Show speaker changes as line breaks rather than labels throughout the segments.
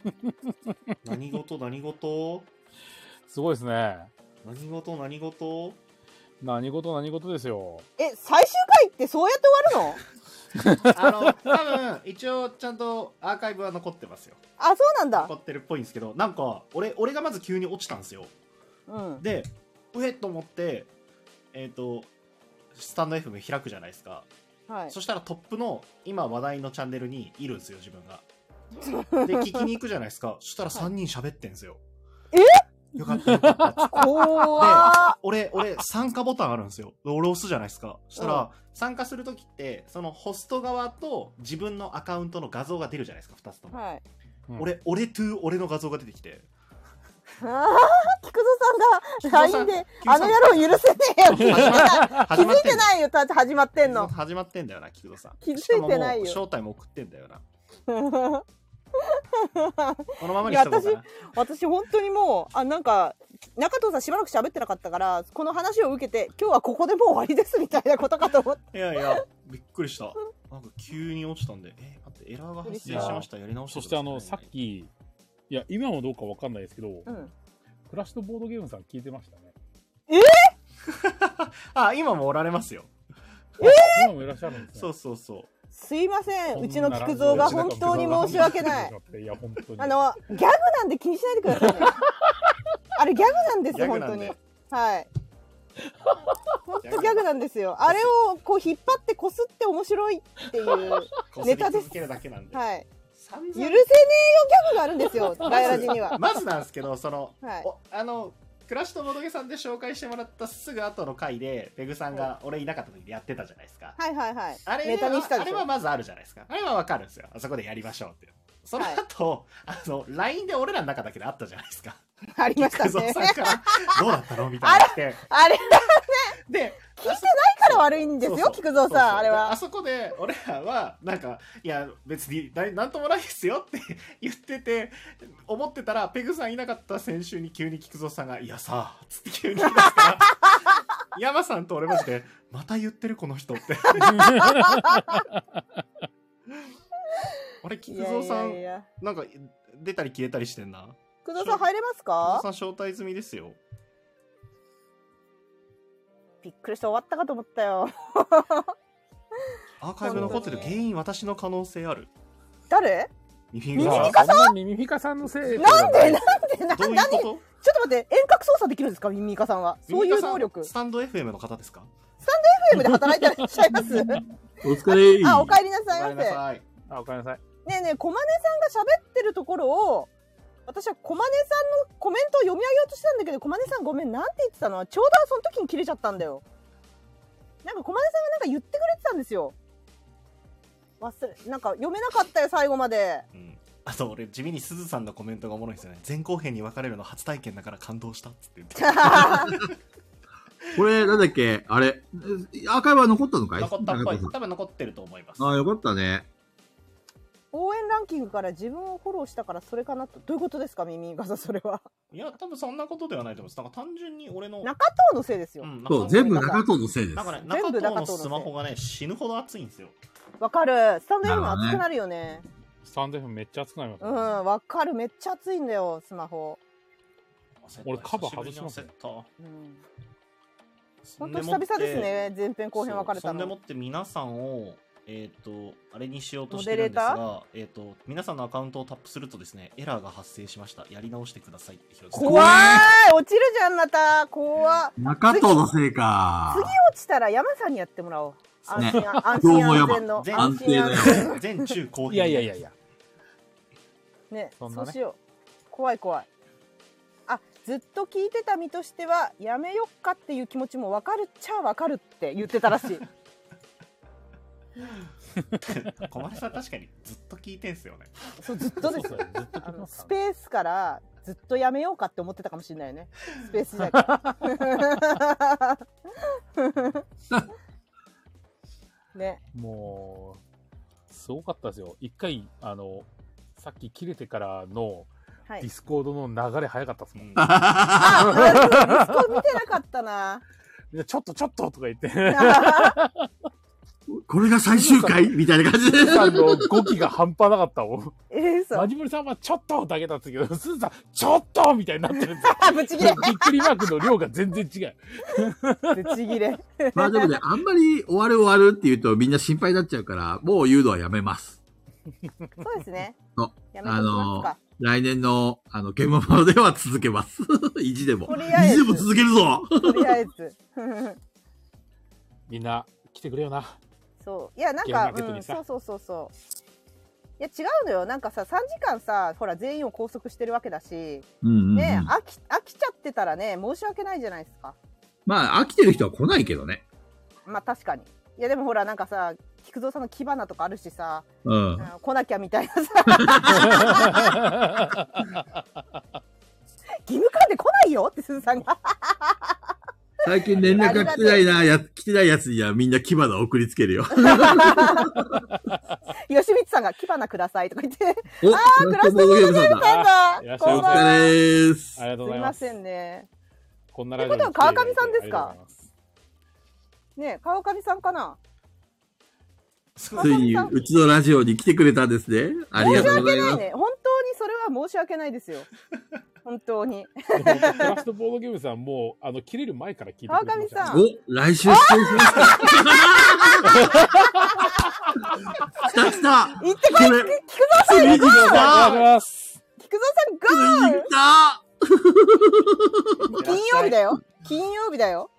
何事何事
すごいですね。
何事何事
何事何事ですよ。
え、最終回ってそうやって終わ るの
あの、多分、一応ちゃんとアーカイブは残ってますよ。
あ、そうなんだ
残。ってるっぽいんですけど、なんか、俺、俺がまず急に落ちたんですよ。
うん。
で、うえっと思って、えっ、と、スタンド FM 開くじゃないですか。
はい。
そしたらトップの今話題のチャンネルにいるんですよ、自分が。 で、聞きに行くじゃないですか。そしたら3人喋ってんですよ。よかったよかったっつって。
怖ー
俺、俺、参加ボタンあるんですよ。で俺押すじゃないですか。そしたら、参加するときって、そのホスト側と自分のアカウントの画像が出るじゃないですか、2つとも。
はい。
うん
俺、俺トゥー俺の画像が出てき て。
あー菊蔵さんだ。
菊蔵さん
LINE で、
菊蔵
あ
さん
の野郎許せねえよ。気づいてない。気
始ま
づ
っ
いてないよ、だって始まって
て
ん
んだよ。
の。
始まってんだよな、菊蔵さん。
気づいてないよ
しかももう招待も送ってんだよな。
私
このままにしとこうか
いや
な。
本当にもうあなんか中藤さんしばらく喋ってなかったからこの話を受けて今日はここでもう終わりですみたいなことかと思って
いやいや、びっくりした。なんか急に落ちたんで、え、待って、エラーが発生しました。やり直して
そ
くださ
して
い
あの、さっ。き、いや、今もどうかわかんないですけど、
うん
クラッシュとボードゲームさん聞いてましたね。
あ、今もおられますよ。
今もいらっしゃるんですね。
そうそうそう。
すいません
こ
うんち
な
の
ラジオ
菊蔵が本当に申し訳ない。
いや、本当に。
あ のギャグなんで気にしないでくだ さいねあれギャグなんです
ギャ
よ
グな
本当
んで
にはい本当ギャグなんですよあれをこう引っ張ってこすって面白いっ ていうはネタです
こすり続けるだけなんで。
い
散々
許せねえよギャグがあるんですよガイラジには
まずなんですけど、その、
はい
おあの、クラシとボドゲさんで紹介してもらったすぐ後の回で、ペグさんが俺いなかった時でやってたじゃないですか。
はいはいはい
あれ
ネタにした
あれ
でしょ
はまずあるじゃないですか。あれはわかるんですよ。あそこでやりましょうって。その後、あの、LINE で俺らの中だけであったじゃないですか。
ありました
クゾ
ね
さんから、どうだったのみたいな来て。
あれ
で、聞いてない
だから悪いんです
そうそ
よ
う
菊蔵
そうそう
さんあれ
であ
は
そこで俺らはなんかいや別にななんともないですよって 言ってて思ってたらペグさんいなかった先週に急に菊蔵さんが「いやさ」つって急に言い出す から山さんと俺マジで「また言ってるこの人」って 俺菊蔵さん
いやいやいや
なんか出たり消えたりしてんな
菊蔵さん入れます
菊蔵
か
さん招待済みですよ
びっくりして終わったかと思ったよ
アーカイブ残ってる原因私の可能性ある
誰
ミ
い
フィン
や
ガー
そんなミミフィカさんのせいなんで
な
どういう
何
こと
ちょっと待って遠隔操作できるんですかミミイカさんはそういう能力
ミミカさんスタンド FM の方ですか
FM で働いてらっしゃいます
お疲れ
あお帰りなさいま
ごめん
せね
さい
あ、わかりなさい。
えねえコマネさんが喋ってるところを私はコマネさんのコメントを読み上げようとしてたんだけどコマネさんごめんなんて言ってたのちょうどその時に切れちゃったんだよなんかコマネさんがなんか言ってくれてたんですよ忘れなんか読めなかったよ最後まで
うんあと俺地味にすずさんのコメントがおもろいんですよね前後編に分かれるの初体験だから感動したっつって言って
これ、なんだっけあれ、アーカイブは残ったのかい
残ったっぽい
中田
多分残ってると思います
さんああ、よかったね。
応援ランキングから自分をフォローしたからそれかなとどういうことですかミミイカさんそれはい
や多分そんなことではないと思いますなんか単純に俺の
中藤のせいですよ
ん
そう、
中
全部中藤のせいです
なん。かね中
全部
藤
中
の
藤のせい
スマホがね死ぬほど熱いんですよ
わかるスタンド M
なるほどね
熱くなるよね
スタンド F めっちゃ熱くなりまし
う
た
ん
ね。
わかるめっちゃ熱いんだよスマホ、
俺カバー外しますよ
うん、
ほ
本当久々ですね前編後編分かれ
そ
た
うそんで
の
もって皆さんをえっ、とあれにしようとしてるんですがえっ、と皆さんのアカウントをタップするとですねエラーが発生しましたやり直してくださいって表示されて
怖い落ちるじゃんまた怖っ
中藤のせいか。
次落ちたら山さんにやってもらおう安心、
ね
安
ど
心
うも
安
山
全の
全
安心
安
安
定
全 の
全中後編
いやいやいやいや。
ね
そ
そ
んなね
うしよう怖い怖いあずっと聞いてた身としてはやめよっかっていう気持ちも分かるっちゃ分かるって言ってたらしい
小松さん確かにずっと聞いてんすよね
そうずっとです
そうそうず
よ
っと聞
あ
きま
の
すからね
スペースからずっとやめようかって思ってたかもしれないよねスペース時代から ね
もう、すごかったですよ。一回、あの、さっき切れてからの
は
ディ
い
スコードの流れ早かったです もん。
あそこ見てなかったな
みんなちょっとちょっととか言って。
あ
ここれが最終回みたいな感じで
ス。ーさんの語気が半端なかったもん。
えー、そ
マ
う。
ジモリさんはちょっとだけだったけど、 スーさん、ちょっとみたいになってるんですよ。
あ、ぶち切れ。
びっくりマークの量が全然違う。
ぶち切れ。
まあでもね、あんまり終わる終わるって言うとみんな心配になっちゃうから、もう言うのはやめます。
そうですね
そう。
やめときますか。
来年の、あの、ゲームマでは続けます。 意地でも
と。りあ
意
え
地
ず
でも続けるぞ
とりあえず。
みんな、来てくれよ な。
そういやなん
ゲームマ
か
ー、ケット
う
に
ん、
さ
そうそうそうそういや違うのよなんかさ3時間さほら全員を拘束してるわけだし
うんうんうん
ね、飽き飽きちゃってたらね申し訳ないじゃないですか
まあ、飽きてる人は来ないけどね。
まあ確かにいやでもほらなんかさ菊蔵さんの木花とかあるしさ、
うん
う。ん来なきゃみたいなさ 義務感で来ないよってすずさんが
最近連絡が来てないな、や、来てないやつにはみんな牙の送りつけるよ。
吉光さんが「木花ください」とか言って「
お、あ
クラスの
ゲームさんだ。
なん
いら
だ
っしゃい
こ
お
ん
ませ
ばん
疲
は」す
れです
あ。りがとうござ
い
い
ま
ます。
せんね
こんなラジオに
ってことは川上さんですか
ありがとうございます
ねえ川上さんかな
ついに、うちのラジオに来てくれたんですね。ありがとうございます。
ね、本当にそれは申し訳ないですよ。本当に。
でもクラフトボードゲームさんもうあの切れる前から聞いてくれてました
川上さん
お、来週出演しますか来た来た
行ってこい、
これ
菊蔵さん、
つい
ありが
菊
に来
とうござい
た
ます
蔵
つい
さん、
に
ゴ
来た
ー金曜日だよ。金曜日だよ。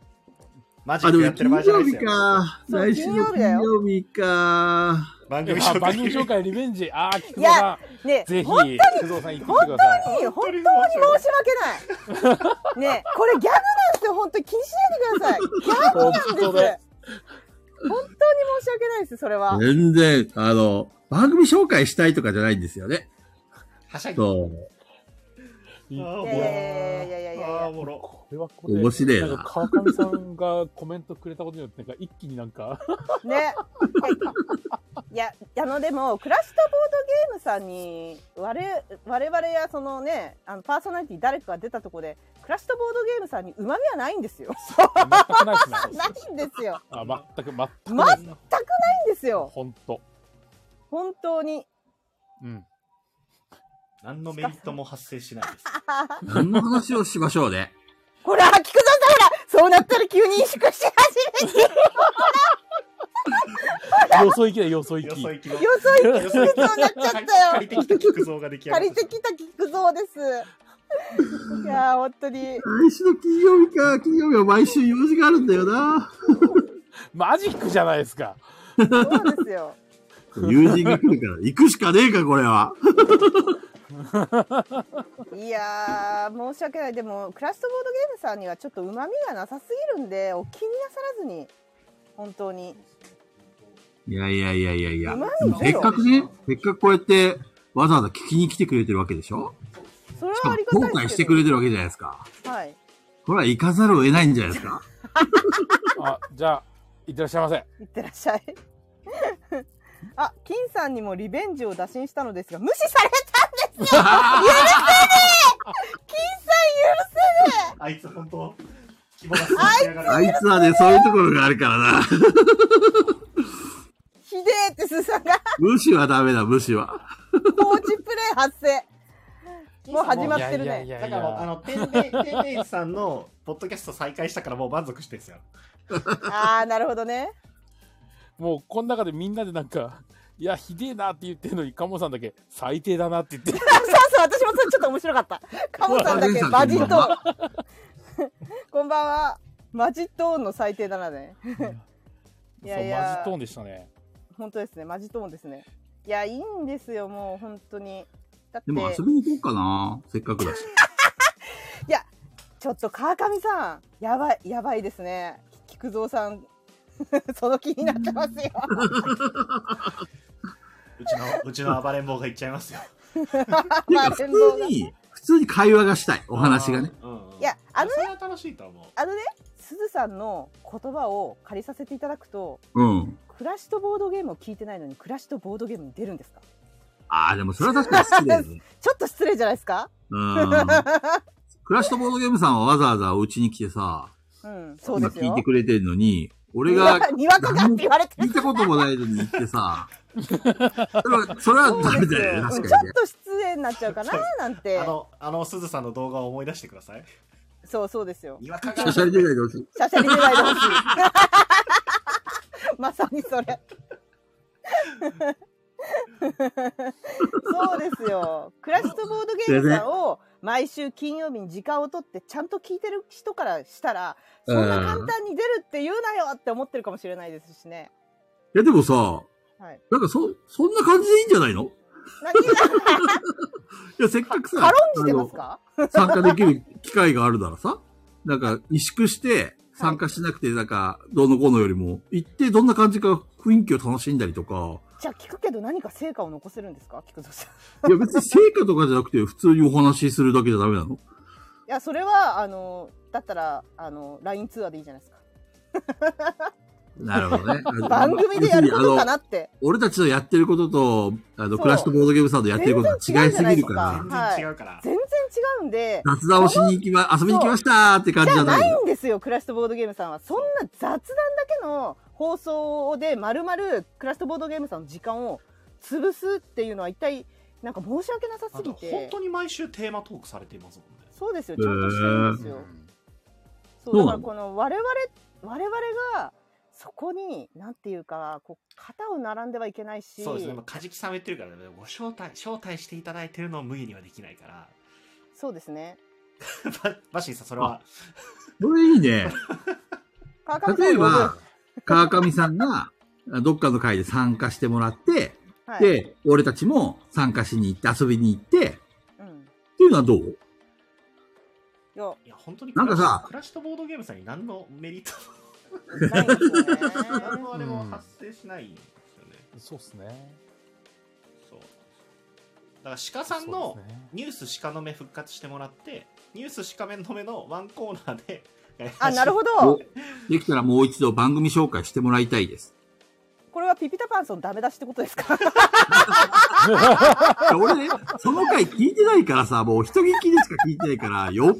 マジ
あ、
ッ
で
クや
も
ってる場
金
合じゃな
曜
いですよ。
そう
日か。来週の金曜日か。
番組
あ
紹
番組紹
介。
介リベンジあー菊蔵さん
ねえ、
ぜひ
本
菊蔵さん行ってきてください
当に、本当に
当に
申し訳ない。ねえ、これギャグなんですよ。本当に気にしないでください。ギャグなん
本
です。
当
本当
だ
に申し訳ないです、それは。
全然、あの、番組紹介したいとかじゃないんですよね。
はしゃぎ。あ
そう。
ー
い
お
や
もろ
いやいやいやいやいやいや
あーおもろ。
これはこれ
面白いなん
か川上さんがコメントくれたことによってなんか一気になんか
ね。 いや、あの、でも、クラシタボードゲームさんに、我々、我々や、そのね、あの、パーソナリティ誰かが出たところで、クラシタボードゲームさんに旨味はないんです よ。
全くないですね
ないんですよ。
あ全く全く
全く
ないです
ないんですよ。
本当
本当に。
うん
何のメリットも発生しないです。
何の話をしましょうね。
ほら、菊蔵さん、ほら、そうなったら急に萎縮し始めて、
よそ行きだよそ行
よ
き
そ行きの。
よそ行
よ
きそうになっちゃった
借
よ。
りてきた菊蔵が出来上が
借
っ
りてきた菊蔵です。 いやー、本当に。
来週の金曜日か。金曜日は毎週用事があるんだよな。
マジックじゃないですか
そうですよ。
友人が来るから、行くしかねえか、これは。
いやー申し訳ないでもクラフトボードゲームさんにはちょっとうまみがなさすぎるんでお気になさらずに本当に
いやいやいやいやいや
うまい。
で
よ
もせっかくね、せっかくこうやって、わざわざ聞きに来てくれてるわけでしょ
それ
し
は
か
あり
も、
が
後
た
悔
いで
し
す
て
け
く
ど
れてるわけじゃないですか。
はい
これは行かざるを得ないんじゃないですか。
あじゃあいってらっしゃいませ
いってらっしゃいあ金さんにもリベンジを打診したのですが無視されたんですよ許せねえ金さん
た。
許せね
あいつ本当。規模がすごい上が
あ
る。
いつはね、そういうところがあるからな。
えひでえってすさんが
無視はダメだ、無視は。
放置プレイ発生もう始まってるね
いやいや
だ
いやい
からもうあ
や
の天明天明寺さんのポッドキャスト再開したからもう満足してるんですよ。
ああなるほどね
もうこの中でみんなでなんかいやひでえなって言ってるのにカモさんだけ最低だなって言って
そうそう、私もそれちょっと面白かった。カモさんだけマジトーン。 こんばんは。マジトーンの最低だなね。いやいや
そうマジトーンでしたね
本当ですね。マジトーンですね。いや、いいんですよ、もう本当に。だって、
でも遊びに行こうかな。せっかくだし。
ちょっと川上さん、やばい、やばいですね。菊蔵さん、 その気になってますよ。
うちのうちの暴れん坊が言っちゃいますよ。
て
ま
か
あ、
普
連動
通
が。い
に、普通に会話がした い。お話がね。
うんうん。
や、あのね、
それは楽しいと思う。
あのね、すずさんの言葉を借りさせていただくと、
うん。
暮らしとボードゲームを聞いてないのに、暮らしとボードゲームに出るんですか
ああ、でもそれは確かに好きだよね。
ちょっと失礼じゃないですか
うん。クラッシュとボードゲームさんはわざわざお家に来てさ、
うん、そう
今
です
聞い
よ
て。くれてるのに、俺が
にわにわかかって言われてる
見たこともないのに行ってさ、それは、それはダメだよ
う
ね、
ん
確
ちょ
か
っ
にね。
と失礼になっちゃうかななんて
あの、あの、すずさんの動画を思い出してください。
そうそうですよ
にわか
し
が
ゃしゃり出ないでほしい。
しゃしゃり出ないでほしい まさにそれそうですよクラシットボードゲームさんを毎週金曜日に時間を取ってちゃんと聞いてる人からしたらそんな簡単に出るって言うなよって思ってるかもしれないですしね
いや、でもさ、
はい
なんかそ、そんな感じでいいんじゃないの
何が
いや、せっかくさ、
軽んじてますか
あの参加できる機会があるならさ、なんか、萎縮して、参加しなくて、なんか、どうのこうのよりも、行ってどんな感じか雰囲気を楽しんだりとか、
じゃあ聞くけど何か成果を残せるんですか菊蔵さんい
いや、別に成果とかじゃなくて、普通にお話しするだけじゃダメ なの
やそれはあのだったらあの LINE 通話でいいじゃないですか
なるほ どね。
番組でやることか
あの
なって
俺たちのやってることと、あ
そう
の、クラシットボードゲームさんとやってることは違いすぎるか
全
ら、
全然違うから。
全然違うんで
雑談をしに行きま、遊びに来ましたーって感じ
じ
じ
ゃ
ゃない
ない
の
んですよクラシットボードゲームさんはそんな雑談だけの放送でまるまるクラシットボードゲームさんの時間を潰すっていうのは一体なんか申し訳なさ
あ
すぎ
と本
て
当に毎週テーマトークされていますもんね。
そうですよちゃんとしてるんですよ、そう
そ
だか
うな
ら
の
この我々我々がそこになんていうかこう肩を並んではいけないし
そうですね。まあカジキさんも言ってるからね。ご招待、招待していただいてるのを無理にはできないから。
そうですね
ババシーさん、それは。
それいいね。
川上さん
例え
呼ぶ
ば、川上さんが、どっかの会で参加してもらって、
はい
で、俺たちも参加しに行って、遊びに行って、っ
うん、
ていうのはどう
いや
いや、本当に
なんかさ
クラシットボードゲームさんに何のメリットも、
ないですよ ね
何のあれも発生しないんですよね。
そうっすね。
そう。だから、鹿さん
そ
の
うっすね
ニュース鹿の目復活してもらって、ニュース鹿の目のワンコーナーで、
あなるほ
お
ど
できたらもう一度番組紹介してもらいたいです。
これはピピタパンソンダメ出しってことですか
いや俺ね、その回聞いてないからさ、もう人聞きでしか聞いてないから、よ、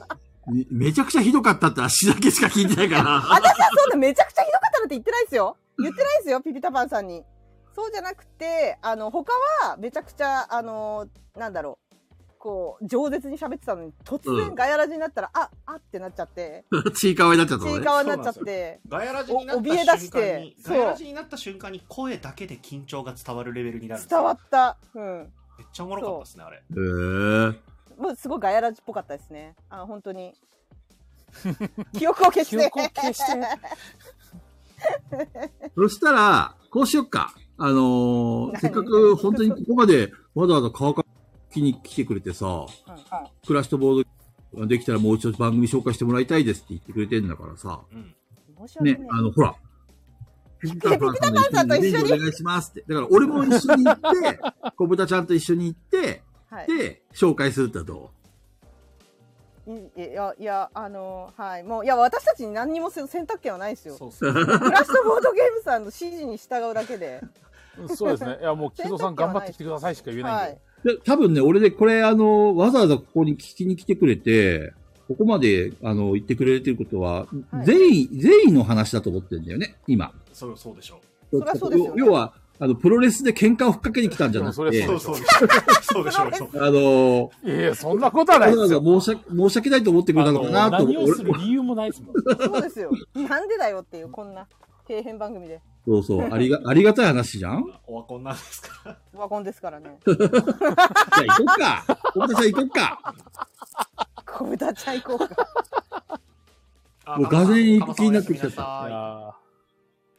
めちゃくちゃひどかったって話だけしか聞いてないから。
私はそんなめちゃくちゃひどかったなんて言ってないですよ言ってないですよピピタパンさんにそうじゃなくてあの他はめちゃくちゃあのなんだろうこう饒舌に喋ってたのに突
う
然
ん
ガヤラジになったら、ああってなっちゃって
ちいかわになっちゃった
ち
の
い
ね
か。わになっちゃって
ガヤラジになった
お怯え出し
瞬間に
て、そう
ガヤラジになった瞬間に声だけで緊張が伝わるレベルになるんですよ
伝わったうん
めっちゃおもろかったですね、あれ。
へー
もうすごいガヤラジっぽかったですね。あ、本当に。記憶を消して。
記憶を消して
そしたら、こうしよっか。あのーせっかく本当にここまでわざわざ川上に来てくれてさ、
うんうん
クラシットボードできたらもう一度番組紹介してもらいたいですって言ってくれてんだからさ、
うん。
申し訳
ね
ない。、
あの、ほら。ピピタパンさんの
さんと一緒に
ぜひお願いしますって。だから俺も一緒に行って、小豚ちゃんと一緒に行って、
はい。
で、紹介するってのはど
いいや、いや、あのはい。もう、いや、私たちに何にもせ選択権はないですよ。
そうそう。
クラッシュボードゲームさんの指示に従うだけで。
うんそうですね。いや、もう、木戸さん頑張ってきてくださいしか言えない
は
ん
い
で。。
うで、多分ね、俺でこれ、あの、わざわざここに聞きに来てくれて、ここまで、あの、言ってくれてることは、
はい
善意、善意の話だと思ってんだよね、今。
そうそうでしょう。
そりゃそうですよね
要要は、あの、プロレスで喧嘩を吹っかけに来たんじゃな
でもそ
く
れ
て、
そうそうでしょ う。そうでしょうよ。
あの、
いやいや、そんなことはな
わ
い
ざ
で
わ
す
ざ
よ。
申し訳申し訳ないと思ってくれたのか
あの
なと思
何
う
をする理由もないですもん。
そうですよ。なんでだよっていう、こんな底辺番組で。
そうそう、ありが、ありがたい話じゃん
オワコンなんですから。
ワコンですからね。
じゃあ行こっか。小豚ちゃん行こっか。
小豚ちゃん行こうか。
あ
もうがぜん行く気になってきちゃった
カモさんおや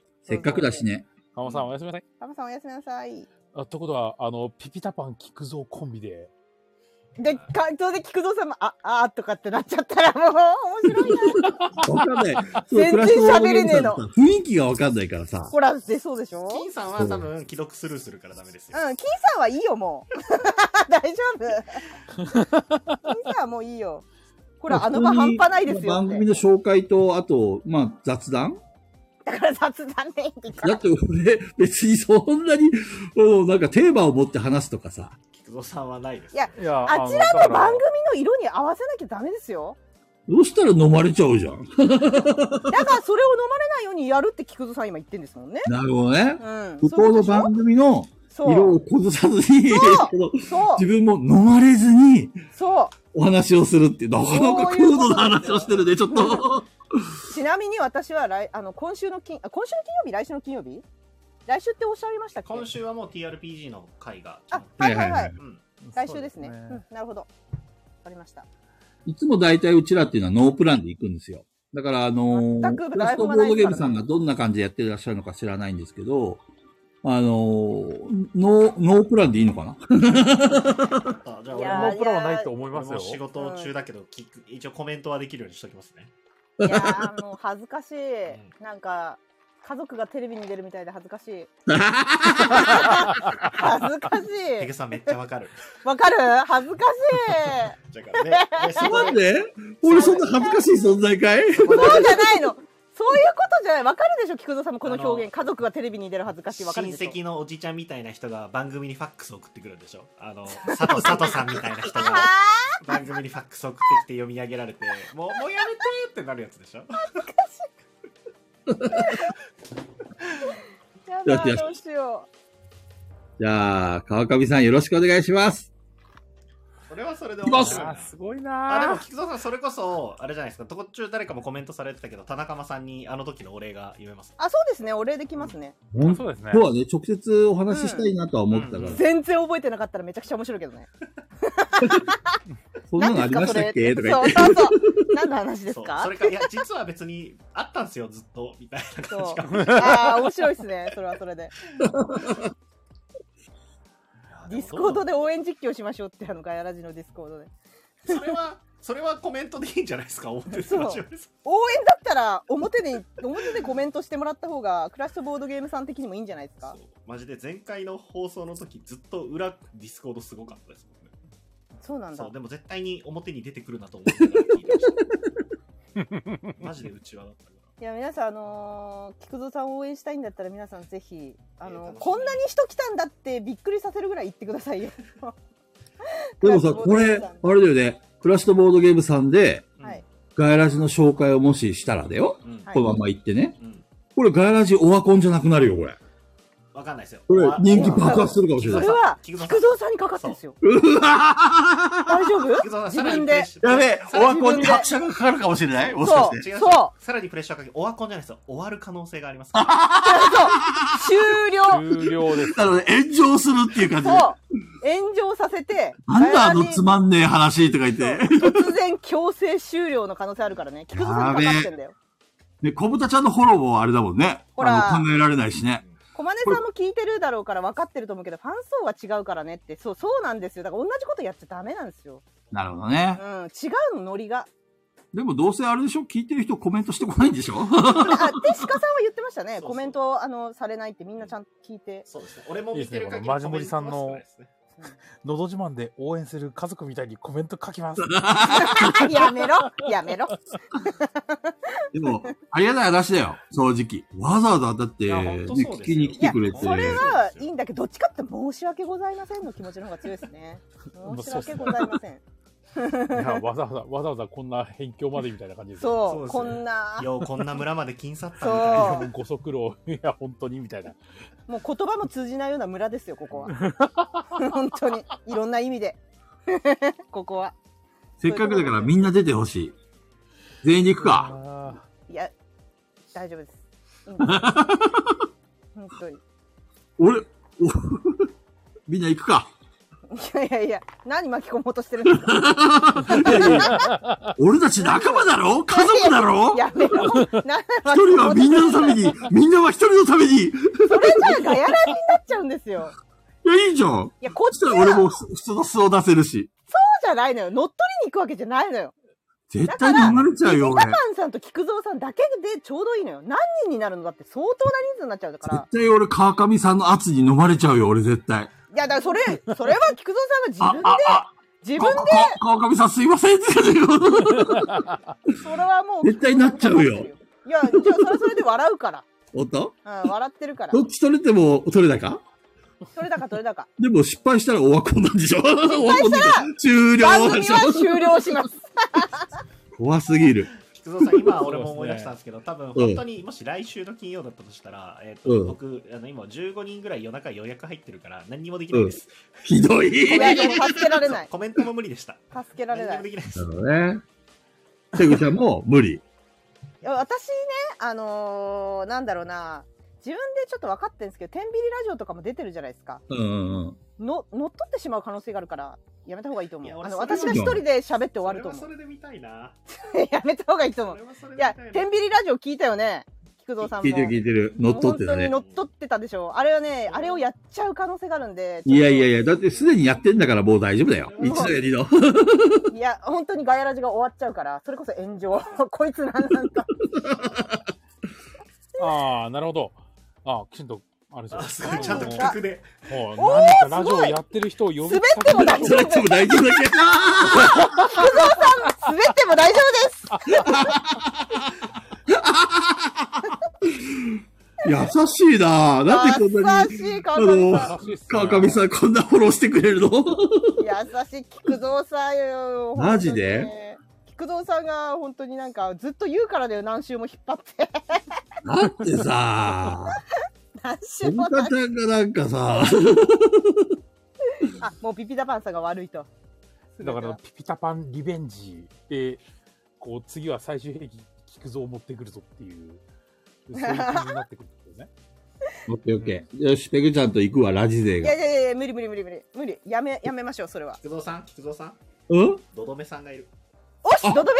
すみなさい
あ
せっかくだしね。
あ、かまさんおやすみなさい。
パパさんおやすみなさい。
あとことは、あの、ピピタパン菊蔵コンビで、
で、回答で菊蔵さんも、あ、あーとかってなっちゃったらもう、面白いな。
わかんない。
全然喋れねえの
そうクラスの雰囲気がわかんないからさ。
ほら、出そうでしょ
金さんは多分既読スルーするからダメですよ。
うん、金さんはいいよ、もう。 大丈夫。金さんはもういいよ。ほら、あの場半端ないですよっ
番組
て。
の紹介と、あと、まあ、雑談
だから雑談でいいか
だ
ら。
って俺、別にそんなに、うんなんかテーマを持って話すとかさ。
菊蔵さんはないです。
いや
いや、
あちらの番組の色に合わせなきゃダメですよ。
そしたら飲まれちゃうじゃん。
だからそれを飲まれないようにやるって菊蔵さん今言ってんですもんね。
なるほどね。
うん。
向こうの番組の
そう
色を崩さずに、
そう。そう。
自分も飲まれずに
そう。
お話をするっていう、なかなか高度な話をしてるね、ちょっと。
ちなみに私は来あの今週の金あ今週の金曜日来週の金曜日来週っておっしゃいましたっけ
今週はもう TRPG の回が
あはいはいはい、
はいはいはい
うん
来週ですね
そう
うん、なるほどわかりま した
いつも大体うちらっていうのはノープランで行くんですよ。だからあの
全く
ー、クラフトボードゲームさんがどんな感じでやってらっしゃるのか知らないんですけど、あのー、ノー、ノープランでいいのかな
あじゃあ俺も
ノー
いや
プランはないと思いま
俺
す
も
よ。
仕事中だけど、き一応コメントはできるようにしときますね
いやーもう恥ずかしいなんか家族がテレビに出るみたいで恥ずかし い恥ずかし
ペグ
い
さんめっちゃわ かる
わかる恥ずかし
だからねねそこで
なんで俺そんな恥ずかしい存在かい
そこ
い
で
そうじゃないのそういうことじゃないわかるでしょ菊蔵さんもこの表
あの
現家族がテレビに出る恥ずかしい
親
わかるでしょ
戚のおじちゃんみたいな人が番組にファックス送ってくるんでしょあ の佐藤佐藤さんみたいな人が
あ
番組にファックス送ってきて読み上げられてもうもうやめてってなるやつでしょ
ーや
だって
だどうしよ
じゃあ、川上さんよろしくお願いします。
それはそれで
いま
面
す
白い
あ
な
ーすごい
あでも
なー
菊蔵さんそれこそあれじゃないですか途中誰かもコメントされてたけど田中間さんにあの時のお礼が言えます
うあそうですねお礼できますね
本
そうですね
当。はね、直接お話ししたいなとは思ってたから、
うん
全然覚えてなかったらめちゃくちゃ面白いけどね。
そんなのありましたっ
何
けと
で
か
す
言
かそれそうそ
って。
うそう。何の話です
そう
か
それかいや実は別にあったんですよずっとみたいな
そう
感じが
ああ、面白いですね。それはそれで。ディスコードで応援実況しましょうって、あの、ガヤラジのディスコードで。
それはそれはコメントでいいんじゃないですか表で
そう応援だったら、表で、表でコメントしてもらった方が、クラッシュボードゲームさん的にもいいんじゃないですか
マジで前回の放送の時ずっと裏ディスコードすごかったですもんね
そうなんだ
そう。でも絶対に表に出てくるなと思ってたから聞いてましたマジでうちわだったから
いや、皆さん、あのー、菊蔵さんを応援したいんだったら、皆さんぜひ、あ
えー楽
の
しみ
こんなに人来たんだってびっくりさせるぐらい言ってくださいよ。
で もさ、これ、あれだよね、クラッシュとボードゲームさんで、
うん
はい。
ガイラジの紹介をもししたらだよ。
うん
はい
このまま言ってね。
うん
これガイラジオワコンじゃなくなるよ、これ。
わかんないですよ
これ
わ
人気爆発するかもしれ
そ
ない
れ。は、
菊
菊
蔵さん
蔵さんにかかってんですよ。
うわ
大丈夫
菊蔵さん
自
さらに
分
プレッ
で。
シャー
やべえ、
さ
オ
ら
ワ
に
コンに拍車がかかるかもしれないもしかして。
違う
そ
さらにプレッシャーかけオワコンじゃないですよ終わる可能性がありますから
終了
終了です。
だからね、炎上するっていう感じ
そ
で。
う炎上させて、
なんだあの
ガヤラジ
つまんねえ話とか言って。
突然強制終了の可能性あるからね。菊蔵さんにかかってんだよ。
ね、小豚ちゃんのフォローもあれだもんね。
ほら
あの考えられないしね。
小金さんも聞いてるだろうから分かってると思うけど、ファン層は違うからねって、そう、そうなんですよ。だから同じことやっちゃダメなんですよ。
なるほどね
う。ん、違うの、ノリが。
でもどうせあれでしょ聞いてる人コメントしてこないんでしょ
あ、で、鹿さんは言ってましたね。
そうそう
コメントを、あの、されないってみんなちゃんと聞いて。
そうですね俺も
いい
見
です
て
ね
る限り
このマジモリさんの
コメントは少ないですね
のど自慢で応援する家族みたいにコメント書きます。
やめろやめろ
でも、ありがたい話だよ。正直。わざわざだって、
い
ね、
や本当そうですよ
聞きに来てくれて。
いや
それはいいんだけど、どっちかって申し訳ございませんの気持ちの方が強いですね。申し訳ございません。
いや、わざわざ、わざわざこんな辺境までみたいな感じです。
そう、
そうですね
こんな、
ようこんな村まで金去ったみたいな
そ
もうご足労、いや、本当にみたいな。
う、もう言葉も通じないような村ですよ、ここは。本当に、いろんな意味で。ここは。
せっかくだからみんな出てほしい。全員で行くか。
あ
いや、大丈夫です。いいんです 本当に。
俺、お みんな行くか。
いやいやいや、何巻き込もうとしてるんです か
俺たち仲間だろ家族だろ
やめろ。何
一人はみんなのために、みんなは一人のために。い
それじゃあガヤラジになっちゃうんですよ。
や、いいじゃん。
いや、こっ
そ
ち
した
は
ら俺
そう
も普通の素を出せるし。
じゃないのよ。乗っ取りに行くわけじゃないのよ。
絶対に生まれちゃうよ、
ピタ
俺
パ。ンさんと菊蔵さんだけでちょうどいいのよ。何人になるのだって相当な人数になっちゃうから
絶。対俺、川上さんの圧に飲まれちゃうよ、俺絶対。
いや、だからそれ、それは菊蔵さ
あ
ん、が
あ、あ、
自分で、自分
ここ川上さんすいませんって言うよ
で、それはもう。
絶対なっちゃうよ
いや、じゃあそれはそれで笑うから。
おっと
うん、笑ってるから。
どっち取れても取れたか
取れたか取れたか。
でも失敗したらオワコンなんでしょオワコンで終 了
番組は終了します。
怖すぎる。
菊蔵さん、今俺も思い出したんですけど、多分本当にもし来週の金曜だったとしたら、えっと
うん
僕あの、今15人ぐらい夜中予約入ってるから、何にもできないです。
ひどい。
いや、でも助けられない。
コメントも無理でした。
助 けられ
何
な
に
い
も。できないで
な
す
る。ほどね。ペグちゃんも無理。
いや私ねあのーなんだろうな自分でちょっと分かってるんですけど天秤ラジオとかも出てるじゃないですか
うんうんうん。
の乗っ取ってしまう可能性があるからやめた方がいいと
い
思
うや
あ
俺
の
それは
私が一人で喋って終わ
そ
る
れ
と
は
思
それで見たいな。
う やめた方がいいと思
そうれはそれで
い
見
や
たい
天
な。
秤ラジオ聞いたよね菊蔵さんも
聞いてる聞いてる。乗っ取ってた
もう
ね
本当に。乗っ取ってたでしょあれはねあれをやっちゃう可能性があるんで
いやいやい
や
や、だってすでにやってんだからもう大丈夫だよ。一度や二度。
いや本当にガヤラジが終わっちゃうからそれこそ炎上 こいつなんなんだ
ああ、なるほど。ああ、きちんと、あれですよ
あ、すごい、ちゃんと企画で。
もう
お
な
ー
んかラ
す
ジ
ごい
オやってる人を呼ぶ
滑っても大
それでも大丈夫だけどな。
滑っても大丈夫です
優しいななんでこんなに。
優しい川上さん
あ
優しいっすね
川上さんこんなフォローしてくれるの
優しい菊蔵さんよ。
マジで
本当にね菊蔵さんが本当になんかずっと言うからだよ、何週も引っ張って。
だってさ、
何
こ
週
の
も
方がなんかさ、
あ、もうビビダパンさんが悪いと。
だから、ピピタパンリベンジで、こう、次は最終兵器、菊蔵を持ってくるぞっていう、そういう感じになってくるん ですよね。
オッケーオッケー。よし、ペグちゃんと行くわ、ラジ勢
い
が
や。いやいや、無理無理無理無理。無理。やめ、やめましょう、それは。
菊蔵さん、菊蔵さん、
うん
ドドメさんがいる。
おし、のどめを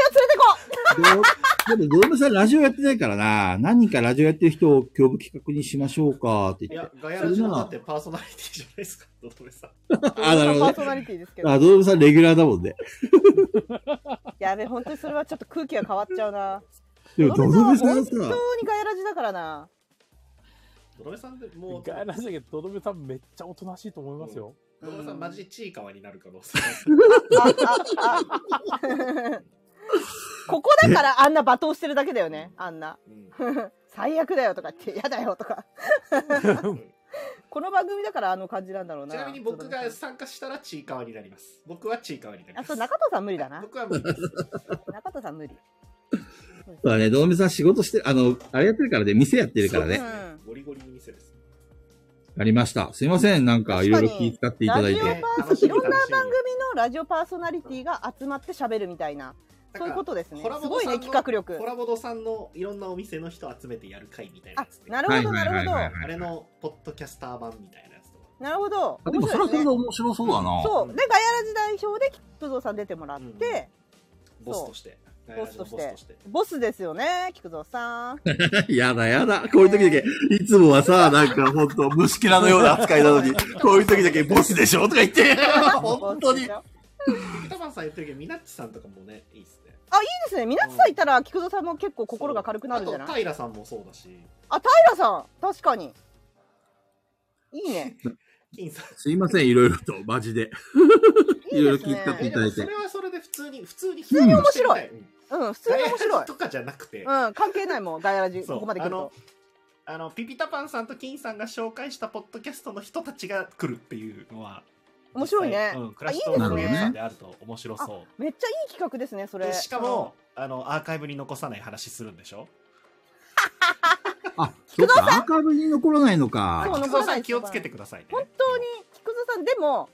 連れてこ
でも、ドームさんラジオやってないからな、何人かラジオやってる人を今日企画にしましょうかって
い
言っ
や
て。、
ガヤラジオだってパーソナリティじゃないですか、ドドメさん。
う
あなるほどね
パーソナリティですけど。
あ、ドームさんレギュラーだもんね。
やべ、本当にそれはちょっと空気が変わっちゃうな。
でも、ドームさ
本
んさ、
当にガヤラジだからな。
ドドメさんでもう、
ガヤラジだけど、とどめさんめっちゃおとなしいと思いますよ。
ドドメさんマジチーカワになる可能 性。
あ、あ、あ。 ここだからあんな罵倒してるだけだよね、あんな。
うん
最悪だよとか言って、やだよと か。この番組だからあの感じなんだろうな。
ちなみに僕が
そう
参加したらちいかわになります。僕はちいかわになり
だねあ、
ま
そう、
す。
中藤さん無理だな。
僕は無理です。
中藤さん無理。
そうだね、ドームさん仕事してる、あの、あれやってるからね、店やってるから
そう
ね
で。すゴリゴリに店です。
ありました。すいません、なんかいろいろ気遣っていただい
ラジオ
て。
パーソ、いろんな番組のラジオパーソナリティが集まって喋るみたいな。そういうことですね
コラ。ボ
す
ド
ごい
さん
ね、
の
企画力
コ。ラボドさんのいろんなお店の人集めてやる会みたいな
あ
やつで、。
なる
は
ほ
い
ど、
はい
な
はい
るほ
はい
ど。
あれのポッドキャスター版みたいなやつとか。
なるほど。
あでも、それ
面
はそ
白
れ
い
で
ね
面白そうだな。
そう。で、ガヤラ時代表で菊蔵さん出てもらっ
うん
て、
ボスとして。
ボスとして
ガヤラジのボスとして。
ボスですよね、菊蔵さん。
やだやだ。こういう時だけ、いつもはさ、なんかほんと、虫キラのような扱いなの に、こういう時だけボスでしょとか言 って、本当
ボス
に
でし。ょ
ピタパンさん言ってるけど、ミナッチさんとかもね、いいですね。
いいですね。皆さんいたら、菊蔵さんも結構心が軽くなるんじゃない
あと、平さんもそうだし、
あ、平さん、確かに。いいね。
金さん。
すいません、いろいろと、マジで。
い
い
い
ろいろ
です
聞いた
え
こ
ね。
でも
いた
そ
だいて
れはそれで普通に、普通に、普
通に
面白い
通に面
うん、普通
白い。
に
ガヤ
面白
ラ
い
ジ。とかじゃなくて、
うん、関係ないもん、ガヤラジ、
そう
ここまで来ると。
あのピピタパンさんと金さんが紹介したポッドキャストの人たちが来るっていうのは
面白い
実
ね
際うん、クラッシュ
あ
ト
い
ーク
い
ですね
ゲームさんであると面白そ。
めっちゃいい企画ですね、そうれ。
でしかも、あのアーカイブに残さない話するんでしょ。
あ、そっか、アーカイブに残らないの
あ
か。
そう
菊蔵さん気をつけてくださいね。
うん、本当に、菊蔵さん、でも、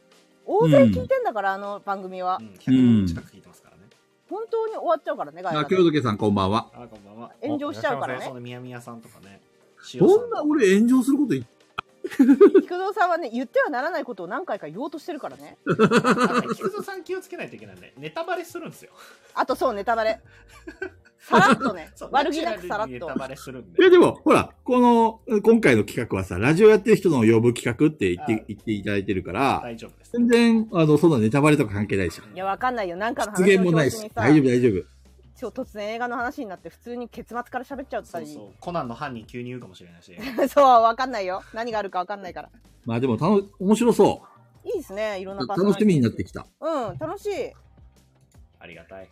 大勢聞いてんだから、あの番組は
う。ん、100人近く聞いてますからね。
本当に終わっちゃうからね、ガヤ
あ、
ラジ
京。都家さんこんばんは。
あこんばんは。
炎上しちゃうから
そ
ね。
のみやみやさんとかね。
そんな俺炎上すること言っ
菊蔵さんはね、言ってはならないことを何回か言おうとしてるからね。
塩さんとかあ菊蔵さん気をつけないといけないね。ネタバレするん ですよ。
あと、そう、ネタバレ。さらっとね
そう、
悪気なくさら
ナチュラル
っ
にネ
と
タ。バレするんで
い。やでも、ほら、この、今回の企画はさ、ラジオやってる人の呼ぶ企画って言って
あ、
言っていただいてるから、
大丈夫です。
全然、あの、そんなネタバレとか関係ないじゃん。
いや、わかんないよ。なんかの話
出現
の
もない
表
し
紙に、さ
大、丈夫大丈夫。
超突然映画の話になって、普通に結末から喋っちゃった
そう
り。
そう。コナンの犯人急に言うかもしれないし。
そう、わかんないよ。何があるかわかんないから。
まあでも、たの、面白そ
いいですね、いろん
う。
なパーソナ
楽
リティ
しみになってきた。
うん、楽しい。
ありがたい。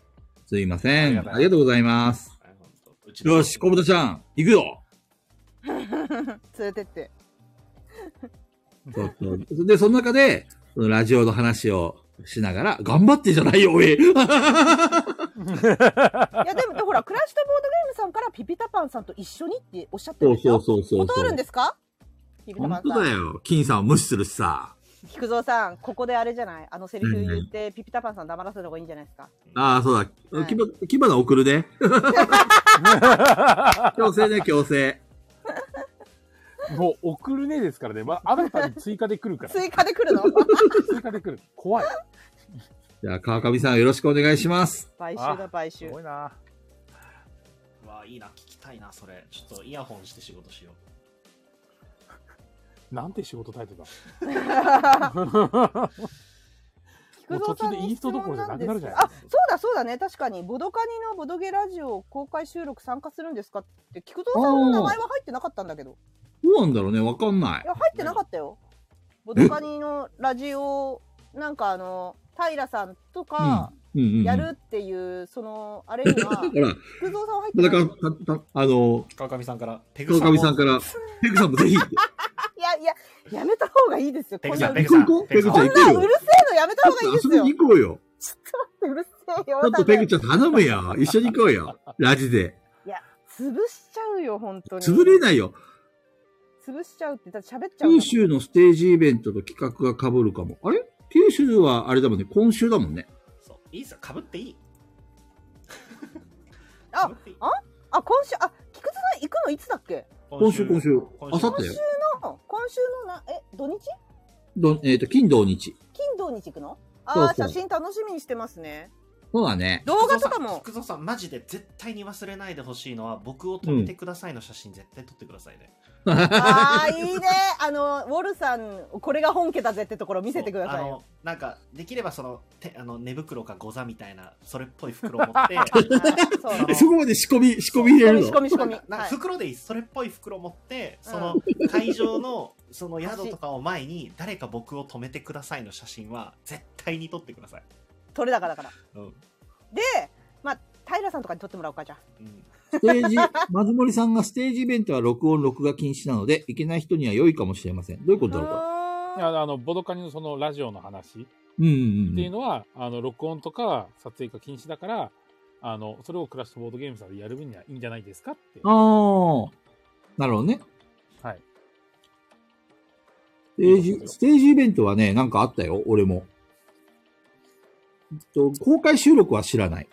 すいませ
あ
ん。
りがとう
ありがとうございます。
あほんとうちの
よし、小豚ちゃん、行くよ
連れてって。
そうそうで、その中で、そのラジオの話をしながら、頑張ってじゃないよ、お い
いやでもほらクラッシュとボードゲームさんからピピタパンさんと一緒にっておっしゃってる
そ
ん
う
です
そ
よ
うそうそう。
断るんですかピピタパ
本
ン
当
さ
だ
ん
よ。金さんを無視するしさ。
菊蔵さんここであれじゃないあのセリフ言ってピピタパンさん黙らせた方がいいんじゃないですか
ああ、そうだ。
はい
キバ、キバナ送るね。 強制ね、強制。
もう送るねですからね。まあ、新たに追加で来る から。
追加で来 るの
追加で来る。怖い。
じゃあ、川上さんよろしくお願いします。
買収
あ
だ買
す
収
ごいな。
うわいいな聞きたいなそれちょっとイヤホンして仕事しよ
なんて仕事タイトルだ。
菊蔵さんに質問なんですけどあそうだそうだね確かにボドカニのボドゲラジオ公開収録参加するんですかって菊蔵さんの名前は入ってなかったんだけど
どうなんだろうね、わかんない
い。や入ってなかったよボドカニのラジオなんかあの平さんとか
うんうんうん。
やるっていう、そのあれに は
だから、
菊蔵さんは入って
だ
な
か
かっ
ら、
た
たたあの、
う川上さんからペ
川上さんから、ペグさんもぜひ、
いやいややめた方がいいですよ
ペ
こ
グ
ん
さ
なんう
ペ
る
グさ
行こ
ん
うペグ
さ
ちゃん
ん
行
せ
くよ。
えのやめた方がいいです
遊び
よ
に行こうよ。
うる せえよ
ちょっとペグちゃん頼むよ。一緒に行こうよ。ラジで。
潰しちゃうよ本当に
潰れないよ。
潰しちゃうってだって喋っちゃうもん
九州のステージイベントと企画が被るかも。あれ九州はあれだもんね、今週だもんね。
そういいっすよかぶっていい
あ
被っていい
あ今週あ菊蔵さん行くのいつだっけ
今週、今週。あさ
今
ってだよ。
の今週のなえ土日
どえっ、と、金土日。
金土日行くの
そう
ああ
そう
写真楽しみにしてますね
そうだね。
動画とかも
菊蔵さん菊蔵さんマジで絶対に忘れないでほしいのは僕を撮ってくださいの写真絶対撮ってくださいね、
ああいいね あのウォルさんこれが本家だぜってところ見せてください
あ
よ
のなんかできればそのてあの寝袋かゴザみたいなそれっぽい袋を持って
そう
あの
えそこまで仕込み、仕込み入れる
仕込
の
み仕込み
なん
仕
かなん
込み
か
はい
袋でいいそれっぽい袋持ってその会場のその宿とかを前に誰か僕を止めてくださいの写真は絶対に撮ってください、
取れ高だから
うん
でまあ平さんとかに撮ってもらおうかじゃあ
うん、
ステージ、松森さんがステージイベントは録音、録画禁止なので、行けない人には良いかもしれません。どういうことだろうか。
い
あ
やあの、ボドカニのそのラジオの話っ
うんうん
ていううのは、あの、録音とか撮影が禁止だから、あの、それをクラッシュボードゲームさんでやる分にはいいんじゃないですかって。
ん。ああ。なるほどね。
はい。
ステージ、ステージイベントはね、なんかあったよ、俺も。えっと、公開収録は知らない。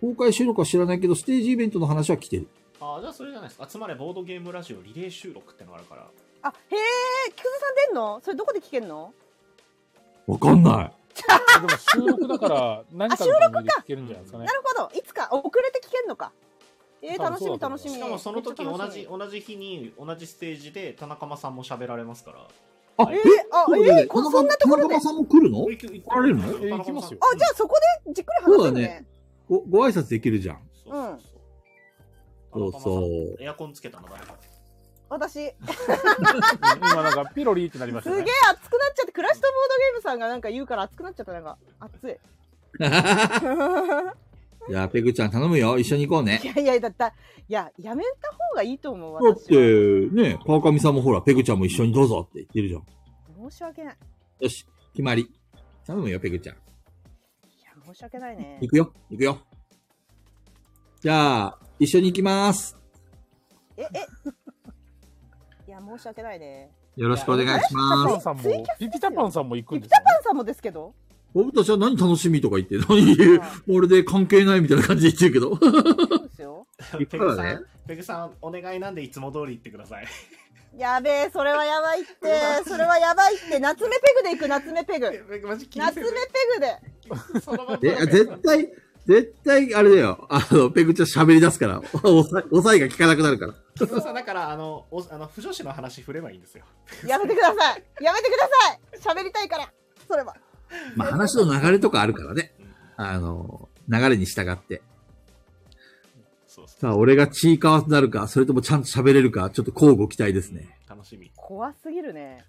公開収録は知らないけど、ステージイベントの話は来てる。
ああじゃあそれじゃないですか集まれボードゲームラジオリレー収録ってのがあるから
あへえ菊蔵さん出んのそれどこで聞けんの
わかんない。
でも収録だから、何かの番組で聞けるんじゃないですかね
な。るほどいつか遅れて聞けんのかえ
多
ー、
分
楽し
そう
み
だと思う
楽しみ
しかもその時
めっちゃ
同
楽しみ
じ同じ日に同じステージで田中間さんも喋られますから
あ、
は
え
い
えー、あ
そうだよ
え
ね
ー、こそんなところで
田中さんも来るの
え行
来られるの
行
え行きますよ
あ、じゃあそこでじっくり話せるね。
ご、ご挨拶できるじゃん。
そうそうそう
そうそう
エアコンつけたの誰か
私、すげえ
うん今なんか、ピロリってなりまし
熱
た
くなっ
ね。
ちゃって、クラッシュとボードゲームさんがなんか言うから熱くなっちゃった、なんか。 熱い。
じゃあ、ペグちゃん頼むよ。一緒に行こうね
い。やいや、だった、いや、やめた方がいいと思う、
だっ
私は。
て、ね、川上さんもほら、ペグちゃんも一緒にどうぞって言ってるじゃん。
申し訳ない。
よし、決まり。頼むよ、ペグちゃん。
いや、申し訳ないね
行。くよ、行くよ。じゃあ、一緒に行きます。
え、え。いや、申し訳ないね。
よろしくお願いし
ピタ
ま
パ
す。
ンさん
ツイキャ
も
スで、す
ピ
よ
ピタパンさんも行くん
ピ
で
ピ
す
タ
よ
パンさんもですけど。
僕たちは何楽しみとか言って、何言う、俺で関係ないみたいな感じで言ってるけど。
そうですよ。
ペ
行くから
グ
ね
さんペグさんお願いなんでいつも通り言ってください
やべえ、それはやばいって、それはやばいって、夏目ペグで行く、夏目 ペグ。
えマジ気に
夏
せ
目
ず
ペグで。
そのまま
え、絶対、絶対、あれだよ。あの、ペグちゃん喋り出すから、抑え、抑えが効かなくなるから。
菊蔵さんだからあのおあの不女子の話振ればいいんですよ
やめてください。やめてください。喋りたいから。それは。
まあ、話の流れとかあるからね。
うん
あの、流れに従って。
そうそう
さあ、俺がチーカーになるか、それともちゃんと喋れるか、ちょっと交互期待ですね。
うん楽しみ
怖すぎるね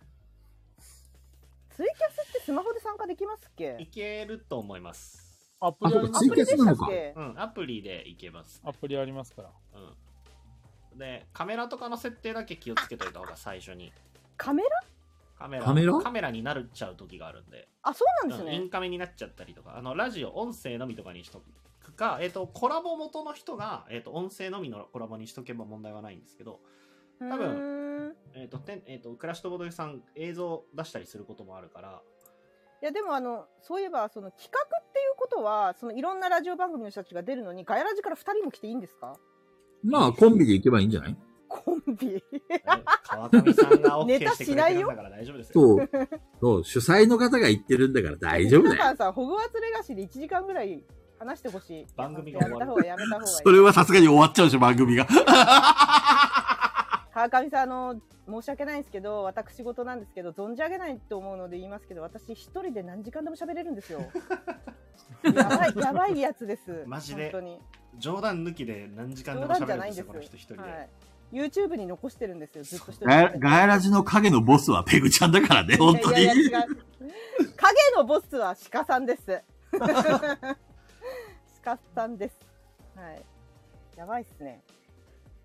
ツイキャスってスマホで参加できますっ
い
け
けると思います
アプリあります
あツイキャスなの
アプ
か
リでし
う
たっ
んアプリでいけます
アプリありますから。
うんでカメラとかの設定だけ気をつけといた方が最初に
けカメラ
カメラ
カメラ
になっちゃう時があるんで、
あ、そうなんです
うんイ
ね。
ンカメになっちゃったりとかあのラジオ音声のみとかにしとくか、えっとコラボ元の人が、えっと音声のみのコラボにしとけば問題はないんですけど、多
分。
えっとてんえっとクラッシュとボドゲさん映像出したりすることもあるから
いや、でもあの、そういえば、その企画っていうことは、そのいろんなラジオ番組の人たちが出るのに、ガヤラジから2人も来ていいんですか
まあ、コンビで行けばいいんじゃない
コンビ。
ね 川上さんが OK
ネタ
してく
し
れ
な
て
い
るん
よ
だから大丈夫ですよ。
そう。そう、主催の方が言ってるんだから大丈夫
だ
だ
か
よ。
らさ、ホグワーツレガシーで1時間ぐらい話してほしい。
番組が
や
終
め
わ
た
る
方がやめた方がいい。
それはさすがに終わっちゃうし、番組が。
川上さん、あの、申し訳ないんですけど、私事なんですけど、存じ上げないと思うので言いますけど、私一人で何時間でも喋れるんです よ。やばい、やばいやつです。
マジで
本当に。
冗談抜きで何時間で
冗
も
談じ
喋
ゃ
る
なんい
ですよ、
んです。
この人一人で。
はい。YouTube に残してるんですよ、ずっと一人で。
ガヤガヤラジの影のボスはペグちゃんだからね、本当
い
に
や。いや違う影のボスは鹿さんです。鹿さんです。はい。やばいっすね。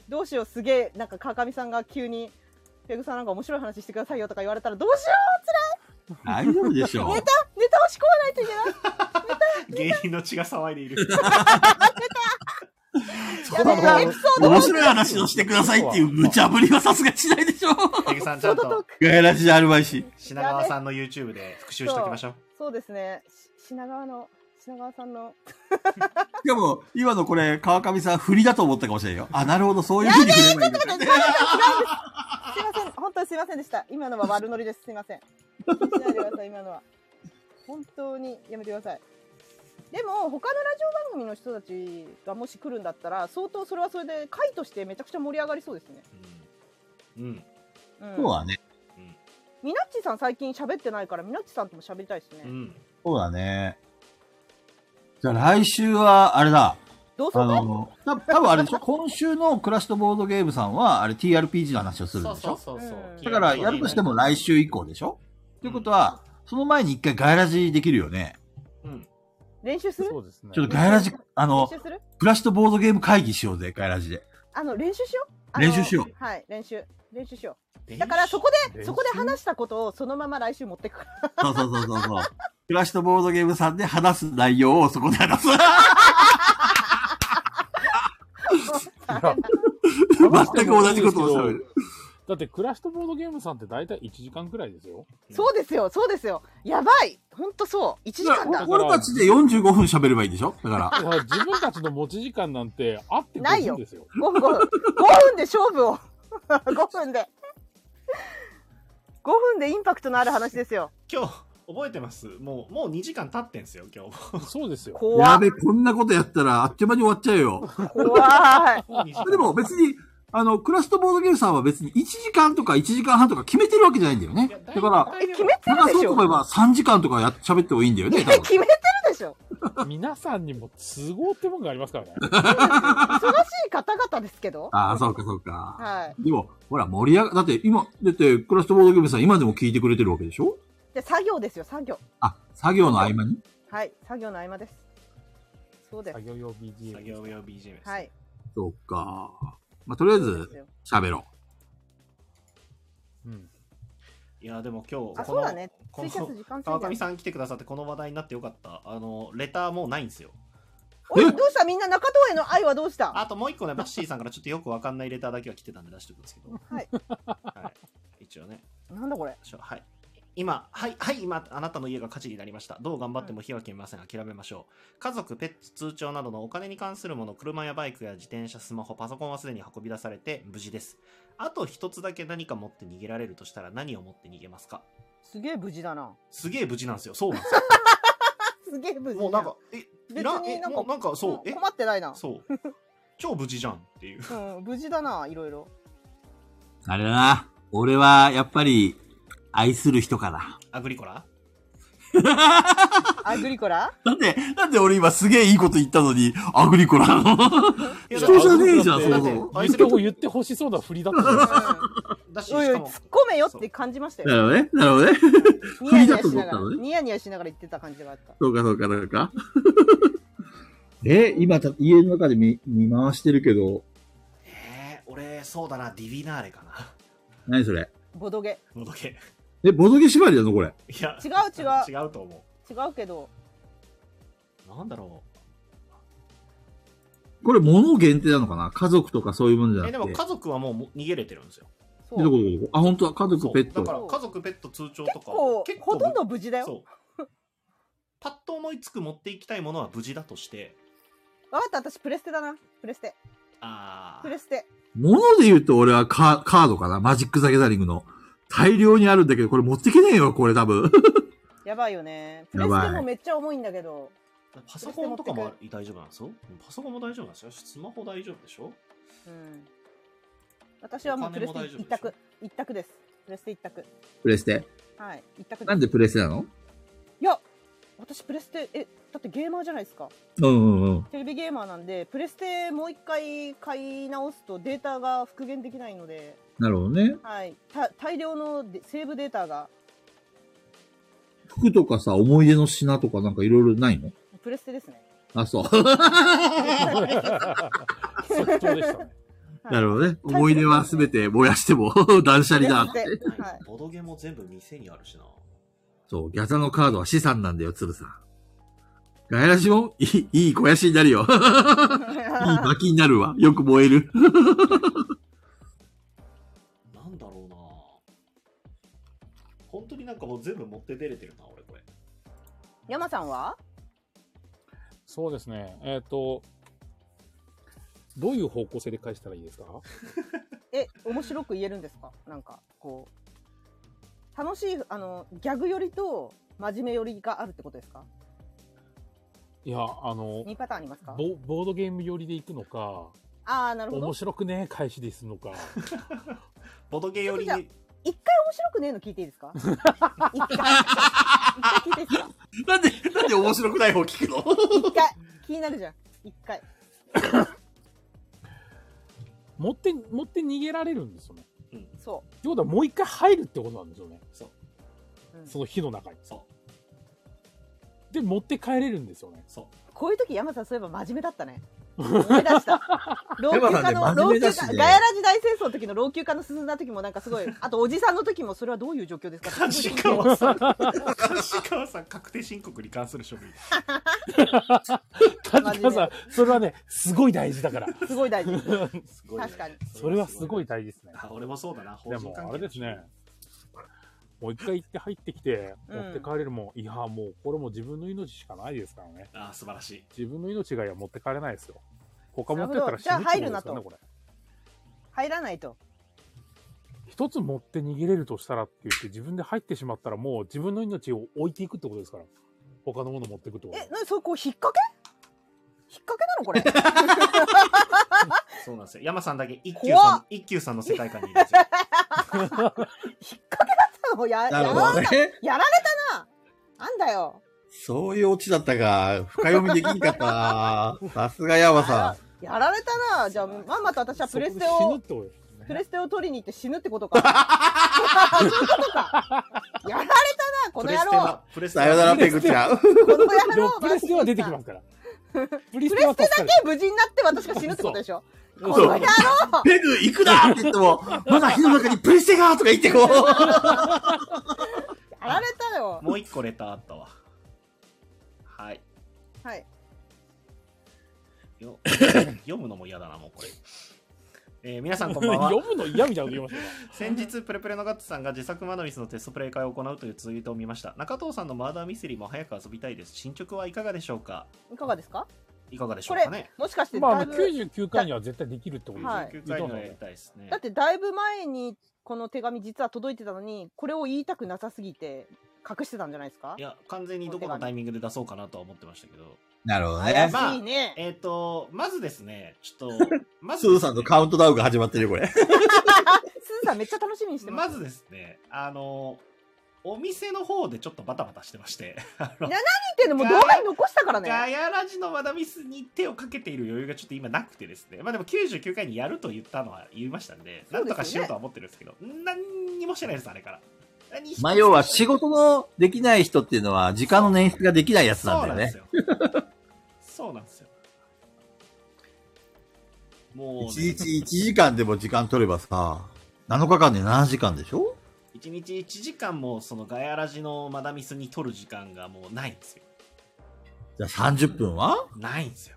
どうしよう、すげえ、なんか川上さんが急に、ペグさんなんか面白い話してくださいよとか言われたらどうしよ
大丈夫でしょ
ネうネタを仕込まないといけない
芸人の血が騒いでいる。
そう
やべえエピソード
面白い話をしてくださいっていう無茶ぶりはさすがにしないでしょ。
ペグさん、ち
ちょ
ゃ
うんどトー
と
ク
ガヤラジであるまいし。
品川さんの YouTube で復習しておきましょう。
そうですね。し品川の、品川さんの。
でも、今のこれ、川上さん振りだと思ったかもしれんよ。あ、なるほど、そういうふうに振ればいいの
す
か。
いません。本当にすいませんでした。今のは悪ノリです。すいません。気にしないでください、今のは。本当にやめてください。でも、他のラジオ番組の人たちがもし来るんだったら、相当それはそれで回としてめちゃくちゃ盛り上がりそうですね。
うん。うん。
うん。
そうだね。
うん
みなっちさん最近喋ってないから、みなっちさんとも喋りたいですね。
うん。
そうだね。じゃあ来週は、あれだ。
同
あ
窓会
の、た多分あれ でしょ今週のクラシットボードゲームさんは、あれ TRPG の話をするんでしょ
そうそうそうそう。
だから、やるとしても来週以降でしょということは、その前に一回ガイラジできるよね。
うん。
練習する
そうですね
ちょっとガイラジ、あ
練
の、
習する
クラシットボードゲーム会議しようぜ、ガイラ ジで。
あの、練習しよう。あの
練習しよう。
はい、練習。練習しよ
うん。
う。だからそこ
練
で、
習
そこで話したことをそのまま来週持ってくから。
そうそうそうそうそう。クラシットボードゲームさんで話す内容をそこで話 す。 全く同じことをしゃべる。
だってクラッシュとボードゲームさんって大体1時間くらいですよ。
そうですよ、そうですよ。やばい。ほんとそう。1時間だ。
俺たちで45分喋ればいいんでしょだから。
だから自分たちの持ち時間なんてあってくるんですよ。
5分、5分。5分で勝負を。5分で。5分でインパクトのある話ですよ。
今日、覚えてますもう、もう2時間経ってんすよ、今日。
そうですよ。
怖
や
っ
べ、こんなことやったらあっという間に終わっちゃうよ。
怖い。
もう2時間
でも別に、あの、クラストボードゲームさんは別に1時間とか1時間半とか決めてるわけじゃないんだよね
いや。だ
だから、
いぶ
決めてる
長
で
そう
し
と
ょ。
思えば3時間とかや喋ってもいいんだよね、多 分。
決めてるでしょ。
皆さんにも都合ってもんがありますからね。
忙しい方々ですけど。
ああ、そうかそうか。
はい。
でも、ほら、盛り上が、だって今、だってクラストボードゲームさん今でも聞いてくれてるわけでしょ
で、作業ですよ、作業。
あ、作業の合間に
はい。作業の合間です。そうです
作。業用
作
BGM。
業用 BGM です。
はい。
そうか。まあ、とりあえ
そうです
ず、
よ
喋ろ
うん。
いや、でも今日、こ
あ、そう
の
だね。
こ
ツイキャス
の
時間制
川
限
上。さん来てくださって、この話題になってよかった。あの、レターもうないんですよ。
おい、どうしたみんな中東への愛はどうした
あともう一個ね、バッシーさんからちょっとよくわかんないレターだけは来てたんで出しておくんですけど。
はい。
はい、一応ね。
なんだこれ。
しょはい。今、はい、はい、今、あなたの家が火事になりました。どう頑張っても火は消えません。諦めましょう。家族、ペット、通帳などのお金に関するもの、車やバイクや自転車、スマホ、パソコンはすでに運び出されて無事です。あと一つだけ何か持って逃げられるとしたら何を持って逃げますか
すげえ無事だな。
すげえ無事なんですよ。そうなんですよ。
すげえ無事じゃ
も
ん。
うなんか、え、
別に
いらん、え、
なんか
もうなんか、そう、
うん
え、
困ってないな。
そう。 超無事じゃんっていう。
うん、無事だな、いろいろ。
う。あれだな。俺は、やっぱり、愛する人かな。
アグリコラ
アグリ コラ
なんで、なんで俺今すげえいいこと言ったのに、アグリコラ な
い
の
や
人じゃねえじゃん
だって
そも
だ
そも
って
相手を言ってほしそうな振りだったじゃ
う。
なんいですか
だし、し
おいおい、
か
突っ
も、
込めよって感じました
な
よ。
るほどね。なるほどね。
ニヤニヤしな
不利だ
が
と思
ら
ったの、ね
ニヤニヤしながら言ってた感じがあった。
そうかそうかそうか。 え、今、家の中で見、見回してるけど、
えー、俺、そうだな、ディビナーレかな。
何それ
ボドゲ。
ボドゲ。
え、ボドゲ縛りなのこれ。
いや
違う違う
違うと思
違うけど
うなんだろ
これ、物限定なのかな家族とかそういうもんじゃ
う
なく
え
て。
で
え、
も家族はもうもう逃げれてるんですよ
そ
どこどこ
う
どこあ、本当だ。家
そ
族、
う
ペット
だか。ら家族ペット通帳と
結
か
構ほとんど
無
無事だよ
そうパッと思いつく持っていきたいものは無事だとして
分かった私プレステだなプレステ
あ
プ
あ
レステ
物で言うと俺はカカードかなマジック・ザ・ギャザリングの。大量にあるんだけど、これ持ってけねえよ、これ多分。
やばいよねプレ
やばい
ステもめっちゃ重いんだけど
パソコンとかも大丈夫なんですよパソコンも大丈夫なんですよスマホ大丈夫でしょ
うん私はもうプレス
お金も大
テ
丈夫でしょ
一択一択ですプレステ一択
プレステ。
はい一択です
なんでプレステなの
いや私プレステえだってゲーマーじゃないですか
うんうんうん。
テレビゲーマーなんでプレステもう一回買い直すとデータが復元できないので、
なるほどね。
はい、た大量のデセーブデータが
服とかさ、思い出の品とかなんかいろいろないの
プレステです ね。
あ、そう。
即 答でしたね。
はい
なるほどね。思い出はすべて燃やしても 断捨離だ。
プレステはい、
ボドゲも全部店にあるしな
そう、ギャザのカードは資産なんだよ、鶴さん。ガヤラシもいい、いい肥やしになるよ。いい薪になるわ。よく燃える。
なんだろうな本当になんかもう全部持って出れてるな俺これ
山さんは
そうですね。えっ、と、どういう方向性で返したらいいですか
え面白く言えるんですかなんかこう楽しいあのギャグ寄りと真面目寄りがあるってことですか
いや、あの、
二パターンありますか
ボボードゲーム寄りで行くのか、
ああなるほど
面
一
白くねえ返しでするのか。
ボドゲより
ちょっ
に
回面白くねえの聞いていい ですか一回一回聞いていいですか
なんで、なんで面白くない方聞くの
一回気になるじゃん一回
持って、持って逃げられるんですよね。
そ
ってことはもう一回入るってことなんですよね。
う、うん
その火の中に。
そう
で、持って帰れるんですよね。
そう
こういう時山さんそういえば真面目だったね思い出した老朽化
山さ
の
ん
老朽
ね真面目だし
化
ね
ガヤラ時代戦争の時の老朽化の進んだ時もなんかすごいあとおじさんの時もそれはどういう状況ですか
梶川さん 梶川さん確定申告に関する書類
カズカさん、それはね、すごい大事だ から。
すごい大事
すごい、
確かに
それはすごい大事ですね。
あ俺もそうだな法
で
人
も
関係
あれですね、もう一回行って入ってきて、
うん
持って帰れるもん、いや、もうこれもう自分の命しかないですからね。
あ素晴らしい
自分の命がいや持って帰れないですよ。他持ってったら死ぬ
なるほどじゃあ
ってことです
入
か
るな
ね、
と
これ。
入らないと
一つ持って逃げれるとしたらって言って、自分で入ってしまったらもう自分の命を置いていくってことですから。他のもの持っていくってこと
えなそこ引っ掛け引っ掛けなのこれ
そうなんですよ山さんだけ一休
怖
さ
っ
ん一休さんの世界観にいるんですよ
引っ掛けだったのややられ
ね。
やられたななんだよ
そういうオチだったか。深読みできんか ったな。さすがヤマさ
やられたなじゃあまんまと私はプレステ
そこで死ぬっ
を
てことですね
プレステを取りに行って死ぬってことかそういうことかやられたな こ
プ
の
レ
野
ステ
郎
はプレ
ん。
ステ
さよなら、
は
ペグちゃん。
この
で
野郎
もプレステは出てきますから。プレ
プレス
助
テ
か
だ
る
け無事になって私が死ぬってことでしょこの
そう
野郎
ペグ行くなって言っても、まだ火の中にプレステがーとか言ってこう。
やられたよ
もう一個レターあったわはい
はい
よ 読むのも嫌だなもうこれ、えー皆さんこんばんは
読むの嫌みたいなこと言いましたよ
先日プレプレのガッツさんが自作マダミスのテストプレイ会を行うというツイートを見ました中藤さんのマーダーミステリーも早く遊びたいです進捗はいかがでしょうか
いかがですか
いかがでしょうかね
もし かして
まあ、
だ
あ
い
の
ぶ、
99回には絶対できるってことですよ
はい
9回のやりたいですね
だってだいぶ前にこの手紙実は届いてたのにこれを言いたくなさすぎて隠してたんじゃないですか
いや完全にどこのタイミングで出そうかなとは思ってましたけど
なるほど
や
怪
ね。
まあ
しいね、
えっ、とまずですねちょっと まず
鶴さんのカウントダウンが始まってるよ、これ。
すずさんめっちゃ楽しみにしてま
ますずですねあのお店の方でちょっとバタバタしてまして
見てんのもう動画に残したからね
ガヤラジのマダミスに手をかけている余裕がちょっと今なくてですね、まあでも99回にやると言ったのは言いましたんで、
そ
な
うですよね
んとかしようとは思ってるんですけど、何にもしてないです、あれから。何一つ
まあ、要は仕事のできない人っていうのは、時間の捻出ができないやつなんだよね。
そうなんですよ。そうなんです よ。もうね、
一日一時間でも時間取ればさ、7日間で7時間でしょ
1日1時間もそのガヤラジのマダミスに取る時間がもうないんですよ
じゃあ30分は
ないんですよ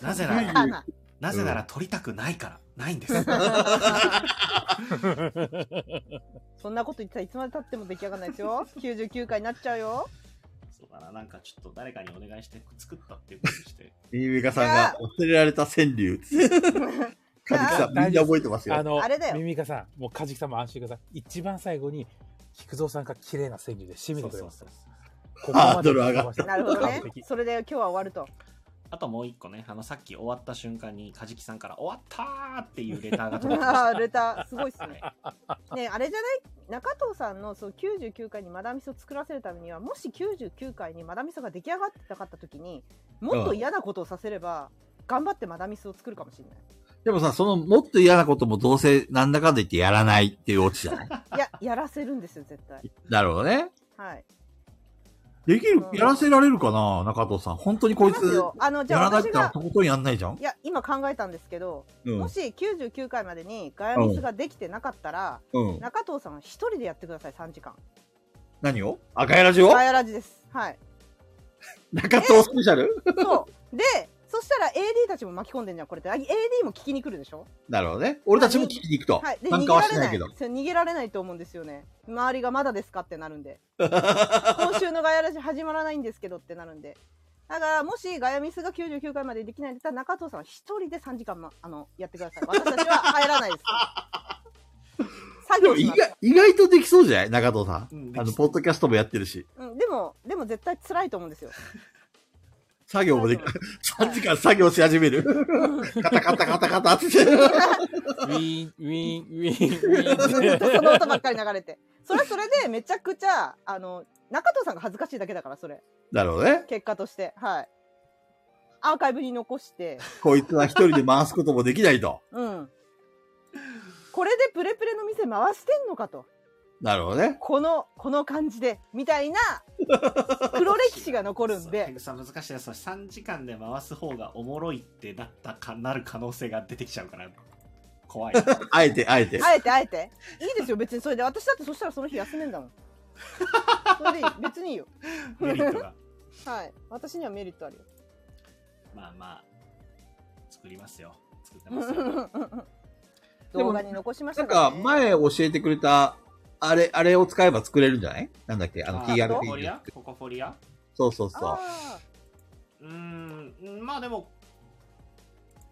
なぜな
う
ら
ん
かな
なぜなら取りたくないから、ないんです
そんなこと言ってたらいつまで経っても出来上がらないで すよ。99回になっちゃうよ。
そうだななんかちょっと誰かにお願いして作ったっていうことにして
ミミカさんが忘れられた川 柳。カジキさん、みんな覚えてます
あ
よ。
の
あれだよ
ミミカさんもうカジキさんも安心ください一番最後に菊蔵さんが綺麗な川柳で締め
そ
て
うそ
くれ
う
ます
そうそう
ここ
ハ
まで
ードル上がっ
なるほどね
完。璧
それで今日は終わ ると。
あともう一個ねあのさっき終わった瞬間にカジキさんから「終わった!」っていうレターが届きまし
あ ーレターすごいっす
た、
ね
ね。、
ねえあれじゃない中藤さんのそう99回にマダミソ作らせるためにはもし99回にマダミソが出来上がってなかった時にもっと嫌なことをさせれば頑張ってマダミスを作るかもしれない。
でもさ、その、もっと嫌なこともどうせ、なんだかんだ言ってやらないっていうオチじゃ ない
いや、やらせるんですよ、絶対。
なるほどね。
はい。
できる
う、ん
やらせられるかな中藤さん。本当にこい
やります
つ、
よ。あの、じ
や
ゃあ
らな
私
いったら
が
と、ことんやんないじゃん
いや、今考えたんですけど、
うん。う
もし99回までにガヤミスができてなかったら、
ん。
中藤さんは一人でやってください、3時間。
何を赤いラジオ
ガヤラジです。はい。
中藤スペシャル
そう。で、そしたら AD たちも巻き込んでんじゃん、これって。あ AD も聞きに来るでしょ
なるほどね。俺たちも聞きに行くと。
はい。で、
参
逃
加
げ
は
ら
し
れ
な
ないい
けど。
そう逃げられないと思うんですよね。周りがまだですかってなる んで。今週のガヤラジ始まらないんですけどってなるんで。だから、もしガヤミスが99回までできないんだったら、中藤さんは一人で3時間、ま、あの、やってください。私たちは入らないです。作
でも
業
意
します。
外、意外とできそうじゃない中藤さん。
うんで
あの、
き
ポッドキャストもやってるし。
うん、でも、でも絶対辛いと思うんですよ。
作業もでき、
はい
3時間作業し始 める。カタカタカタカタって。
ウ ィーンウィーンウィーンウィーン
ずっとその音ばっかり流れて。それはそれでめちゃくちゃ、あの、中藤さんが恥ずかしいだけだから、それ。
なるほどね。
結果として。はい。アーカイブに残して。
こいつは一人で回すこともできないと。
うん。これでプレプレの店回してんのかと。
なるほどね。
この、この感じで、みたいな、黒歴史が残るん
ペ
で
グ。さん難しいです3時間で回す方がおもろいってなったかなる可能性が出てきちゃうから怖い
あえて、あえて。
あえてあえて。いいですよ、別にそれで。私だってそしたらその日休めんだもん。それでいい。別にいいよ。
メリットが
はい。私にはメリットあるよ。
まあまあ作りますよ作ってますよ
でも
動画に残しまし
な
た
んか、
ね
前教えてくれた、あれ、あれを使えば作れるんじゃないなんだっけあの、
あ
TRP
ココフォリ
で
アココフォリア
そうそうそう。
あ
うーんまあでも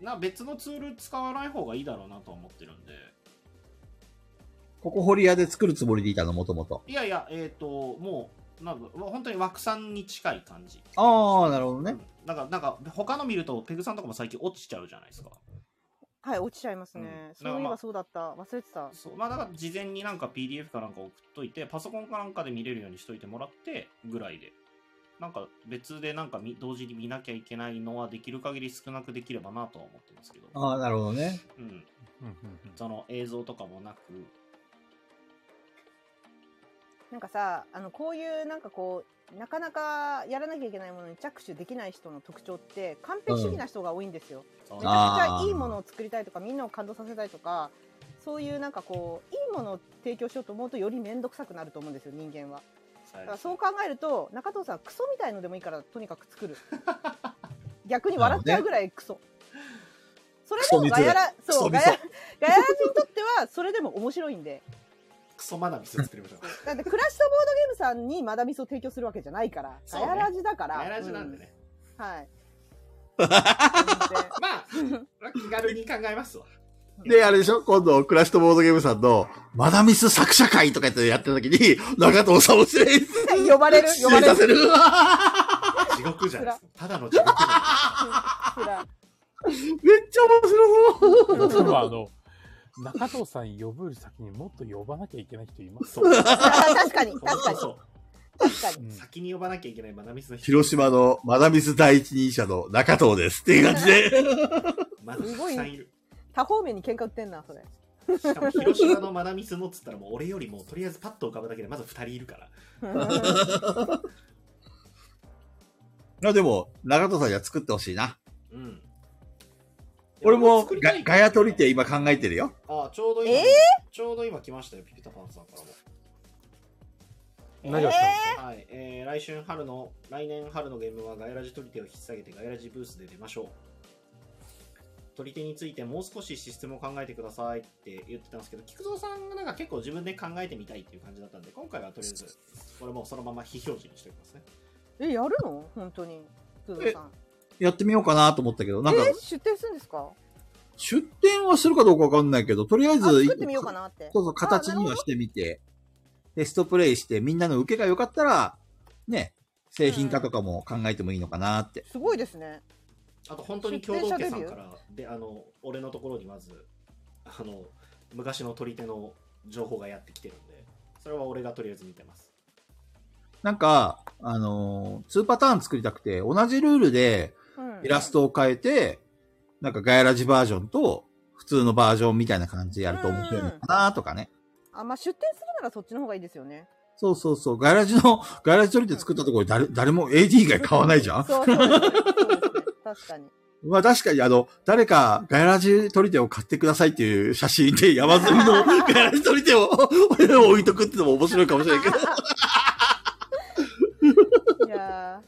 な別のツール使わない方がいいだろうなと思ってるんで
ここフォリアで作るつもりでいたの、もともと。
いやいやえっ、ともうなんか本当に枠さんに近い感じ
ああ、なるほど
う
ね
ん。なんかなんか他の見るとペグさんとかも最近落ちちゃうじゃないですか
ーはい、落ちちゃいますね。
うん
そういえばそうだった。忘れてた。
そうまあだから事前になんか PDF かなんか送っといてパソコンかなんかで見れるようにしといてもらってぐらいでなんか別でなんかみ同時に見なきゃいけないのはできる限り少なくできればなとは思ってますけど、
ああ、なるほどね。
うん、
うんうんうん
その映像とかもなく
なんかさ、あの、こういうなんかこう、なかなかやらなきゃいけないものに着手できない人の特徴って、完璧主義な人が多いんですよ。
そ
め
の
ちゃくちゃいいものを作りたいとか、みんなを感動させたいとか、そういうなんかこう、いいものを提供しようと思うとより面倒くさくなると思うんですよ、人間は。だからそう考えると、中藤さん、クソみたいのでもいいから、とにかく作る。逆に笑っちゃうぐらいクソ。それでも
クソみ
ガ
そだ
ヤラ、
クソ
そう、
み
ガ
そ
ヤ、ガヤラジにとっては、それでも面白いんで。
クソマナミス作りましょう
だって、クラシとボードゲームさんにまだミスを提供するわけじゃないから、
そう
ガ
ね
ヤラジだから。
ガヤラジなんでね、
うん。 はい。
まあ気軽に考えますわ
で、あれでしょ今度、クラシットボードゲームさんの、マダミス作者会とかやってやってた時に、中藤さんを失礼、
呼ばれる、呼
失
ば
礼
れる
さ。せる。
地獄じゃないですかただの地獄じゃない
つら
めっちゃ面白そう。
でもあの中藤さん呼ぶより先にもっと呼ばなきゃいけない人います
そう
あ確かに、
本
確
当
かに、
そ
確かに。
うん
う先に呼ばなきゃいけないマナミスの人
広島のマダミス第一人者の中藤ですっていう感じ で。
まだたくさんいる
多方面に喧嘩売ってんな、 それ。
しかも広島のマナミスのっつったらもう俺よりもとりあえずパッと浮かぶだけでまず2人いるから
あでも、中藤さんには作ってほしいな。
うん
俺も
作りた
ガ
い
ガヤ取りって今考えてるよ。
あちょうど今、
えー
ちょうど今来ましたよピピタパンさんからも
何をしたんですか、
はい、えー来春春の、来年春のゲームはガイラジ取り手を引き下げてガイラジブースで出ましょう。取り手についてもう少しシステムを考えてくださいって言ってたんですけど、菊蔵さんがなんか結構自分で考えてみたいっていう感じだったんで、今回はとりあえず、これもうそのまま非表示にしておきますね。
えやるの本当に工藤さん
やってみようかなと思ったけど、
え
なんか、
出店するんですか
出店はするかどうかわかんないけど、とりあえ
あ
ず、
作ってみようかなって
そうそう、形にはしてみて、テストプレイして、みんなの受けが良かったら、ね、製品化とかも考えてもいいのかなって。
すごいですね
あと本当に共同家さんから、で、あの、俺のところにまず、あの、昔の取り手の情報がやってきてるんで、それは俺がとりあえず見てます。
なんか、あのー、2パターン作りたくて、同じルールで
うん
イラストを変えて、なんかガヤラジバージョンと、普通のバージョンみたいな感じでやると面白いのかなとかね。
あまあ出店するならそっちの方がいいですよね
そうそうそう。ガヤラジの、ガヤラジ取りで作ったところ誰、誰も AD 以外買わないじゃん
そうそうそうそうですね確かに
まあ確かにあの、誰かガヤラジ取り手を買ってくださいっていう写真で山積みの ガヤラジ取り手を 俺ら置いとくってのも面白いかもしれな いけど。
いや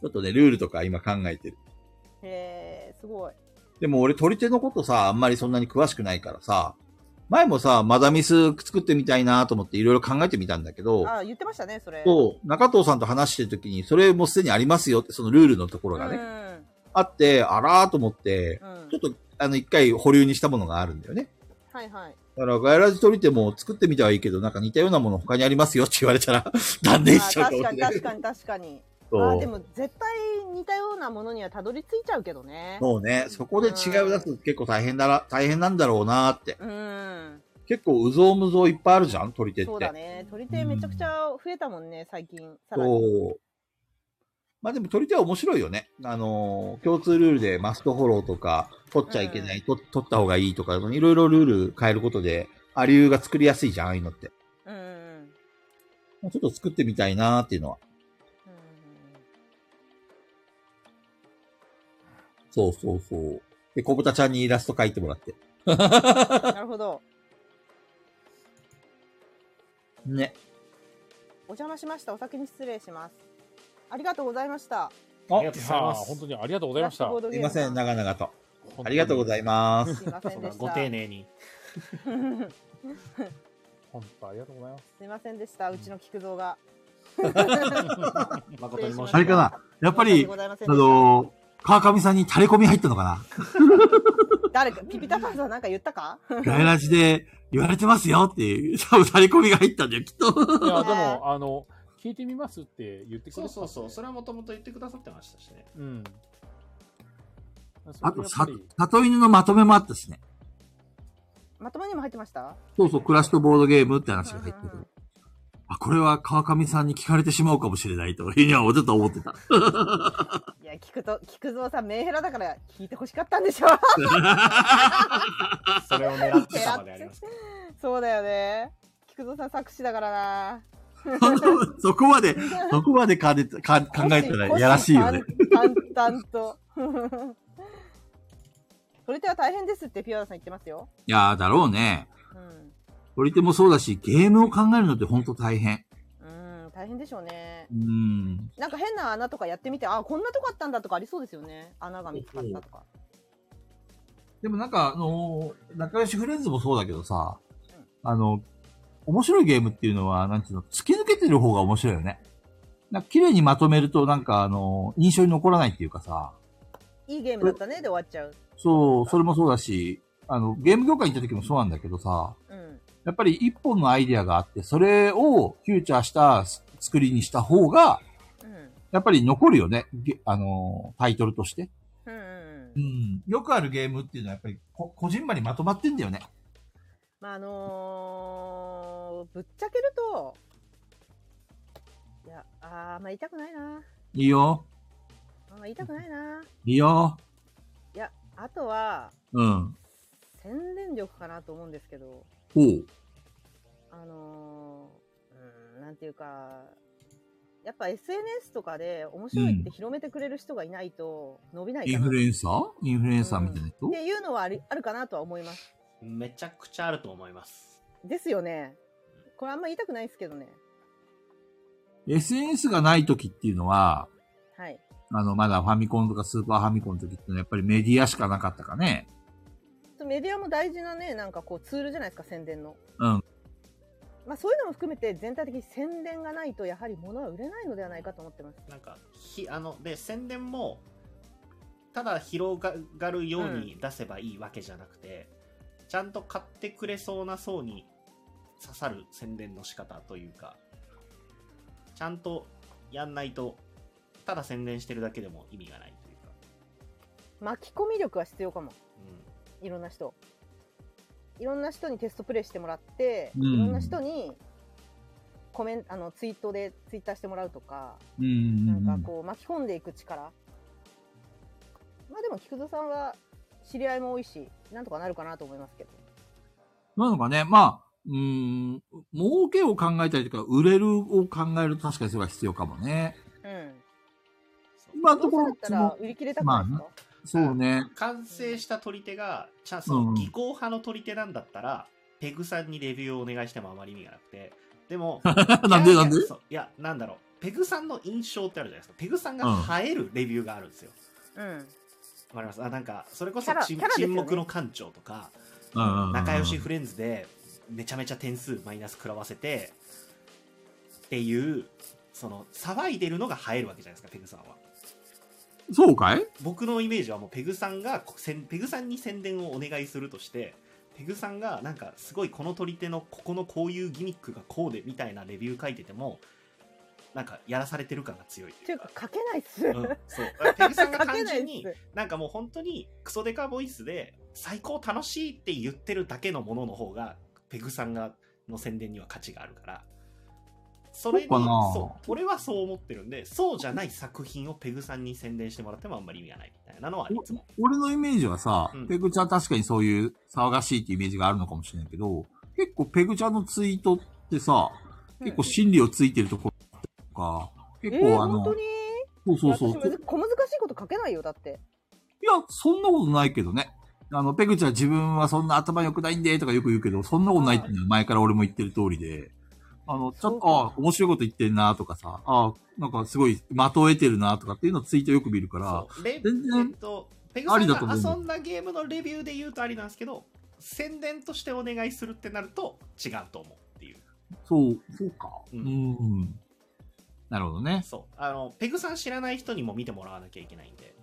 ちょっとね、ルールとか今考えてる。
ーへえすごい
でも俺取り手のことさ、あんまりそんなに詳しくないからさ、前もさ、マダミス作ってみたいなと思っていろいろ考えてみたんだけど、
あ言ってましたねそれ
そう、中藤さんと話してる時に、それもうすでにありますよって、そのルールのところがね、
ん
あって、あらーと思って、
うん
ちょっとあの一回保留にしたものがあるんだよね。
はいはい
だから、ガイラジ取り手も作ってみてはいいけど、なんか似たようなもの他にありますよって言われたら、 断念しちゃ
あ
う
確
かも
か
しれ
に
ない。
確かに確かに
そう
あでも絶対似たようなものにはたどり着いちゃうけどね
そうね、そこで違う出すの結構大変だな、大変なんだろうなって。
うん
結構、うぞうむぞういっぱいあるじゃん取り手って。
そうだね取り手めちゃくちゃ増えたもんね最近さらに
そうまあでも取り手は面白いよね。あのー共通ルールでマストフォローとか、取っちゃいけない、と取った方がいいとか、いろいろルール変えることで、アリューが作りやすいじゃん、ああいうのって。
うんうん
もうちょっと作ってみたいなーっていうのは。そうそうそう。で、小豚ちゃんにイラスト描いてもらって。
うんなるほど
ね。
お邪魔しましたお先に失礼しますありがとうございました
あ
あ
りがとうございます
やー本当にありがとうございました。
すいません、長々と。
当に
ありがとうございます。
すいませんでした
ご丁寧に。
本当ありがとうございます。
すいませんでしたうちの菊蔵が
誠に申し
あ
訳な
れか
い。
なやっぱり、
あ
あのー、川上さんに垂れ込み入ったのか
誰かピピタパンさんなんか言ったか
なガイラジで言われてますよっていう、多分垂れ込みが入ったんだよ、きっと。
いや、でも、あの、聞いてみますって言ってくれたん
そうそ
で
うそう、それはもともと言ってくださってましたしね。
うん。
あと、
そ
さ
れでやっぱり、
里犬のまとめもあったしね。
まともにも入ってました
そうそう、クラシとボードゲームって話が入ってる。あ、これは川上さんに聞かれてしまうかもしれないというには、ちょっと思ってた。
いや菊と菊蔵さんメンヘラだから聞いて欲しかったんでしょ
それを狙ってたまでありますけど。
そうだよね菊蔵さん作詞だからな
そこ まで、そこまでかねか考えたらやらしいよね。
淡々と 取り手は大変ですってピュアラさん言ってますよ、
いやー、だろうね。
うん、
取り手もそうだし、ゲームを考えるのってほんと大変。
うん大変でしょうね
うーん。
なんか変な穴とかやってみてあこんなとこあったんだとかありそうですよね穴が見つかったとか
でもなんか、あのー仲良しフレンズもそうだけどさ、あの、面白いゲームっていうのは、なんていうの、突き抜けてる方が面白いよね。なんか綺麗にまとめると、なんかあのー印象に残らないっていうかさ、
いいゲームだったねで終わっちゃう
そう、それもそうだし、あの、ゲーム業界に行った時もそうなんだけどさ、
うん
やっぱり一本のアイディアがあって、それをフューチャーした作りにした方が、
うん
やっぱり残るよね。げあのータイトルとして。
うんうんうん
うん。よくあるゲームっていうのはやっぱりこ、こじんまりまとまってんだよね。
まああのー、ぶっちゃけるといやあーまあ言いたくないな
はいいよ。
あんま言いたくないない
いよ。
いやあとは
うん。
宣伝力かなと思うんですけど
ほう。
あのー、うんなんていうかやっぱ SNS とかで面白いって広めてくれる人がいないと伸びない
イ
か
ン
な、
フル
っ
エンサーインフルエンサーみたいな人、
ていうのはありあるかなとは思います
めちゃくちゃあると思います。
ですよねこれあんま言いたくないですけどね。
SNS がない時っていうのは、
はい。
あの、まだファミコンとかスーパーファミコンの時っていうのはやっぱりメディアしかなかったかね。
メディアも大事なね、なんかこうツールじゃないですか、宣伝の。
うん。
まあそういうのも含めて全体的に宣伝がないとやはり物は売れないのではないかと思ってます。
なんかひあので宣伝もただ広がるように出せばいいわけじゃなくて、ちゃんと買ってくれそうな層に刺さる宣伝の仕方というかちゃんとやんないとただ宣伝してるだけでも意味がないというか、
巻き込み力は必要かも。
うん、
いろんな人。いろんな人にテストプレイしてもらって、
うん
いろんな人にコメント、あの、ツイートでツイッターしてもらうとか、
うんうんうん。
なんかこう巻き込んでいく力。まあでも菊蔵さんは知り合いも多いし、なんとかなるかなと思いますけど。
なのかね、まあ、うーん、儲けを考えたりとか、売れるを考えると確かにそれは必要かもね。
うん。
今のとこ
どうせ
ろ
だっ、たら売り切れたくないですか、
そのそうね。
完成した取り手がちゃん
う
と
ん
技巧派の取り手なんだったら、ペグさんにレビューをお願いしてもあまり意味がなくてで も
なんで
いやいや
なんで
そういやなんだろうペグさんの印象ってあるじゃないですかペグさんが映えるレビューがあるんですよ、
うん。
わかりますあなんかそれこ
キ
そ
ャラ
沈
キャラですよね
沈黙の館長とか仲
仲
良しフレンズでめちゃめちゃ点数マイナス食らわせてっていうその騒いでるのが映えるわけじゃないですかペグさんは
そうかい
僕のイメージはもうペグさんがこせんペグさんに宣伝をお願いするとしてペグさんがなんかすごいこの取り手のここのこういうギミックがこうでみたいなレビュー書いててもなんかやらされてる感が強い
っ
と
て
い
いううか
か、
書けないっす。
うん、そうペグさんが 単
書けない
純
っ
に
す。
なんかもう本当にクソデカボイスで最高楽しいって言ってるだけのものの方がペグさんがの宣伝には価値があるからそれに
そうかな
そう俺はそう思ってるんでそうじゃない作品をペグさんに宣伝してもらってもあんまり意味がないみたいなのはいつも
お俺のイメージはさ、
うん
ペグちゃん確かにそういう騒がしいっていうイメージがあるのかもしれないけど、結構ペグちゃんのツイートってさ、結構真理をついてるところとか、
え
結構、
ー
あの
本当、に
そうそうそう。
私むず小難しいこと書けないよ、だって。
いや、そんなことないけどね。あの、ペグちゃん自分はそんな頭良くないんで、とかよく言うけど、そんなことないっていうのは前から俺も言ってる通りで、あの、ちょ
そ
っ
う
と、
か
ああ、面白いこと言ってんな、とかさ、ああ、なんかすごい的を得てるな、とかっていうのをツイートよく見るから、
そうレ
全然
えっとペグさ
あり
ん
だと思う
が遊んだゲームのレビューで言うとありなんですけど宣伝としてお願いするってなると違うと思うっていう
そう、そうか。う
うん
ん。なるほどね。
そうあのペグさん知らない人にも見てもらわなきゃいけないんで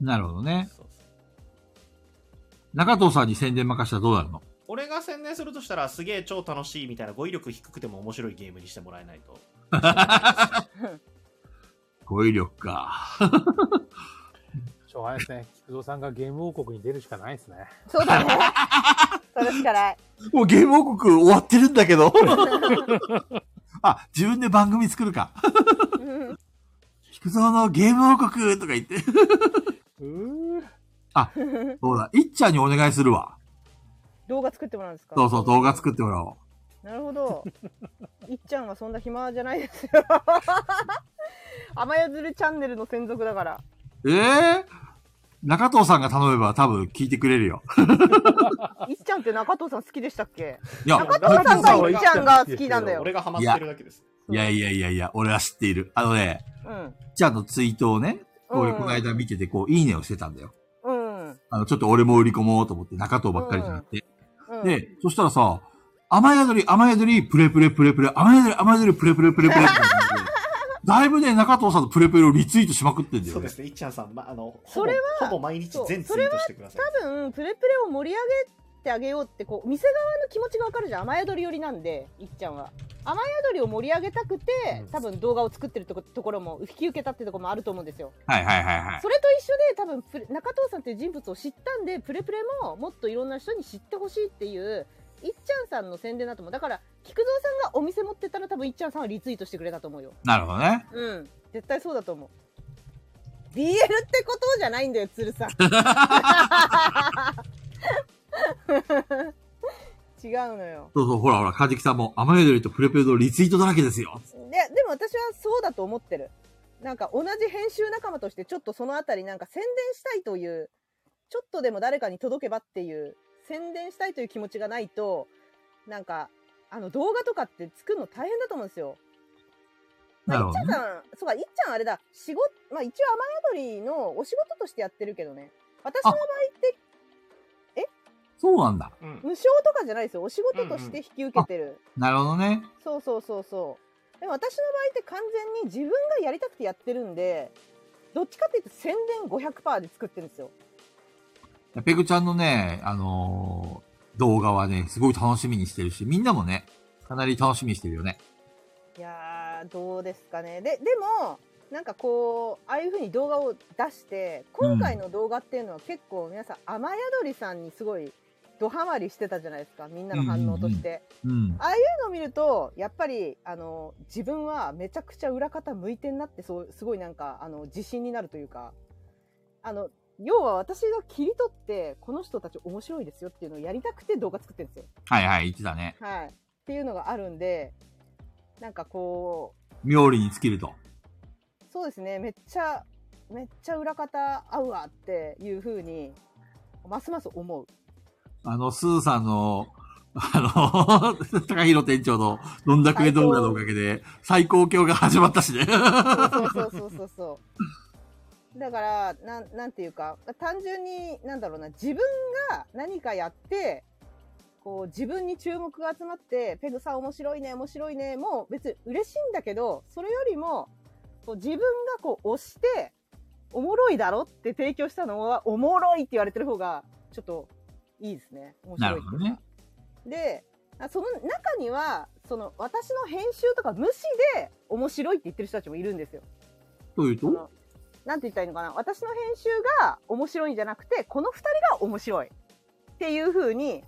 なるほどね。
そうそう
中藤さんに宣伝任したらどうなるの
俺が宣伝するとしたらすげえ超楽しいみたいな語彙力低くても面白いゲームにしてもらえないと
語彙力か。
しょうがないです ね。菊蔵さんがゲーム王国に出るしかないですね。
そうだね。それしかない。
もうゲーム王国終わってるんだけ ど。あ、自分で番組作るか。
うん
菊蔵のゲーム王国とか言って。
うー
そうだ、いっちゃんにお願いするわ。
動画作ってもらうんですか
そうそう、動画作ってもらおう。
なるほ ど。いっちゃんはそんな暇じゃないですよ。雨やずるチャンネルの専属だから。
ええ中藤さんが頼めば多分聞いてくれるよ。
いっちゃんって中藤さん好きでしたっけ
いや、
中藤さんがいっちゃんが好きなんだよ
俺。がハマってるだけです
いやいやいやいや、俺は知っている。あのね、
うん。
いっちゃんのツイートをね、俺この
うん
間見てて、こう、いいねをしてたんだよ。
うん。うん。
あの、ちょっと俺も売り込もうと思って、中藤ばっかりじゃなくて。
うん
で、そしたらさ、雨宿り、雨宿り、プレプレプレプレ、雨宿り、雨宿り、プレプレプレプレって感じで。だいぶね、中藤さんのプレプレをリツイートしまくってんだ
そ
よ
うで
ね。
すねいっちゃんさん、ま、あのほ
そ
ぼ
れ
ほぼ毎日全ツイートしてください
多分プレプレを盛り上げてあげようってこう店側の気持ちがわかるじゃん雨宿り寄りなんでいっちゃんは雨宿りを盛り上げたくて
うん
多分動画を作ってるとこところも引き受けたってところもあると思うんですよ
はいはいはいはい。
それと一緒で多分プレ中藤さんっていう人物を知ったんでプレプレももっといろんな人に知ってほしいっていういっちゃんさんの宣伝だと思うだから菊蔵さんがお店持ってたら多分いっちゃんさんはリツイートしてくれたと思うよ
なるほどね。
うん絶対そうだと思う BL ってことじゃないんだよ鶴さ ん違うのよ
そうそう、ほらほら、カジキさんも、雨宿りとプレプレのリツイートだらけですよ。
ででも私はそうだと思ってるなんか同じ編集仲間としてちょっとそのあたりなんか宣伝したいというちょっとでも誰かに届けばっていう宣伝したいという気持ちがないとなんか、あの動画とかって作るの大変だと思うんですよ。ま
な
あ、いっ
るほ
ちゃ
ど
ん
ね。
さん、そうか、いっちゃんあれだ、仕事、まあ一応雨宿りのお仕事としてやってるけどね。私の
あ
場合って
そうなんだ。
うん
無償とかじゃないですよ。お仕事として引き受けてる。
なるほどね。
そうそうそうそう。でも私の場合って完全に自分がやりたくてやってるんで、どっちかっていうと宣伝500%で作ってるんですよ。
ペグちゃんのね、あのー動画はね、すごい楽しみにしてるし、みんなもね、かなり楽しみにしてるよね。
いやー、どうですかね。で、でも、なんかこう、ああいう風に動画を出して、今回の動画っていうのは結構皆さん、雨宿りさんにすごいドハマりしてたじゃないですか。みんなの反応として。
うん。
ああいうのを見ると、やっぱり、あの、自分はめちゃくちゃ裏方向いてんなって、そう、すごいなんか、あの、自信になるというか、あの、要は私が切り取って、この人たち面白いですよっていうのをやりたくて動画作ってるんですよ。
はいはい、言ってたね。
はい。っていうのがあるんで、なんかこ
妙利に尽きると。
う、そうですね、めっちゃ、めっちゃ裏方合うわっていうふうに、ますます思う。
あの、スーさんの、あの、 高弘店長の飲んだくれ動画のおかげで、最高教が始まったしね。
そうそうそうそうそう。だから、なん、なんていうか、単純に、なんだろうな、自分が何かやって、こう、自分に注目が集まって、ペグさん面白いね、面白いね、もう別に嬉しいんだけど、それよりも、こう自分がこう押して、おもろいだろって提供したのは、おもろいって言われてる方が、ちょっと、いいですね。面
な
白い
る
っていうか
ほどね。
で、あその中には、その、私の編集とか無視で、面白いって言ってる人たちもいるんですよ。
というと、
なんて言ったらいいのかな私の編集が面白いんじゃなくて、この二人が面白い。っていう風に、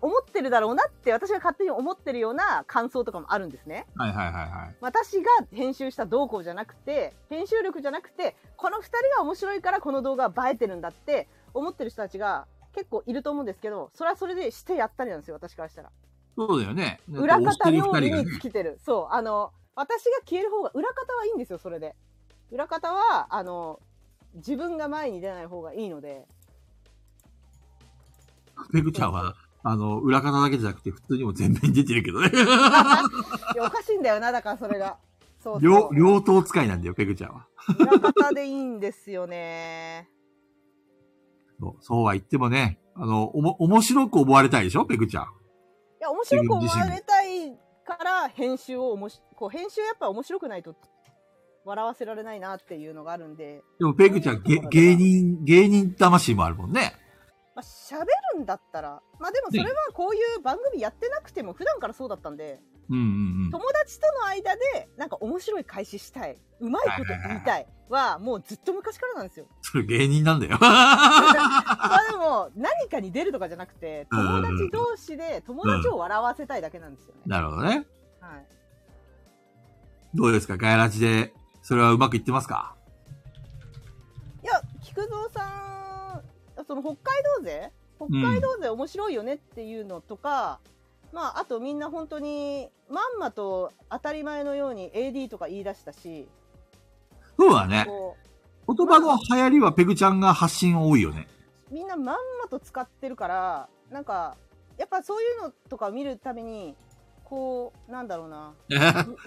思ってるだろうなって、私が勝手に思ってるような感想とかもあるんですね。
はいはいはいはい。
私が編集した動向じゃなくて、編集力じゃなくて、この二人が面白いからこの動画は映えてるんだって、思ってる人たちが結構いると思うんですけど、それはそれでしてやったりなんですよ、私からしたら。
そうだよね。
裏
押し
方
てる
料理に
ね
尽きてる。そう、あの、私が消える方が、裏方はいいんですよ、それで。裏方は、あの、自分が前に出ない方がいいので。
ペグちゃんは、あの、裏方だけじゃなくて、普通にも全面に出てるけどね。
いやおかしいんだよな、だからそれが。 そうそ
両、
う。
両頭使いなんだよ、ペグちゃんは。
裏方でいいんですよね。
そうそうは言ってもね、あの、おも、面白く思われたいでしょ、ペグちゃん。
いや、面白く思われたいから、編集をおもし、こう、編集やっぱ面白くないと、笑わせられないなっていうのがあるんで。
でも、ペグちゃん、げ芸人、芸人魂もあるもんね。
まあ、喋るんだったら。まあでもそれはこういう番組やってなくても、普段からそうだったんで。
うんうんうん。
友達との間でなんか面白い開始したいうまいこと言いたいはもうずっと昔からなんですよ。
それ芸人なんだよ。
まあでも何かに出るとかじゃなくて友達同士で友達を笑わせたいだけなんですよね。
なるほどね。
はい、
どうですかガヤラジで、それはうまくいってますか
いや菊蔵さんその北海道勢北海道勢面白いよねっていうのとか、まああとみんな本当にまんまと当たり前のように AD とか言い出したし
そうだね。
こう
言葉の流行りはペグちゃんが発信多いよね。
みんなまんまと使ってるからなんかやっぱそういうのとか見るためにこうなんだろうなう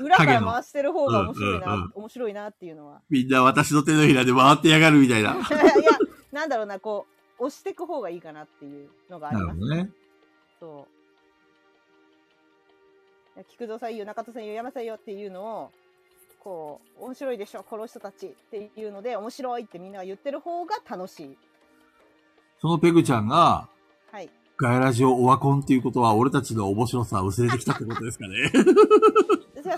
裏から回してる方が面白いな、
うんうんうん
面白いなっていうのは
みんな私の手のひらで回ってやがるみたい
い
な。
やなんだろうなこう押してく方がいいかなっていうのがあ
な
りま
るほ
す
どね。
そういや菊蔵さんいいよ中戸さんいいよ山さんいいよっていうのをこう面白いでしょこの人たちっていうので面白いってみんなが言ってる方が楽しい
そのペグちゃんが、
はい
ガヤラジオオワコンっていうことは、俺たちの面白さは薄れてきたってことですかね。
い やそうじ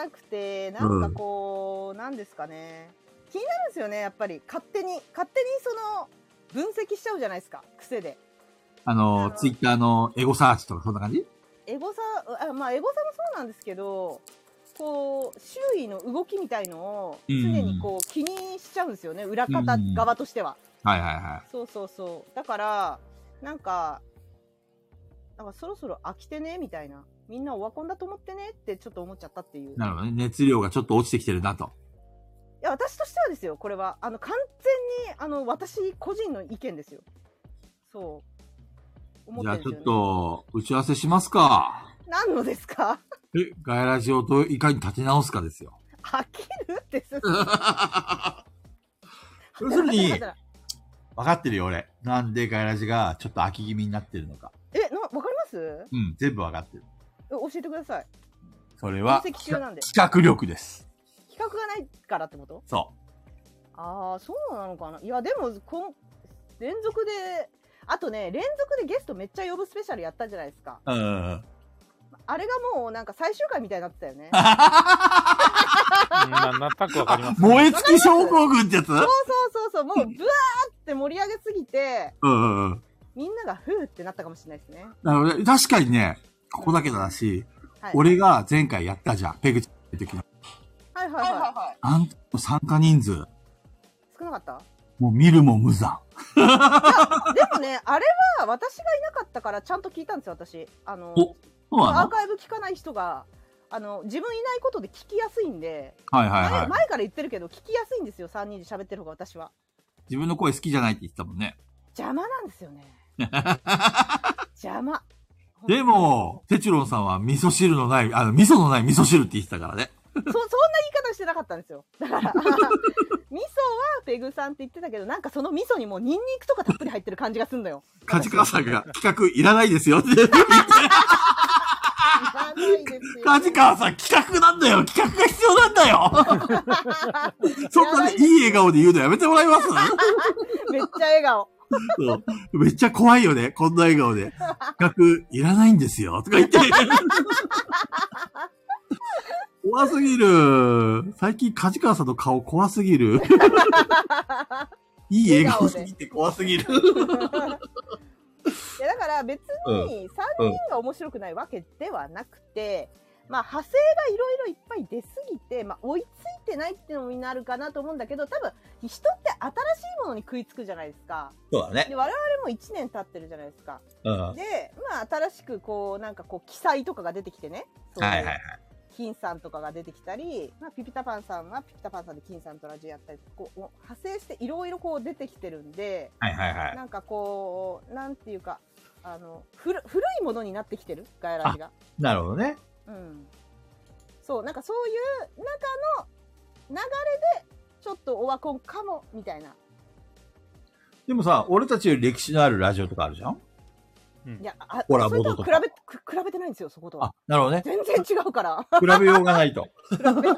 ゃなくてなんかこう、なんですかね気になるんですよねやっぱり勝手に勝手にその分析しちゃうじゃないですか癖で
あの、ツイッターのエゴサーチとかそんな感じ
エゴサあまあエゴサもそうなんですけどこう周囲の動きみたいのを常にこう気にしちゃうんですよね、裏方側としては、
はいはいは
そうそうそうだからなんかなんかそろそろ飽きてねみたいなみんなオワコンだと思ってねってちょっと思っちゃったっていう
い。なるほどね。熱量がちょっと落ちてきてるなと。
いや私としてはですよこれはあの完全にあの私個人の意見ですよそう思
じ
っ
ゃ
て
あ
るんですよ、
ちょっ
ね。
と、打ち合わせしますか。
何のですか
え、ガイラジをどういかに立て直すかですよ。
飽きるです。
要するに、分
え、な、
かってるよ、俺。なんでガイラジがちょっと飽き気味になってるのか。
わかります
うん、全部分かってる。
え教えてください。
それは、
分析中なんで
企画力です。
比較がないからってこと
そ
ああ、そうなのかな。いや、でも、こん連続で、あとね、連続でゲストめっちゃ呼ぶスペシャルやったじゃないですか。
う。うん。
あれがもうなんか最終回みたいになってたよね。
うんまあなんとなくわかります、
燃え尽き症候群ってやつう
そうそうそうそう、もうブワーって盛り上げすぎて、
んうんうん。
みんながふーってなったかもしれないですね。
なので、確かにね、ここだけだし、
はい。
俺が前回やったじゃん、ペグちゃんの時の。
はいはいはい。
あん参加人数、
少なかった
もう見るも無残。
でもね、あれは私がいなかったからちゃんと聞いたんですよ、私。あの、
おそう
ア
な
ー
の
カイブ聞かない人が、あの、自分いないことで聞きやすいんで、
はいはい
前
はい。
前から言ってるけど、聞きやすいんですよ、3人で喋ってる方が私は。
自分の声好きじゃないって言ってたもんね。
邪魔なんですよ ね。邪魔。
でも、テチュロンさんは味噌汁のない、あの、味噌のない味噌汁って言ってたからね。
そ、そんな言い方してなかったんですよ。だから、味噌はペグさんって言ってたけど、なんかその味噌にもうニンニクとかたっぷり入ってる感じがすんだよ。
カジカワさん が企画いらないですよって。
いらな いですよ
カジカワさん企画なんだよ企画が必要な んだよそんなね、いい笑顔で言うのやめてもらえます
めっちゃ笑顔。
そうめっちゃ怖いよね。こんな笑顔で。企画いらないんですよとか言って。 怖すぎる。最近カジカワさんの顔怖すぎ る。いい笑顔すぎて怖すぎる。
いやだから別に3人が面白くないわけではなくて、まあ派生がいろいろいっぱい出すぎて、まあ、追いついてないっていうのになるかなと思うんだけど多分人って新しいものに食いつくじゃないですか
そうだね。
で我々も1年経ってるじゃないですか
うん。
で、まあ、新しくこうなんかこう記載とかが出てきてねそう
はいいうはい
金さんとかが出てきたり、まあ、ピピタパンさんはピピタパンさんで金さんとラジオやったりこう派生していろいろこう出てきてるんで。
はいはいはい。
なんかこう、なんていうか、あの、古古いものになってきてる、ガヤラジが。
なるほどね。
うん。そう、なんかそういう中の流れで、ちょっとオワコンかも、みたいな。
でもさ、俺たちより歴史のあるラジオとかあるじゃん
いや、あ、
コラ
それ
ボ
と
と
は比
か
べ、く比べてないんですよ、そことは
あ。、なるほどね。
全然違うから。
比べようがないと。
比べてない。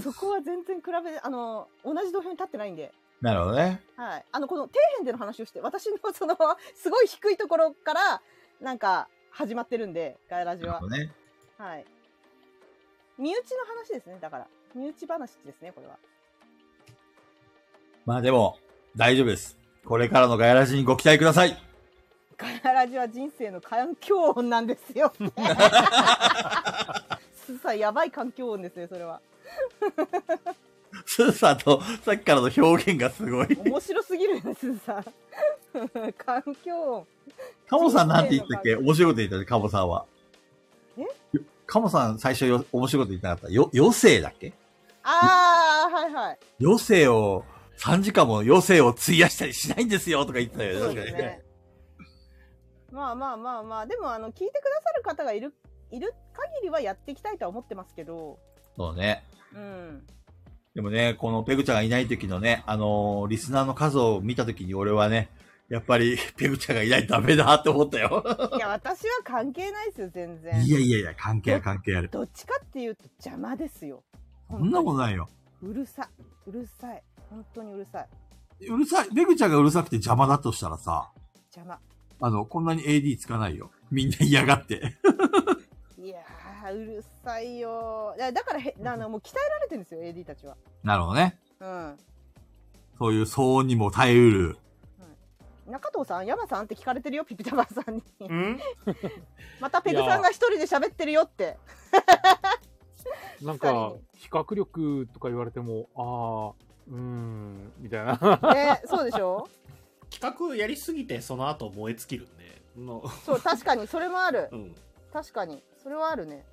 そこは全然比べ、あの、同じ土俵に立ってないんで。
なるほどね。
はい。あの、この底辺での話をして、私のその、すごい低いところから、なんか、始まってるんで、ガヤラジ
なる
は
ほ。どね。
はい。身内の話ですね、だから。身内話ですね、これは。
まあでも、大丈夫です。これからのガヤラジにご期待ください。
ガヤラジは人生の環境音なんです よ。すさ、やばい環境音ですね、それは。
スーさんとさっきからの表現がすごい。
面白すぎるね、すさん。 環境音。
カモさんなんて言ったっけ面白いこと言ったね、カモさんは。
え
カモさん最初よ面白いこと言ってなかった。よ、余生だっけ
あー、はいはい。
余生を、3時間も余生を費やしたりしないんですよとか言ってたよね。
そう
確か
です
に
ね
ね。。
まあまあまあまあ、でも、あの、聞いてくださる方がいる、いる限りはやっていきたいとは思ってますけど、
そうね。
うん。
でもね、このペグちゃんがいない時のね、あのーリスナーの数を見た時に俺はね、やっぱり ペグちゃんがいないとダメだって思ったよ。
い や、私は関係ないですよ、全然。
いやいやいや、関係ある関係ある。
どっちかっていうと邪魔ですよ。
そんなことないよ。
うるさい。うるさい。本当にうるさい。
うるさい。ペグちゃんがうるさくて邪魔だとしたらさ、
邪魔。
あの、こんなに AD つかないよ。みんな嫌がって。
いやー、うるさいよー。いやだからへ、あの、もう鍛えられてるんですよ、AD たちは。
なるほどね。
う
そういう騒音にも耐えうる。
ん。中藤さん、山さんって聞かれてるよ、ピピタバさんに。
うん
またペグさんが一人で喋ってるよ って。
なんか、比較力とか言われても、ああ、うーん、みたいな。
ね、そうでしょ
企画やりすぎてその後燃え尽きるんでの、
そう、確かに、それもある
う。 ん、
確かに。それはあるね。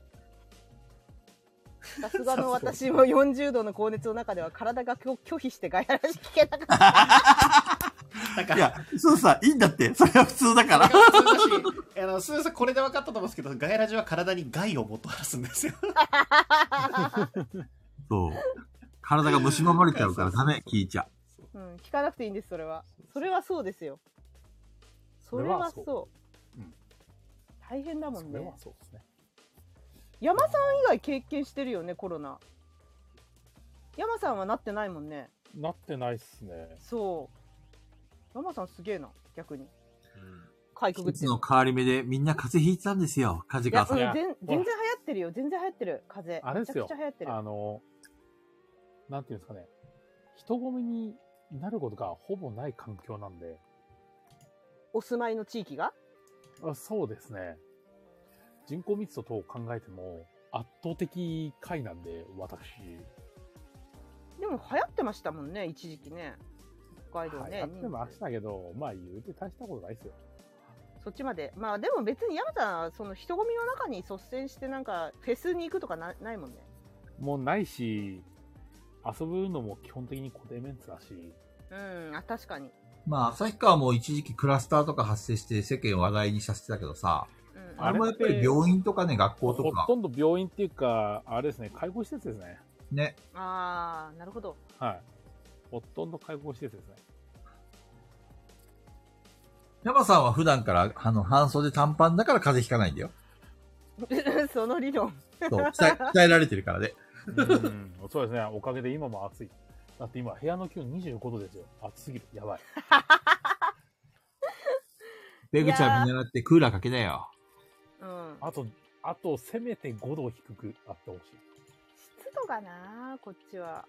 さすがの私も40度の高熱の中では体が拒拒否してガヤラジ聞けなかった。
なんか
いや、そうさ、いいんだって。それは普通だか
なん
ら。
か普通だし あのすみませんこれで分かったと思うんですけどガイラジは体に害をもたらすんですよ
そう。体が蝕まれちゃうからダメ、聞いちゃ。
うん、聞かなくていいんです、それは。それはそうですよ。そ
そ
れ
れ
は
は
そ。
そうううん
大変だもん
それ
ね
は。そうですね。
山さん以外経験してるよね、コロナ。山さんはなってないもんね。
なってないっすね。
そう。山さんすげえな、逆に。かいうくぐ
季
って
節
る。
の変わり目でみんな風邪ひいてたんですよ。風
いや、う
邪
ん
が。
いや
全全然流行ってるよ。全然流行ってる。風邪。
あれですよ
めちゃくちゃ流行ってる。
あの、なんていうんですかね。人混みになることがほぼない環境なんで、
お住まいの地域が
あそうですね。人口密度等を考えても圧倒的回なんで、私。
でも流行ってましたもんね、一時期ね。北海道ね。
やってましたけど、まあ言うて大したことないですよ。
そっちまで。まあでも別に山さんはその人混みの中に率先してなんかフェスに行くとかなないもんね。
もうないし、遊ぶのも基本的に固定メンツだし、
うん、あ、確かに。
まあ、旭川も一時期クラスターとか発生して世間を話題にさせてたけどさ、
うん、
あれもやっぱり病院とかね、学校と
ほ
か、
とんど病院っていうか、あれですね、介護施設ですね。
ね。
あー、なるほど。
はい。ほとんど介護施設ですね。
山さんは普段から、あの、半袖短パンだから風邪ひかないんだよ。
その理論。
そう、 鍛え鍛えられてるからね。
うん、 そうですね。おかげで今も暑い。だって今、部屋の気温25度ですよ。暑すぎる。やばい。
ペグち
いや
ゃ
ー
ん見習ってクーラーかけなよ。
うん。
あと、あと、せめて5度低くあってほしい。
湿度がなこっちは。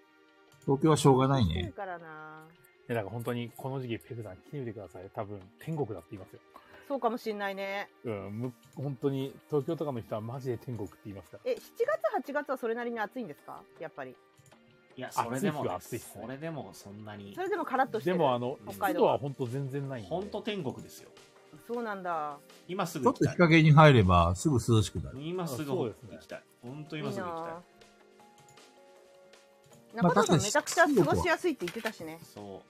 東京はしょうがない
低い
ね。
からな
え、だから本当に、この時期、ペグさん来てみてください。多分、天国だって言いますよ。
そうかもしんないね。
うん、む本当に、東京とかの人はマジで天国って言いますから。
え、7月、8月はそれなりに暑いんですかやっぱり。
いやそれでも、ね、
暑い日は暑いっすね
それでもそんなに
それでもカラッとして
で
る。
も、あの、
北海
湿
道
度
は
は本当全然ないんで。
本当天国ですよ
そうなんだ。
今す
ち
ぐ
ょっ
行
と
きた
日
い
陰に入ればすぐ涼しくなる。
今すぐ
そう
行
ですね
きたい本当
いい
今すぐ行きたい
なぁ
まあ
中田さん
確かに
めちゃくちゃ過ごしやすいって言ってたしね。
そ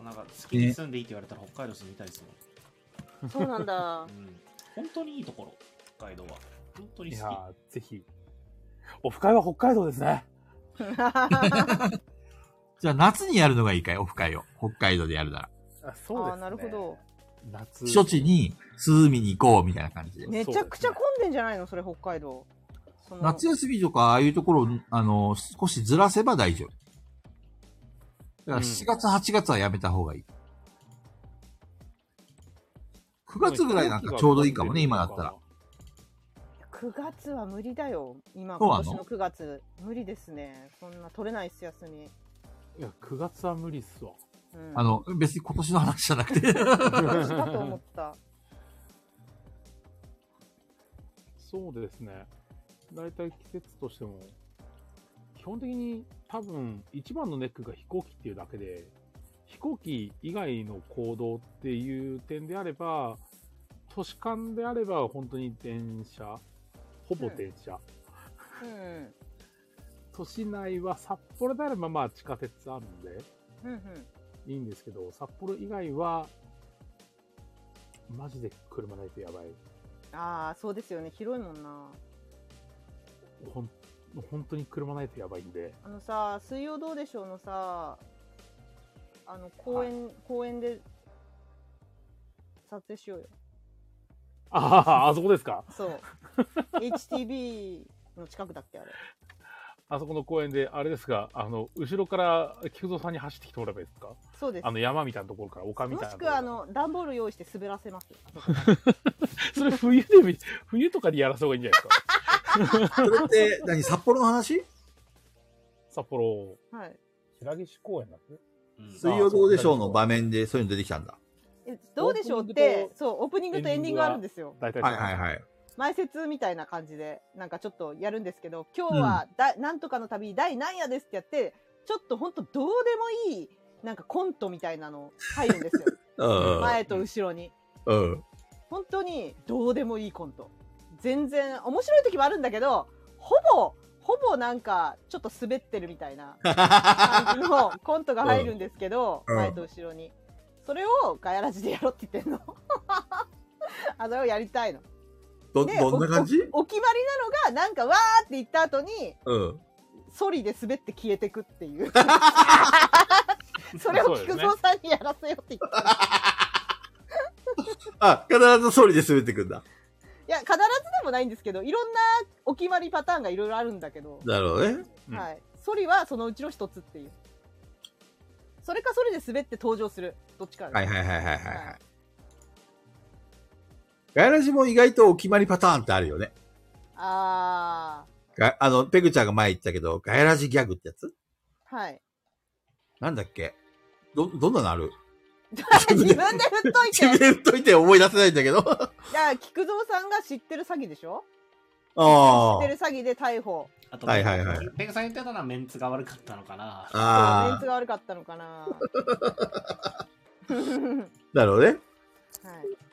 うなんか好きに住んでいいって言われたら北海道住みたいです
そうなんだ
もん、。うん、本当にいいところ北海道は本当
い
に
や
好
ーぜひ。オフ会は北海道ですね。
じゃあ夏にやるのがいいかいオフ会を。北海道でやるなら。
あそうです、ね。
あーなるほど。
夏。
避暑地に涼みに行こうみたいな感じで。
めちゃくちゃ混んでんじゃないのそれ北海道。その
夏休みとか、ああいうところを、あの、少しずらせば大丈夫。だから
うん
7月、8月はやめた方がいい。9月ぐらいなんかちょうどいいかもね、今だったら。。
9月は無理だよ。今、
そう
今
なの
年の9月。無理ですね。そんな取れないっす、休み。
いや、9月は無理っす わ。
うん、
あの、別に今年の話じゃなくて。
私かと思った。
そうですね。大体季節としても、基本的に多分一番のネックが飛行機っていうだけで、飛行機以外の行動っていう点であれば、都市間であれば本当に電車、ほぼ電車。
うん。
都市内は札幌であればまあ地下鉄あるんで
うんうん。
いいんですけど、札幌以外は、マジで車ないとやばい。
ああ、そうですよね。広いもんな。
ほん本当に車ないとやばいんで。
あのさ、水曜どうでしょうのさ、あの、公園、公園で撮影しようよ。
ああ、あそこですか
そう。HTB の近くだっけ、あれ。
あそこの公園で、あれですが、あの、後ろから菊蔵さんに走ってきてもらえばいいですか
そうです
あ。の、山みたいなところから、丘み
も
たいなと
し
こ
く
ろか
は、
ら。
あの、段ボール用意して滑らせます。
それ冬で見、 冬とかにやらせた方がいいんじゃないですか
それって、何、札幌の 話
札幌、
はい。
平岸公園だっけ
き、うん
水曜どうでしょうの場面でそういうの出てきたんだ。
えどうでしょうって、そう、オープニングとエンディングがあるんですよ。
大体。
はいはい
い。
はい。
前説みたいな感じで、なんかちょっとやるんですけど、今日はだ、なんとかの旅、第何夜ですってやって、ちょっとほんとどうでもいい、なんかコントみたいなの入るんですよ。
うん
前と後ろに。
うん。
本当にどうでもいいコント。全然、面白い時もあるんだけど、ほぼ、ほぼなんかちょっと滑ってるみたい な感じのコントが入るんですけど、
うんうん
前と後ろにそれをガヤラジでやろうって言ってんの あそれをやりたいの
ど、
で
どんな感じ
おお決まりなのがなんかわーって言った後に
うん。
ソリで滑って消えてくって いうそれを菊蔵さんにやらせようって言って
あ、必ず総理で滑ってくんだ。
いや必ずでもないんですけどいろんなお決まりパターンがいろいろあるんだけど
なるほどね。
うん
はい。ソリはそのうちの一つっていう。それかソリで滑って登場する。どっちかです
はいはいはいはいはい
は
はい。ガヤラジも意外とお決まりパターンってあるよね。
あ
があの、ペグちゃんが前言ったけど、ガヤラジギャグってやつ
ー。 はい。
なんだっけど、どんなのある
自分で振っといて。だか
自分で言っといて思い出せないんだけど。あ
ら、菊蔵さんが知ってる詐欺でしょ知
あ
って。る詐欺で逮捕。
あと、
はいはいはい
ペグさん言ってたのはメンツが悪かったのかな。
メン
あ
ツが悪かったのかなは
あ。なるほどね。
い。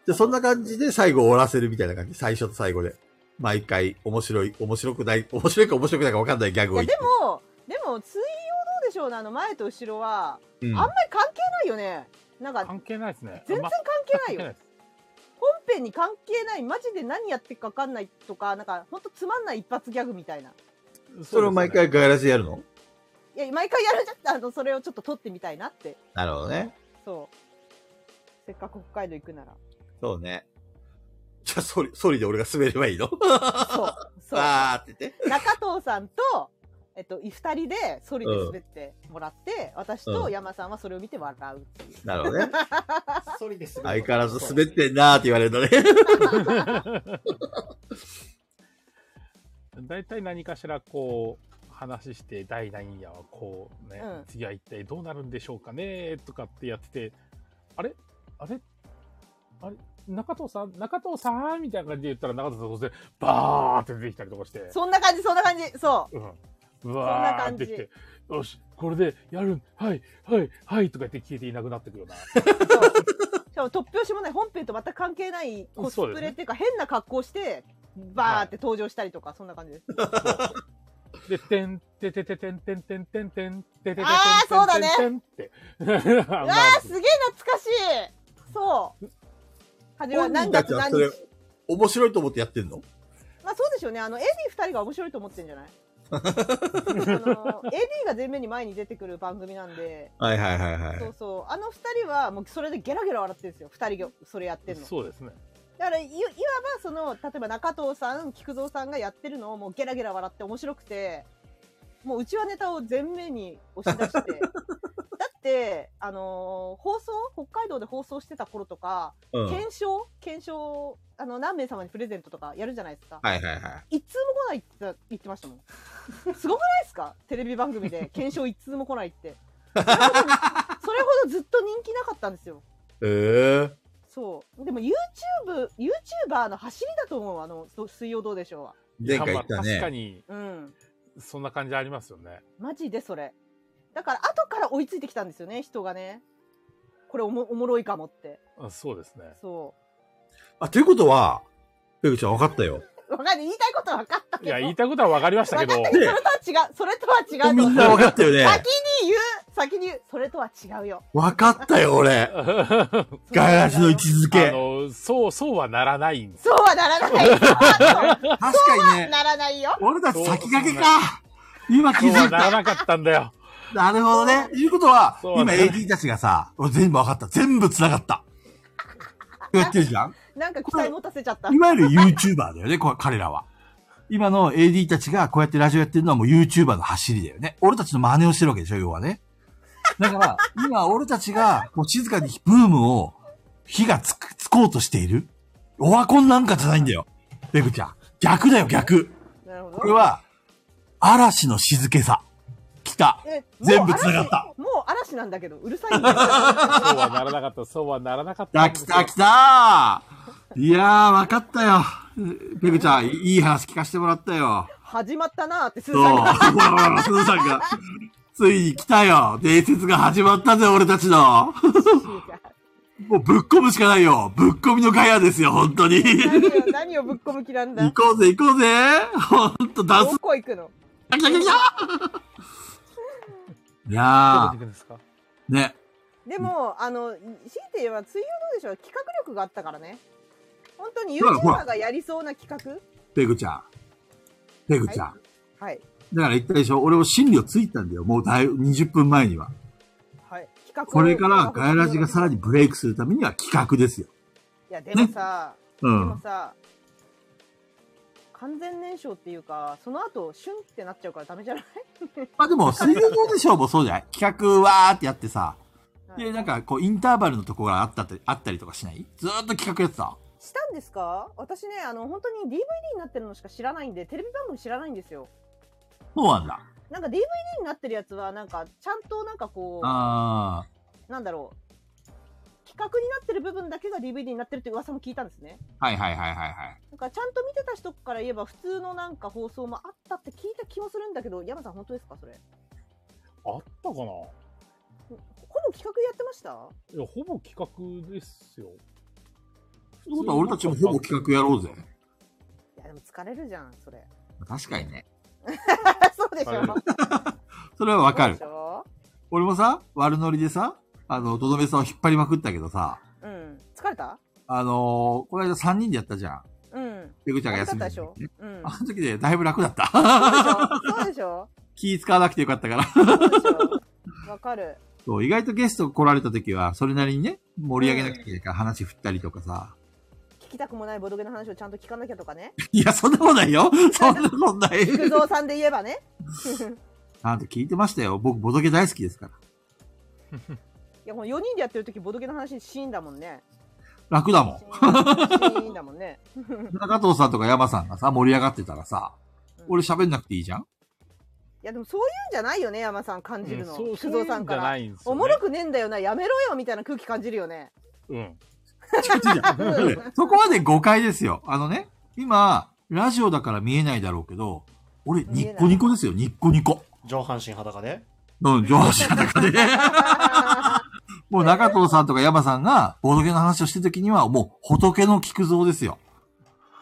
で、そんな感じで最後終わらせるみたいな感じ。最初と最後で。毎回、面白い、面白くない、面白いか面白くないか分かんないギャ
い
グを
や、
言
で
って。
も、でも、水曜どうでしょうね。あの、前と後ろは、
うん
あんまり関係ないよね。なんか、
関係ないですね。
全然関係ないよ。
いです。
本編に関係ないマジで何やってるか分かんないとかなんかほんとつまんない一発ギャグみたいな
うです
それを毎回
ね
ガヤラジでやるの
いや毎回やるんじゃったあのそれをちょっと撮ってみたいなって
なるほどね。
そうせっかく北海道行くなら
そうね。じゃあ、ソリ、ソリで俺が滑ればいいの
そうそう
あーって言って。
中藤さんとえっとい二人でソリで滑ってもらって、私と山さんはそれを見て笑うっていう、
なるほ どね。
ソリで滑
相変わらず滑ってんなーって言われるのね。
大体何かしらこう話して第何夜はこうね、
うん
次は一体どうなるんでしょうかねとかってやっててあれあれあれ中藤さん中藤さんみたいな感じで言ったら中藤さん突然バーって出てきたりとかして
そんな感じそんな感じそう
うんうわーってきてよしこれでやるんはいはいはいとか言って消えていなくなってくような
そうしかも突拍子もない本編と全く関係ないコス
そう
プ
です
レ
ね
っていうか変な格好してバーって登場したりとか、そんな感じです
そうで「てんててててんてんてんてんてんてててててんてんてんてん」
あーそうだね
ってう
うわーすげえ懐かしいそう始 まる何月何
本人たちはそれ
日
面白いと思ってやってんの
まあそうでしょうねあの AD2 人が面白いと思ってんじゃないあの AD が前面に前に出てくる番組なんで、
はいはいはいはい。
そうそうあの2人はもうそれでゲラゲラ笑ってるんですよ2人がそれやってるの
そうですね
だからいいわばその例えば中藤さん菊蔵さんがやってるのをもうゲラゲラ笑って面白くてもううちはネタを全面に押し出して だってあのー放送北海道で放送してた頃とか
うん。はい
検証検証あの何名様にプレゼントとかやるじゃないですか、
はいはい。
一通も来ないって言って言ってました もんすごくないですかテレビ番組で検証一通も来な いってそれほどそれほどずっと人気なかったんですよ
えー。
そうでも YouTube YouTuber の走りだと思うあのそ水曜どうでしょうは
前回言っ
ま
た
あ確か
ね。
に
うん
そんな感じありますよね。
マジでそれだから後から追いついてきたんですよね人がねこれおもおもろいかもって
あそうですね。
そ
あ、ということは、ペグちゃん分かったよ。
うわかんない言いたいことは分かったけ
い
ど
や、言いたいことは分かりましたけど、
で、
それとは違うそれとは違うと
みんな分かったよね。
先に言う先に言うそれとは違うよ
分かったよ、俺。
あ
ガヤラジの位置づけ。
の、そう、そうはならないんです。
そうはならないよ。そう
確かに
は
ね、
ならないよ。
俺たち先駆けか。今気
そう
づ
はいなら
た。
なかったんだ よ。
なるほどね。いうことは、
そう
今
だね
AD たちがさ、俺全部分かった。全部繋がった。やってるじゃん
なんか期待持たせちゃった。
いわゆる YouTuber だよね、こ彼らは。今の AD たちがこうやってラジオやってるのはもう YouTuber の走りだよね。俺たちの真似をしてるわけでしょ、要はね。だから、今俺たちがこう静かにブームを、火がつく、つこうとしている。オワコンなんかじゃないんだよ。ペグちゃん。逆だよ、逆。
なるほど。
これは、嵐の静けさ。来た。
え、
全部繋がった
もう嵐。もう嵐なんだけど、うるさいんだよ。
そうはならなかった、そうはならなかったん
あ、
で
来
すよ。
た、来たいやー、わかったよ。ペグちゃん、いい話聞かせてもらったよ。
始まったなーって、すず
そう。
さん
ほ
が。
らほら、すずさんが、ついに来たよ。伝説が始まったぜ、俺たちの。もうぶっ込むしかないよ。ぶっ込みのガヤですよ、本当に。行
何を、何をぶっこむ気なんだ。
こうぜ、行こうぜ。ほんと、ダンス
どこ行くの
ガチャガチャガチャいや
どこに行くんですか
ー、ね。
でも、あの、強いて言えば、水曜どうでしょう企画力があったからね。本当に
ほらほら
YouTuber がやりそうな企
ペグちゃん。ペグちゃん。
画はい。
だから言ったでしょ俺も心理をついたんだよ。もうだい20分前には。
はい。企画を
これからガヤラジがさらに。ブレイクするためには企画ですよ。
いや、でもさ、
う
でも
ん。
さ、完全燃焼っていうか、その後、シュンってなっちゃうからダメじゃない
まあでも、水曜どうでしょうもそうじゃない企画わーってやってさ、
はい
で、なんかこう、インターバルのところがあったって、あったりとかしないずーっと企画やってた。
したんですか私ね、あの、本当に DVD になってるのしか知らないんで、テレビ番組知らないんですよ。
そうなんだ。
なんか DVD になってるやつは、なんか、ちゃんとなんかこう、
あ
なんだろう。企画になってる部分だけが DVD になってるって噂も聞いたんですね。
ー。はいはいはいはいはい。
なんかちゃんと見てた人から言えば普通のなんか放送もあったって聞いた気もするんだけど、山さん本当ですかそれ。
あったかない
ほぼ企画やってました
や、ほぼ企画ですよ。
ということは俺たちもほぼ企画やろうぜ。
いやでも疲れるじゃん、それ。
確かにね。
そうでしょ
疲れる
それはわかる
そうでし。ょ
俺もさ、悪ノリでさ、あの、とどめさんを引っ張りまくったけどさ、
うん。疲れた
あのーこの間3人でやったじゃん。
うん。
ペグちゃんが
疲れ
休み
たで
の時
しょ
ね
うん。
あの時でだいぶ楽だった。
そうでしょ
気使わなくてよかったから。
そうでしょそうでしょわかる。
そう、意外とゲスト来られた時は、それなりにね、盛り上げなきゃいけないから話振ったりとかさ。
聞きたくもないボドゲの話をちゃんと聞かなきゃとかね。
いや、そんなことないよ。 そんなことない。
菊蔵さんで言えばね。
あんと聞いてましたよ。僕、ボドゲ大好きですから。
いや、この4人でやってる時ボドゲの話シーンだもんね。
楽だもん
シ。ーンだもんね。
中藤さんとか山さんがさ、盛り上がってたらさ、
うん
俺喋んなくていいじゃん
いや、でもそういうんじゃないよね、山さん感じるの。
うんそう
菊
そういうん
蔵
じ
さ
ゃ
んから。
ないんですよ、ね。
おもろくねえんだよな、やめろよみたいな空気感じる よね。
うん。
うん
そこまで誤解ですよ。あのね、今、ラジオだから見えないだろうけど、俺、
見
ニ
えない
ッコニコですよ、ニッコニコ。
上半身裸で
うん、上半身裸で。もう中藤さんとか山さんが、ボドゲの話をしてるときには、もう、仏の菊蔵ですよ。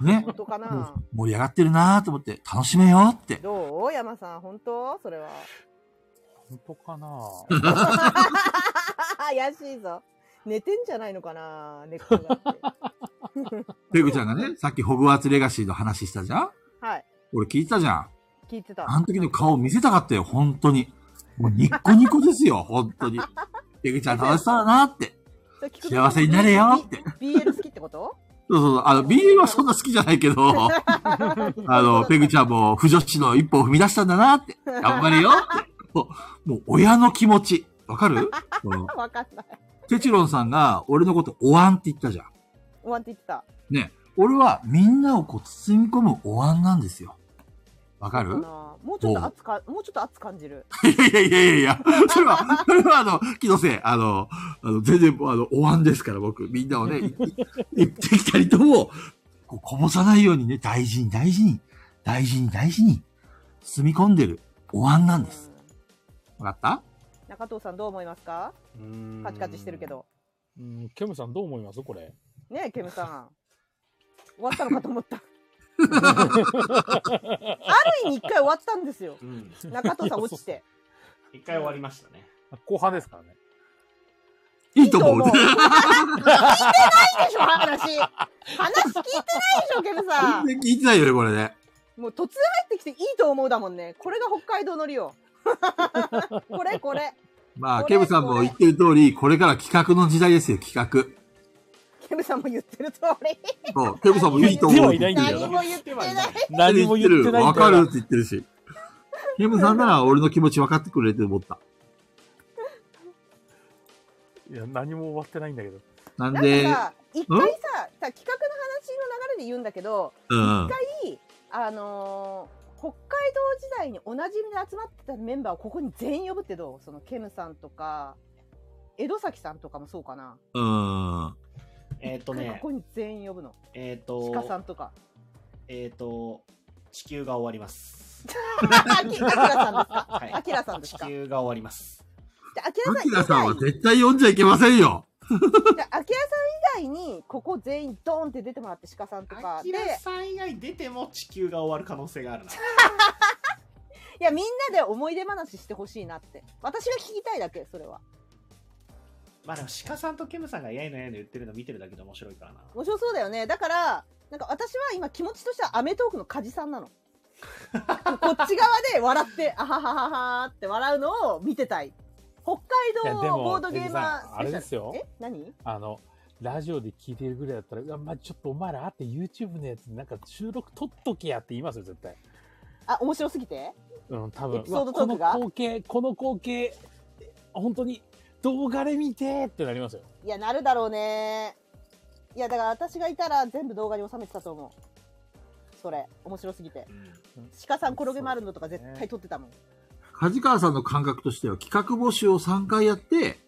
ね
本。当か
も
な
う盛り上がってるなーと思って、楽しめよって。
どう山さん、本当それは。
本当か な
怪しいぞ。寝てんじゃないのかな寝っ転がって。
ペグちゃんがね、さっきホグワーツレガシーの話したじゃん
はい。
俺聞いてたじゃん。
聞いてた。
あの時の顔見せたかったよ、本当に。もうニッコニコですよ、本当に。ペグちゃん楽しそうだなって。
それ聞く
幸せになれよって。
B- BL 好きってこと
そうそうそう、あの、BL はそんな好きじゃないけど、 あの、ペグちゃんも不女子の一歩を踏み出したんだなって。頑張れよって。もう、もう親の気持ち。わかるこの
わかんない。
テチロンさんが俺のことお椀って言ったじゃん。
おわんって言ってた。
ね。俺はみんなをこう包み込むお椀なんですよ。わか
か
る
なもうちょっと熱か、もうちょっと熱感じる。
いやいやいやいやいや、それは、それはあの、気のせい、あの、あの、全然、あの、お椀ですから、僕、みんなをね、行ってきたりとも、こうこぼさないようにね、大事に大事に、大事に大事に、包み込んでるお椀なんです。
うん
わかっ
中藤さんどう思いますかカチカチしてるけど。
うん、ケムさんどう思いますこれ。
ねえ、ケムさん。終わったのかと思った。ある意味一回終わったんですよ。
うん
中藤さん落ちて。
一回終わりましたね
後半ですからね。
たいいと思う。
聞いてないでしょ、話。話聞いてないでしょ、ケムさん。
全然聞いてないよね、これね。
もう突然入ってきていいと思うだもんね。これが北海道のりよ。 これこれ。
まあ、
こ
ケ
れ
ムさん
こ
も
れ
言ってる通り、これから企画の時代ですよ、企画。
ケムさんも言ってる通り。
そう、ケムさんもいいと思う。
言ってはいないんだよ
何も言ってない。
何も言ってない
わ
んだ
か
よ
るって言ってるし。ケムさんなら俺の気持ち分かってくれると思った。
いや、何も終わってないんだけど。
なん
なんか
で、
さ、一回さ、さ企画の話の流れで言うんだけど、
うん。
一回、あのー北海道時代におなじみで集まってたメンバーをここに全員呼ぶってどうそのケムさんとか、江戸崎さんとかもそうかな。
うん。
えっ、と
こ
ね
こに全員呼ぶの。
えっ、
鹿さ
と
んとか。
えっ、と地球が終わります
あきらさんですか
はい
あきらさんです
地
か
球が終わります
じゃあ、アキラ
アキラ
さ
さ
ん
ん
以
は
外、
絶対読んじゃいけませんよ。
じゃあアキラさん以外に、ここ全員ドーンって出てもらって、鹿さんとか。
あ
で、
き
い
らさん以外出ても地球が終わる可能性があるな
いや、みんなで思い出話してほしいなって。私が聞きたいだけ、それは。
まあでも鹿さんとケムさんがやいのやいの言ってるの見てるだけで面白いからな。
面白そうだよね。だから、なんか私は今気持ちとしてはアメトークのカジさんなの。こっち側で笑って、あははははーって笑うのを見てたい。北海
いやで
道
も
ボードゲ
ペ
ーマー
グさんあれですよ
え何
あの、ラジオで聞いてるぐらいだったら、うわまあ、ちょっとお前らあって YouTube のやつ、なんか収録撮っとけやって言いますよ、絶対。
あ、面白すぎて
うん、多分。
エピソード
うわ
トークが
この光景、この光景、本当に動画で見てーってなりますよ。
いや、なるだろうね。いや、だから私がいたら全部動画に収めてたと思う。それ、面白すぎて。
うん。
鹿さん転げ回るのとか絶対撮ってたもん。
梶川さんの感覚としては企画募集を3回やって、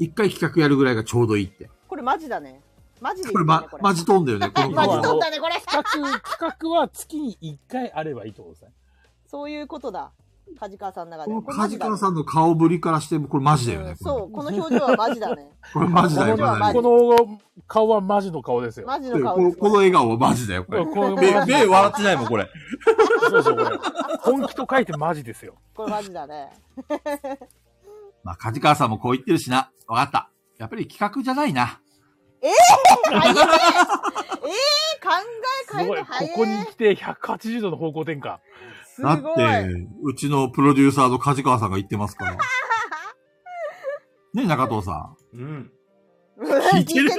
1回企画やるぐらいがちょうどいいって。
これマジだね。マジで言っ
こ
て
れ
るね、
ま、マジ飛んだよね、この
マ
マジ
ジ撮
飛
っ
ん
たね、これ。
企 画、企画は月に1回あればいいってことですね。
そういうことだ。梶川さんの中
こ
で。
の
これマジ
梶
だね
川さんの顔ぶりからしても、これマジだよ
う
ね
ん。そう、この表情はマジだ ね。
これマジだよ、
このマジ
この顔はマジの顔ですよ。
マジの
これ
顔
こ
で
の
す。
この笑顔はマジだよ、これ。
この
目、目笑ってないもん、これ。
そうそう、これ。本気と書いてマジですよ。
これマジだね。
まあ、梶川さんもこう言ってるしな。わかった。やっぱり企画じゃないな。
早いねえー、考え
す
変え
ごい。
る
こ
早い。
こに来て180度の方向転換。
す
だ
ご
っ
い。
て、うちのプロデューサーの梶川さんが言ってますから。ね、中藤さん。
うん。
聞
いてる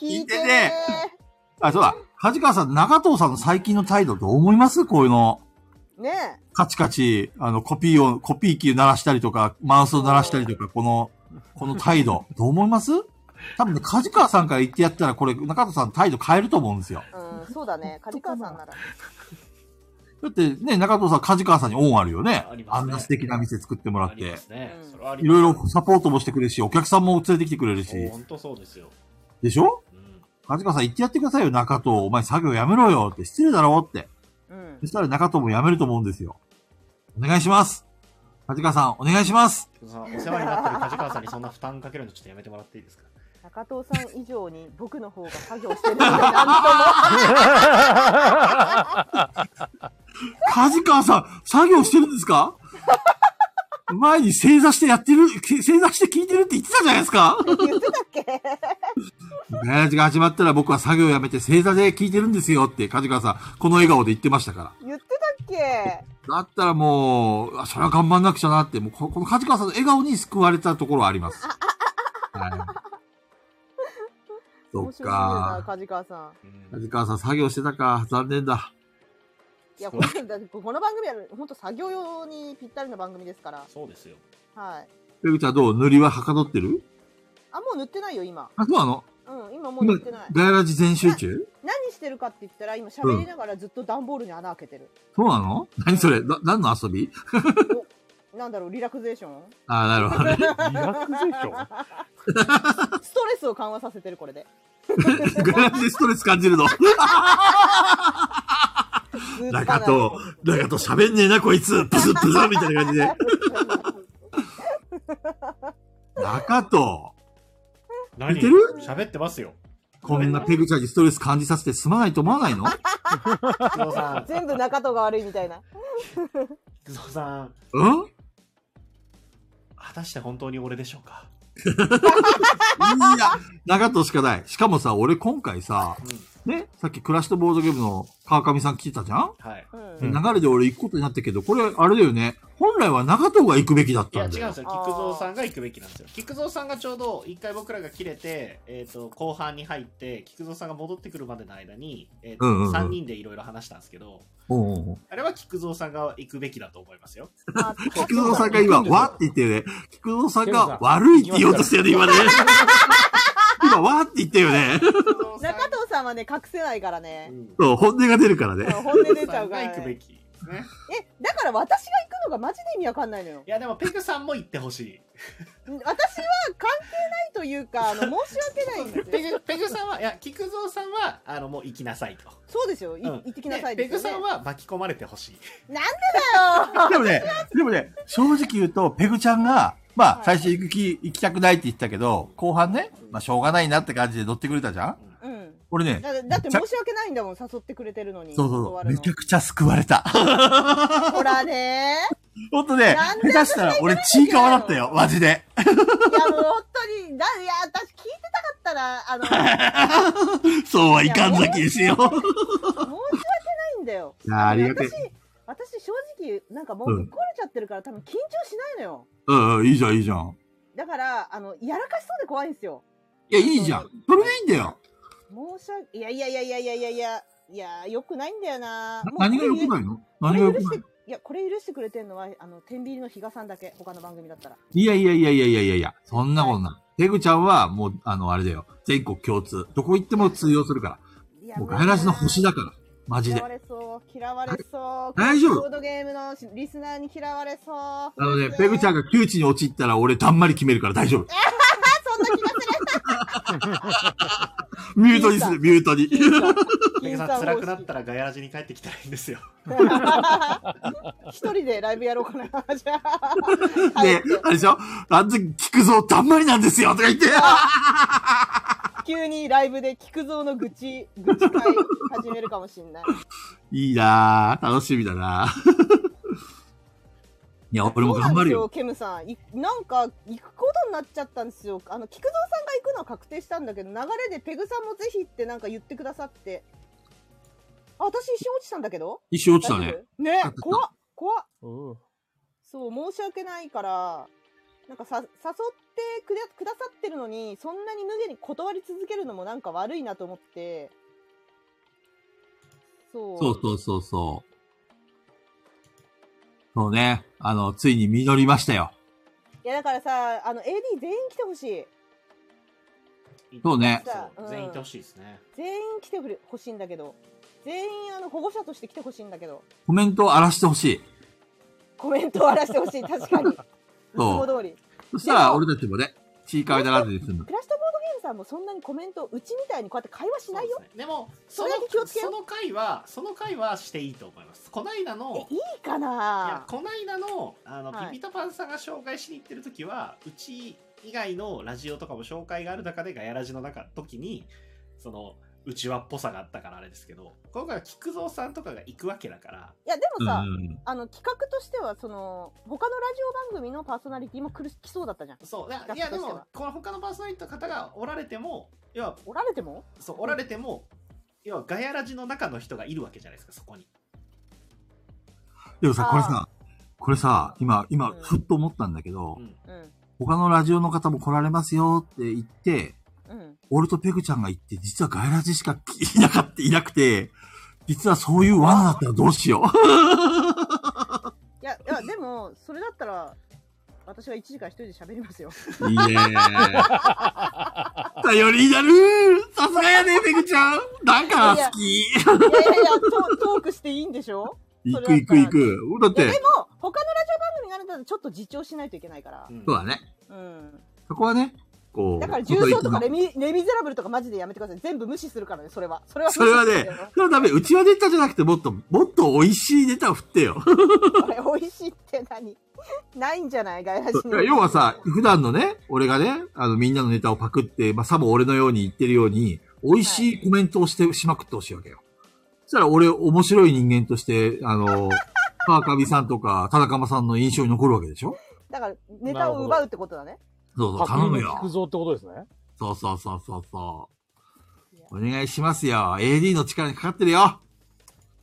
聞
聞
い
い
て
て
ね
ね。あ、そうだ。梶川さん、中藤さんの最近の態度どう思いますこういうの。
ねえ。
カチカチ、あの、コピーを、コピー機鳴らしたりとか、マウスを鳴らしたりとか、この、この態度、どう思います多分ね、梶川さんから言ってやったら、これ、中藤さん態度変えると思うんですよ。
うん、そうだね。梶川さんなら。
だってね、中藤さん、梶川さんに恩あるよね。
ありますね
あんな素敵な店作ってもら
あ
っ
りま
て。
すね。
うん
それはあり
い
ます
ろいろサポートもしてくれるし、お客さんも連れてきてくれるし。
お本当そうですよ。
でしょ
うん。
梶川さん言ってやってくださいよ、中藤。お前作業やめろよって。失礼だろって。
うん
そ。したら中藤も辞めると思うんですよ。お願いします。梶川さん、お願いします。
菊蔵さんお世話になってる梶川さんにそんな負担かけるのちょっとやめてもらっていいですか
中藤さん以上に僕の方が作業してるんだなん
梶川さん、作業してるんですか前に正座してやってる、正座して聞いてるって言ってたじゃないですか
とも言ってたっけ
ガヤジが始まったら僕は作業やめて正座で聞いてるんですよって、梶川さん、この笑顔で言ってましたから。
言ってたっ
だったらもう、あそれは頑張んなくちゃなって、もうここの梶川さんの笑顔に救われたところはあります。はい。
け
そ
面白
っ
すぎるな、
か。
梶川さん。
うん
梶川さん作業してたか。残念だ。
いや、本当にだってこの番組は本当作業用にぴったりの番組ですから。
そうですよ。
はい。
ペグちゃんどう塗りははかどってる
あ、もう塗ってないよ、今。
あ、そうなの
うん、今もう
今
塗ってない、。
ガヤラジ全集中
何してるかって言ったら、今喋りながらずっと段ボールに穴開けてる。
そうなの何それな、何の遊び
なんだろう、リラクゼーショ ン
ああ、なるほどね。
リラクゼーショ ン
ストレスを緩和させてる、これで。
ガヤラジでストレス感じるの。
ずっと
中と、中と喋んねえな、こいつ。プスプスみたいな感じで。中と、
何
似てる
喋ってますよ。
こんなペグちゃんにストレス感じさせてすまないと思わないの
菊蔵さ ん、
全部中とが悪いみたいな。
菊蔵さん、
うん
果たして本当に俺でしょうか
いや、長藤しかない。しかもさ、俺今回さ、ね、さっきクラッシュとボードゲームの川上さん来てたじゃん、
はい。
うん。
うん
流れで俺行くことになったけど、これ、あれだよね。本来は長藤が行くべきだっ
いや、違
た
うん
ん
です
だ
よ。
よ。
菊蔵さんが行くべきなんですよ。菊蔵さんがちょうど、一回僕らが切れて、えっ、と、後半に入って、菊蔵さんが戻ってくるまでの間に、えーと
うんうんうん
3人でいろいろ話したんですけど、
おうおうおう
あれは菊蔵さんが行くべきだと思いますよ。
あ
菊蔵さんが今、わって言ってね。菊蔵さんが悪いって言おうとしたよね、今 ね。今、わって言ったよね。
中藤さんはね、隠せないからね。
うん
そう、本音が出るから
そう
ね。
本音出ちゃうか
が
ら、
行くべ
ね。
きですね。
え、だから私が行くのがマジで意味わかんないのよ
い。や、でも、ペグさんも行ってほしい。
私は関係ないというか、あの、申し訳ないんですよ
ペグ ペグさんは、いや、菊蔵さんは、あの、もう行きなさいと。
そうですよ。い
うん
行ってきなさい
で
で
ペ
すよ
グ
ね。
さんは巻き込まれてほしい。
なんでだよ
でもね、でもね、正直言うと、ペグちゃんが、ま
は
あ
い、
最初行く気、行きたくないって言ったけど、後半ね、まあ、しょうがないなって感じで乗ってくれたじゃん
うん。
俺ね、
だだって申し訳ないんだもん、誘ってくれてるのに。
そうそう
断
そう。
る
め
の
ちゃくちゃ救われた。
ほらね
ほんとね
なん、で
下手したら俺ちいかわだったよ、マジで。
いやもう本当に、だいや、私聞いてたか ったら、あの、申
そうはいかんざきですよ。
し訳ないんだよ。
いやありがて
私、私正直、なんかもう
うん
見これちゃってるから、多分緊張しないのよ。
うんうん、いいじゃん、いいじゃん。
だから、あの、やらかしそうで怖いんですよ。
いや、いいじゃん。それでいいんだよ。
申し訳、いやいやいやいやいやいやいや、いや、良くないんだよな。もう
何が良く
こ
ないの
れ
何が良く
こ
な
れ許
い
していや、これ許してくれてるのは、あの、天秤の比嘉さんだけ、他の番組だったら。
いやいやいやいやいやいやいや、そんなことない。ペグちゃんはもう、あの、あれだよ。全国共通。どこ行っても通用するか
いや
ら。もうガイラジの星だから。マジで
嫌わ。れそう、嫌われそう。
大丈夫
ボードゲームのリスナーに嫌われそう。あ
なので、ペグちゃんが窮地に陥ったら俺たんまり決めるから大丈夫。
そんな気が
ミュートにする、ミュートに。
ペグさん辛くなったらガヤラジに帰ってきたらいいんですよ。
一人でライブやろうかな、じゃあ。
で、あれでしょあの時、聞くぞ、たんまりなんですよとか言って。
急にライブで菊蔵の愚痴、愚痴会始めるかもしんない。
いいなぁ。楽しみだなぁ。 いや、俺も頑張るよ。
そうなんですよ。ケムさんい、なんか行くことになっちゃったんですよ。あの、菊蔵さんが行くのは確定したんだけど、流れでペグさんもぜひってなんか言ってくださって。あ、私一瞬落ちたんだけど
一瞬落
落
ちたね。。
ね、怖っ、怖っ。
うん。
そう、申し訳ないから、なんかさ、誘ってくれくださってるのに、そんなに無限に断り続けるのもなんか悪いなと思って、そう。
そうそうそうそう。そうね。あの、ついに実りましたよ。
いや、だからさ、あの、AD 全員来てほしい。
そうね
そう
うん
全員いてほしいですね。
全員来てくれほしいんだけど、全員あの保護者として来てほしいんだけど、
コメントを荒らしてほしい。
コメントを荒らしてほしい、確 かに。いつ
そ
も
う。
通り。
そしたら、俺たちもね、ちいかわだらずに済む。
クラシトボードゲームさんもそんなにコメント、うちみたいにこうやって会話しないよ。
そうですねでも
そ
そ
れ
の
だけ気をつけよ
そうの回はその回はしていいと思います。こないだ
え、い
の
いか
いや
な
こないだのあの、
はい
ピピタパンさんが紹介しに行ってる時はうち以外のラジオとかも紹介がある中でガヤラジの中時にそのうちわっぽさがあったからあれですけど今回は菊蔵さんとかが行くわけだから
いや、で
う
も
んう
さ、
ん。
あの企画としてはその他のラジオ番組のパーソナリティも来る来そうだったじゃん。
そういや
企
いや
画と
で
しては
もこの他のパーソナリティの方がおられても要は
おられても
そうおられても要はガヤラジの中の人がいるわけじゃないですかそこに。
でもさ、
あー
これさ、これさ、今、今
うん、
ふっと思ったんだけど
う、ん
うん
他のラジオの方も来られますよって言って、
うん。
俺とペグちゃんが行って、実はガイラジしかいなかった、いなくて、実はそういう罠だったらどうしよう。
いやい やでもそれだったら私は1時間一人で喋りますよ。
いいねー。頼りになるさすがやね、ペグちゃんだから好き
いやいやいやトトークしていいんでしょ。
行く行く行く。だっ
いやで
て、
も他のラジオ番組があるんだったらちょっと自重しないといけないから
う。ん
そうだね。
うん。
そこはね、こう。
だから重曹とかレ
ね。
ミレミゼラブルとかマジでやめてください。全部無視するからねそれは。それは無視
それは
する
ね
けど、
そのため、うちはネタじゃなくて、もっと、もっと美味しいネタを振って よ。
これ美味しいって何？ないんじゃない外来
そう要はさ、普段のね、俺がね、あの、みんなのネタをパクって、まあ、さも俺のように言ってるように、美味しいコメントをしてしまくってほしいわけよ。そしたら俺、面白い人間として、あの、川上さんとか、田中間さんの印象に残るわけでしょ
だからネタを奪うってことだ ね。
そうそう、
架空
頼む
の
よ
菊。蔵ってことですね。
そうそうそうそうそう。お願いしますよ。AD の力にかかってるよ。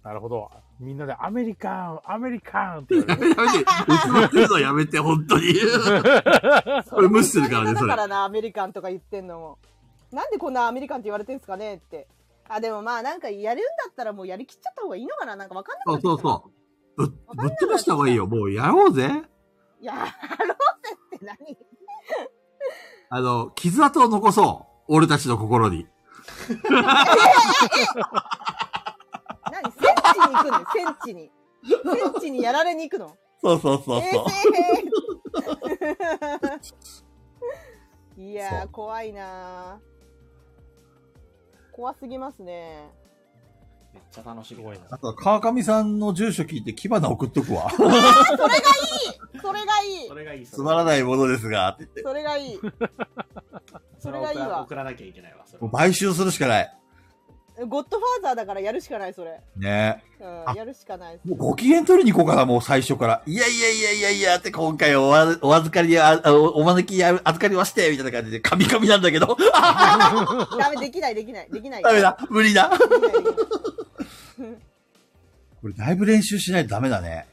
なるほど。みんなでアメリカン、アメリカンって言わ れ
やめて、やめて。うつってるのやめて、本当に。
そ
俺無視するからね
だ
それ
からな、アメリカンとか言ってんのも。なんでこんなアメリカンって言われてんすかねって。あ、でもまあなんかやるんだったらもうやりきっちゃった方がいいのかななんかわかんなく
そ
なっち
う
ゃ
そ
っ
う
た
そう。ぶっ、ぶっ飛ばした方がいいよ。もうやろうぜ。
いや、やろうぜって何
あの、傷跡を残そう。俺たちの心に。
何戦地に行くの戦地に。戦地にやられに行くの
そうそうそ
え
うそう。
え いやー、
そ
怖いなー怖すぎますね。
めっちゃ楽し
る。す
み
ごいな。
あと、川上さんの住所聞いて、木花送っとくわ。
それがいい
それがいい
つまらないものですが、って言って。
それが いい
そ
そ
れ
れ
は
がい
送
い
ら
わ。
送らなきゃいけないわそれ
もう買収するしかない。
うゴッドファーザーだからやるしかないそれ、
ね
うん、やるしかない
もうご機嫌取りに行こうかな、もう最初から。いやいやいやいやいやって今回おわお預かりあ、あおお招きあ預かりまして、みたいな感じで、カミカミなんだけ ど、
ダメできないできないできない
ダメだ、無理だ。
できないできない
これだいぶ練習しないとダメだね。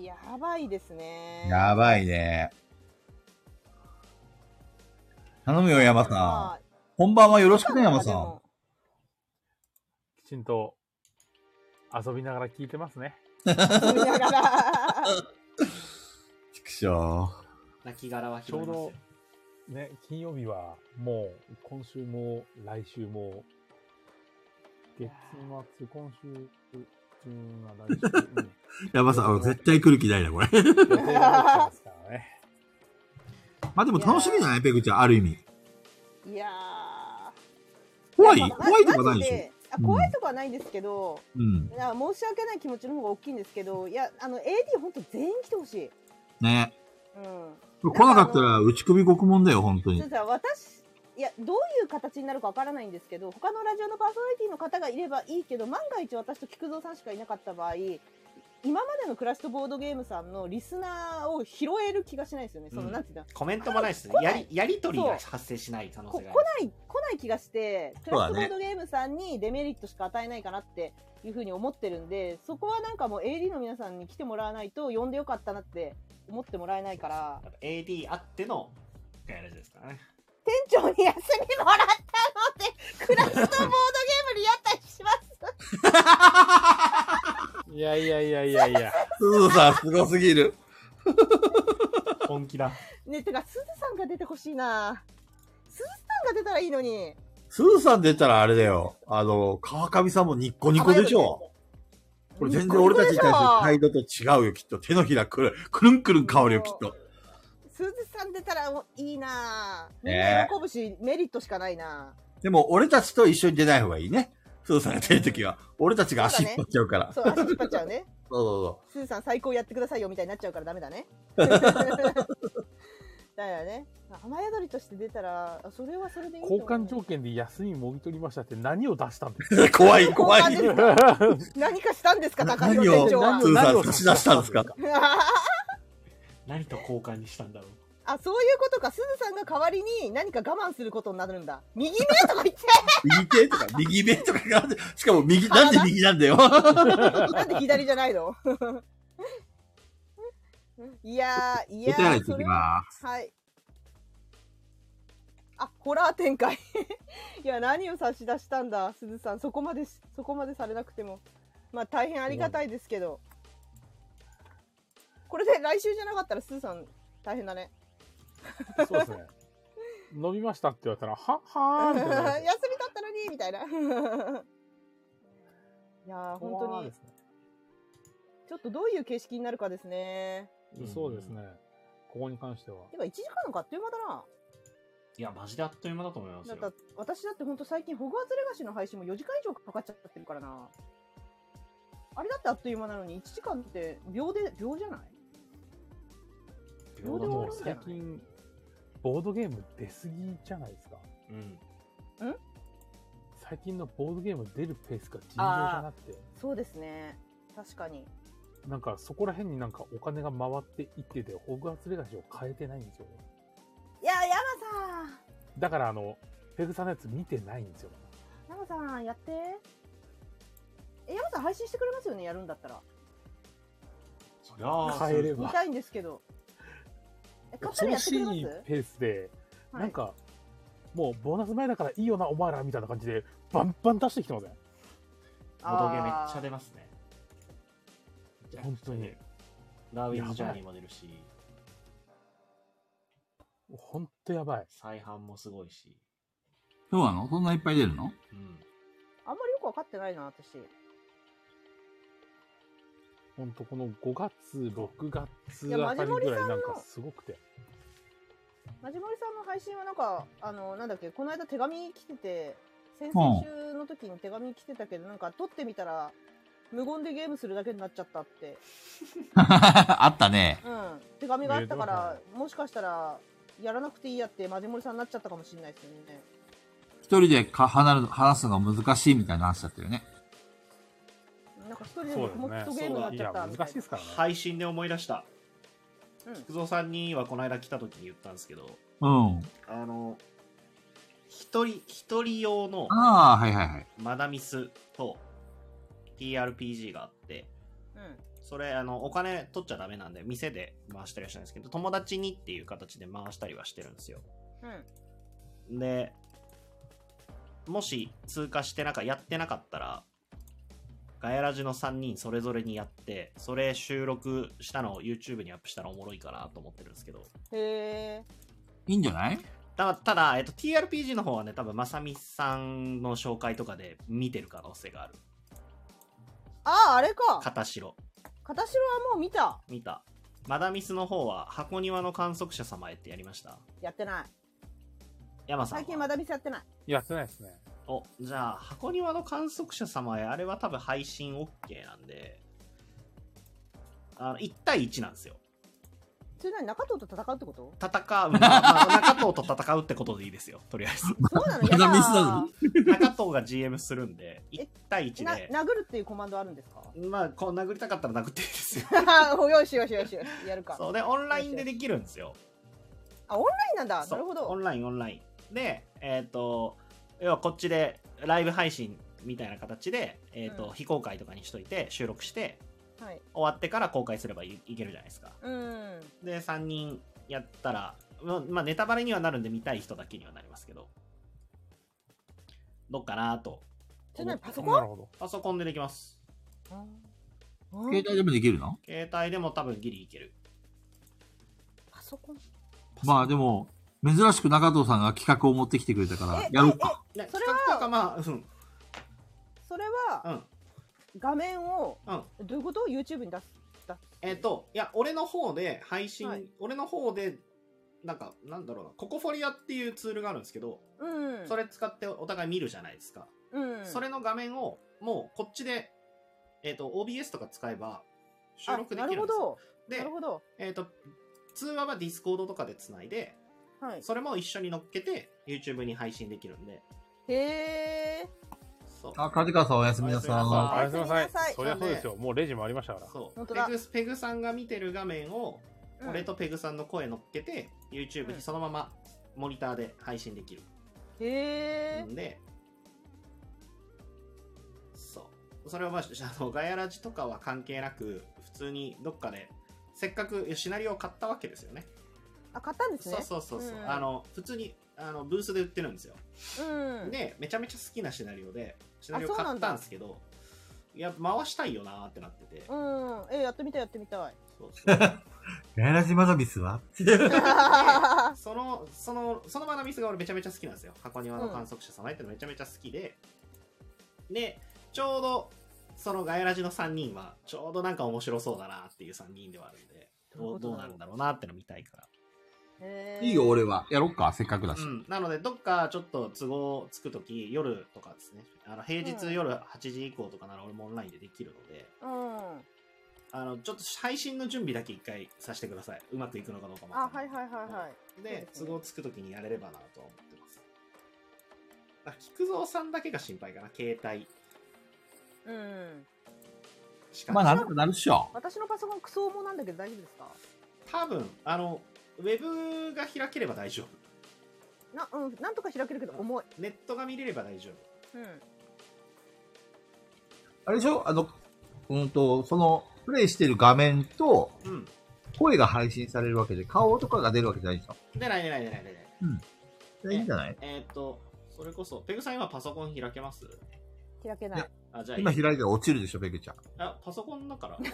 やばいですね。
やばいね。頼むよ、山さん。
まあ
本番はよろしくね、山さ
で
ん。
も
きちんと遊びながら聞いてますね。
飲みなが ら
ちくしょ
泣き殻は拾いますよ
ね、金曜日はもう今週も来週も月末、今週、うん、まあ来週、うん、
う。山さん、絶対来る気ないな、これ。
予定が入ってますからね。
まあでも楽しみじゃないペグちゃん、ある意味。
いやー
怖い
やま
怖いとかないでし
マ
ょ
ジあ怖いとかはないんですけど、
うん。
いや申し訳ない気持ちの方が大きいんですけど、いや、あの、AD 本当全員来てほしい。
ね。
うん。
これ来なかったら、打ち首獄門だよ、本当
ち
に
ょっ。とさ私、いや、どういう形になるかわからないんですけど、他のラジオのパーソナリティの方がいればいいけど、万が一私と菊蔵さんしかいなかった場合、今までのクラシットボードゲームさんのリスナーを拾える気がしないですよね。その、
うん
なんていうんだ
コメントもないですね
来。な
や
い
り、やりとりが発生しない可能
こ
性
来
が
な
あります。
い、来ない気がして、ク
そう
ラ
だ
フ
ね
トボードゲームさんにデメリットしか与えないかなっていうふうに思ってるんで、そこはなんかもう AD の皆さんに来てもらわないと、呼んでよかったなって思ってもらえないから、
やっぱ AD あっての、ガヤラジですからね。
店長に休みもらったので、クラフトボードゲームにやったりします。
いやいやいやいやいや、
うさん、すごすぎる。
本気だ。
ねえ、てか、すずさんが出てほしいな。すずさんが出たらいいのに。
スーさん出たらあれだよ。あの、川上さんもニッコニコでしょ。これ全然俺たちに対する態度と違うよ、きっと。手のひらくる、くるんくるん変わるよ、きっと。
すずさん出たらもういいな。みんな
ね
喜ぶし、メリットしかないな。
でも、俺たちと一緒に出ない方がいいね。スーさんが出るときは、俺たちが足引っ張っちゃうから。そ
そう、足引っ張っちゃうね。
うそうそう。
すずさん最高やってくださいよみたいになっちゃうからダメだ ね。だよね。雨宿りとして出たら、あそれはそれでいいと思う
交換条件で休みもぎ取りましたって何を出したんですか
怖い、怖い。
交換です何かしたんですか、高
何
弘
を、
店
ス
長は
何。を
ーさん差し出したんですか
何と交換にしたんだろう。
あ、そういうことか。すずさんが代わりに何か我慢することになるんだ。右目とか言って、
右手とか、右目とかが、しかも右、なんで右なんだよ。
なんで左じゃないの いやー、い
お
や
手
ー、
洗い行って
そ
き
れ
ま
は
す。
はい。あ、ホラー展開。 いや、何を差し出したんだ、すずさん。そこまでし、そこまでされなくても。まあ、大変ありがたいですけど。これで来週じゃなかったら、すずさん、大変だね。
そう ですね。飲みましたって言われたら、ははー
休
み
み
たい
だ
な
っ。たのに、みたいな。 いやー、本当
怖い
に
で、すね
ちょっとどういう形式になるかですね。
うん
そうですね。ここに関しては。
てか、1時間なんかあっという間だな。
いや、マジであっという間だと思います
だ
よ
っ。て私だって本当最近ホグワーツレガシーの配信も4時間以上かかっちゃってるからなあれだってあっという間なのに1時間って秒で秒じゃない
平等だと思
も
いうます
最近、ボードゲーム出すぎじゃないですか。
うん。
最近のボードゲーム出るペースが尋常じゃなくて、
そうですね確かに
なんかそこら辺になんかお金が回っていってて、ホグワーツレガシーを変えてないんですよ。
いや山
だからあの、ペグさんのやつ見てないんですよ。
さん山さんやってえ山さん配信してくれますよねやるんだったら
そりゃあ、
変えれ
見
ば。
たいんですけどえ買ったらやってくれます
いペースで、
はい
なんか、もうボーナス前だからいいよな、お前ら、みたいな感じで、バンバン出してきてません。
ボドゲめっちゃ出ますね。
本当に。
ダーウィンズ・ジャーニーも出るし、
ほんとやばい。
再販もすごいし。
そうなのそんないっぱい出 るの
うん。
あんまりよく分かってないな私
ほんとこの5月、6
いや
月
マ
あ
ジ
たり
モリ
ぐ
さん
らい
の
なんかすごくて。
マジモリさんの配信はなんか、あの、なんだっけ、この間手紙来てて、先々週の時に手紙来てたけど、なんか撮ってみたら、無言でゲームするだけになっちゃったって。
あったね。
うん。手紙があっ
ねえど
たか
うな
ら、もしかしたら、やらなくていいやって、マジモリさんになっちゃったかもしれないですよね。
一
人でか離る話すのが難しいみたいな話だったよね。
なんか一人で
そう
も
で
コ
す
ミ
ね
ットゲームになっ
い
ちゃ
や
ったみた
難
い
しいですからね、
配信で思い出した
な。うん
菊蔵さんにはこの間来た時に言ったんですけど
うん。
あの一人一人用の
ああ、はいはいはい。
マダミスと TRPG があって
うん
それあのお金取っちゃダメなんで店で回したりはしないんですけど友達にっていう形で回したりはしてるんですよ
うん
でもし通過してなんかやってなかったらガヤラジの3人それぞれにやってそれ収録したのを YouTube にアップしたらおもろいかなと思ってるんですけど
へえ。
いいんじゃない
たただ、えっと、TRPG の方はね多分まさみさんの紹介とかで見てる可能性がある
ああ、あれか。
片白
片白はもう見た。
見たマダミスの方は箱庭の観測者様へってやりました
やってない。
山さんは
最近まだ店やってない。
やってないですね。
おじゃあ箱庭の観測者様へあれは多分配信 OK なんであの1対1なんですよ
それなに中藤と戦うってこと
戦う、まあまあ 中藤と戦うってことでいいですよとりあえず
そうなのやだ
まだミスなの
中藤が GM するんで1対1
な
で
殴るっていうコマンドあるんですか
まあこう殴りたかったら殴っていいですよ
お よしよしよしよしやるか
そうでオンラインでできるんですよ
あオンラインなんだ
そ
な
う
るほ
オ
ど
ンラインオンラインでえっ、と要はこっちでライブ配信みたいな形で、えーと
うん
非公開とかにしといて収録して
はい
終わってから公開すればいいけるじゃないですか
うん
で3人やったらままあネタバレにはなるんで見たい人だけにはなりますけどどっかなと
それなにパソコ
な
ン
るほど。
パソコンでできます
うん
携帯でもできるの
携帯でも多分ギリいける
パソコン
まあでも、珍しく中藤さんが企画を持ってきてくれたから
え、
やろうか。
ね
それは
企画とかまあうん
それ
う
は
ん
画面を
うん
どういうこと YouTube に出す出す
えっ、と、いや、俺の方で配信、
はい
俺の方で、なんか、なんだろうな、ココフォリアっていうツールがあるんですけど、
うん
それ使ってお互い見るじゃないですか。
うん
それの画面を、もうこっちで、えっ、と、OBS とか使えば収
あ
録で
な
き
る
るん
ほ
ですよ。
どなるほど
で、えっ、と、通話は Discord とかでつないで、
はい
それも一緒に乗っけて、YouTube に配信できるんで、
へえ
そう。
あ、梶川さんおやすみ
お
な
やすみな
さ
さ
い。
あれすいま
おやすみな
せ
さ
ん。
い
そりゃそうですよ。もうレジもありましたから。
そう
本
ペ
当だ
グペグさんが見てる画面を、俺とペグさんの声乗っけて、YouTube にそのままモニターで配信できる。
へえ
んで、そう。それはまあ、 あの、ガヤラジとかは関係なく、普通にどっかで、せっかくシナリオを買ったわけですよね。
あ買ったんです
そう
ね
そうそうそう、
うん
あの、普通に、あの、ブースで売ってるんですよ。
うん
で、めちゃめちゃ好きなシナリオで、シナリオ買ったんですけど、いや、回したいよなーってなってて。
うんえやってみたいやってみ たい
そうそう
ガヤラジマダビスは
その、その、そのマナミスが俺めちゃめちゃ好きなんですよ。箱庭の観測者様へってのめちゃめちゃ好きで。で、ちょうど、そのガヤラジの3人は、ちょうどなんか面白そうだなっていう3人ではあるんで、どう
どう
ど
いう
う
ことだ
な
ろう
るんだろうなっての見たいから。
へー
いいよ、俺は。やろうか、せっかくだし
う。ん。なので、どっかちょっと都合つくとき、夜とかですね。あの、平日夜8時以降とかなら俺もオンラインでできるので、
うん
あの、ちょっと配信の準備だけ一回させてください。うまくいくのかどうかも。
あはいはいはいはい
で、
そ
都
うで
合
すね
つくときにやれればなとは思ってます。あ、菊蔵さんだけが心配かな、携帯
うん
しか
まあ、なんとかなるっしょ。
私のパソコンクソ重なんだけど大丈夫ですか
多分、あの、ウェブが開ければ大丈夫。
なうんなんとか開けるけど重い
ネットが見れれば大丈
うん
あれでしょあの、うんと、その、プレイしてる画面と、
夫。うん。
声が配信されるわけで、顔とかが出るわけじゃないんでしょ
出ない出ない出ない出ない。
いいんじゃない
えーっと、それこそ、ペグさん今パソコン開けます
開けない
いや
あ、じゃあ、
今開いたら落ちるでしょ、ペグちゃん。
あ、パソコンだから。
そっ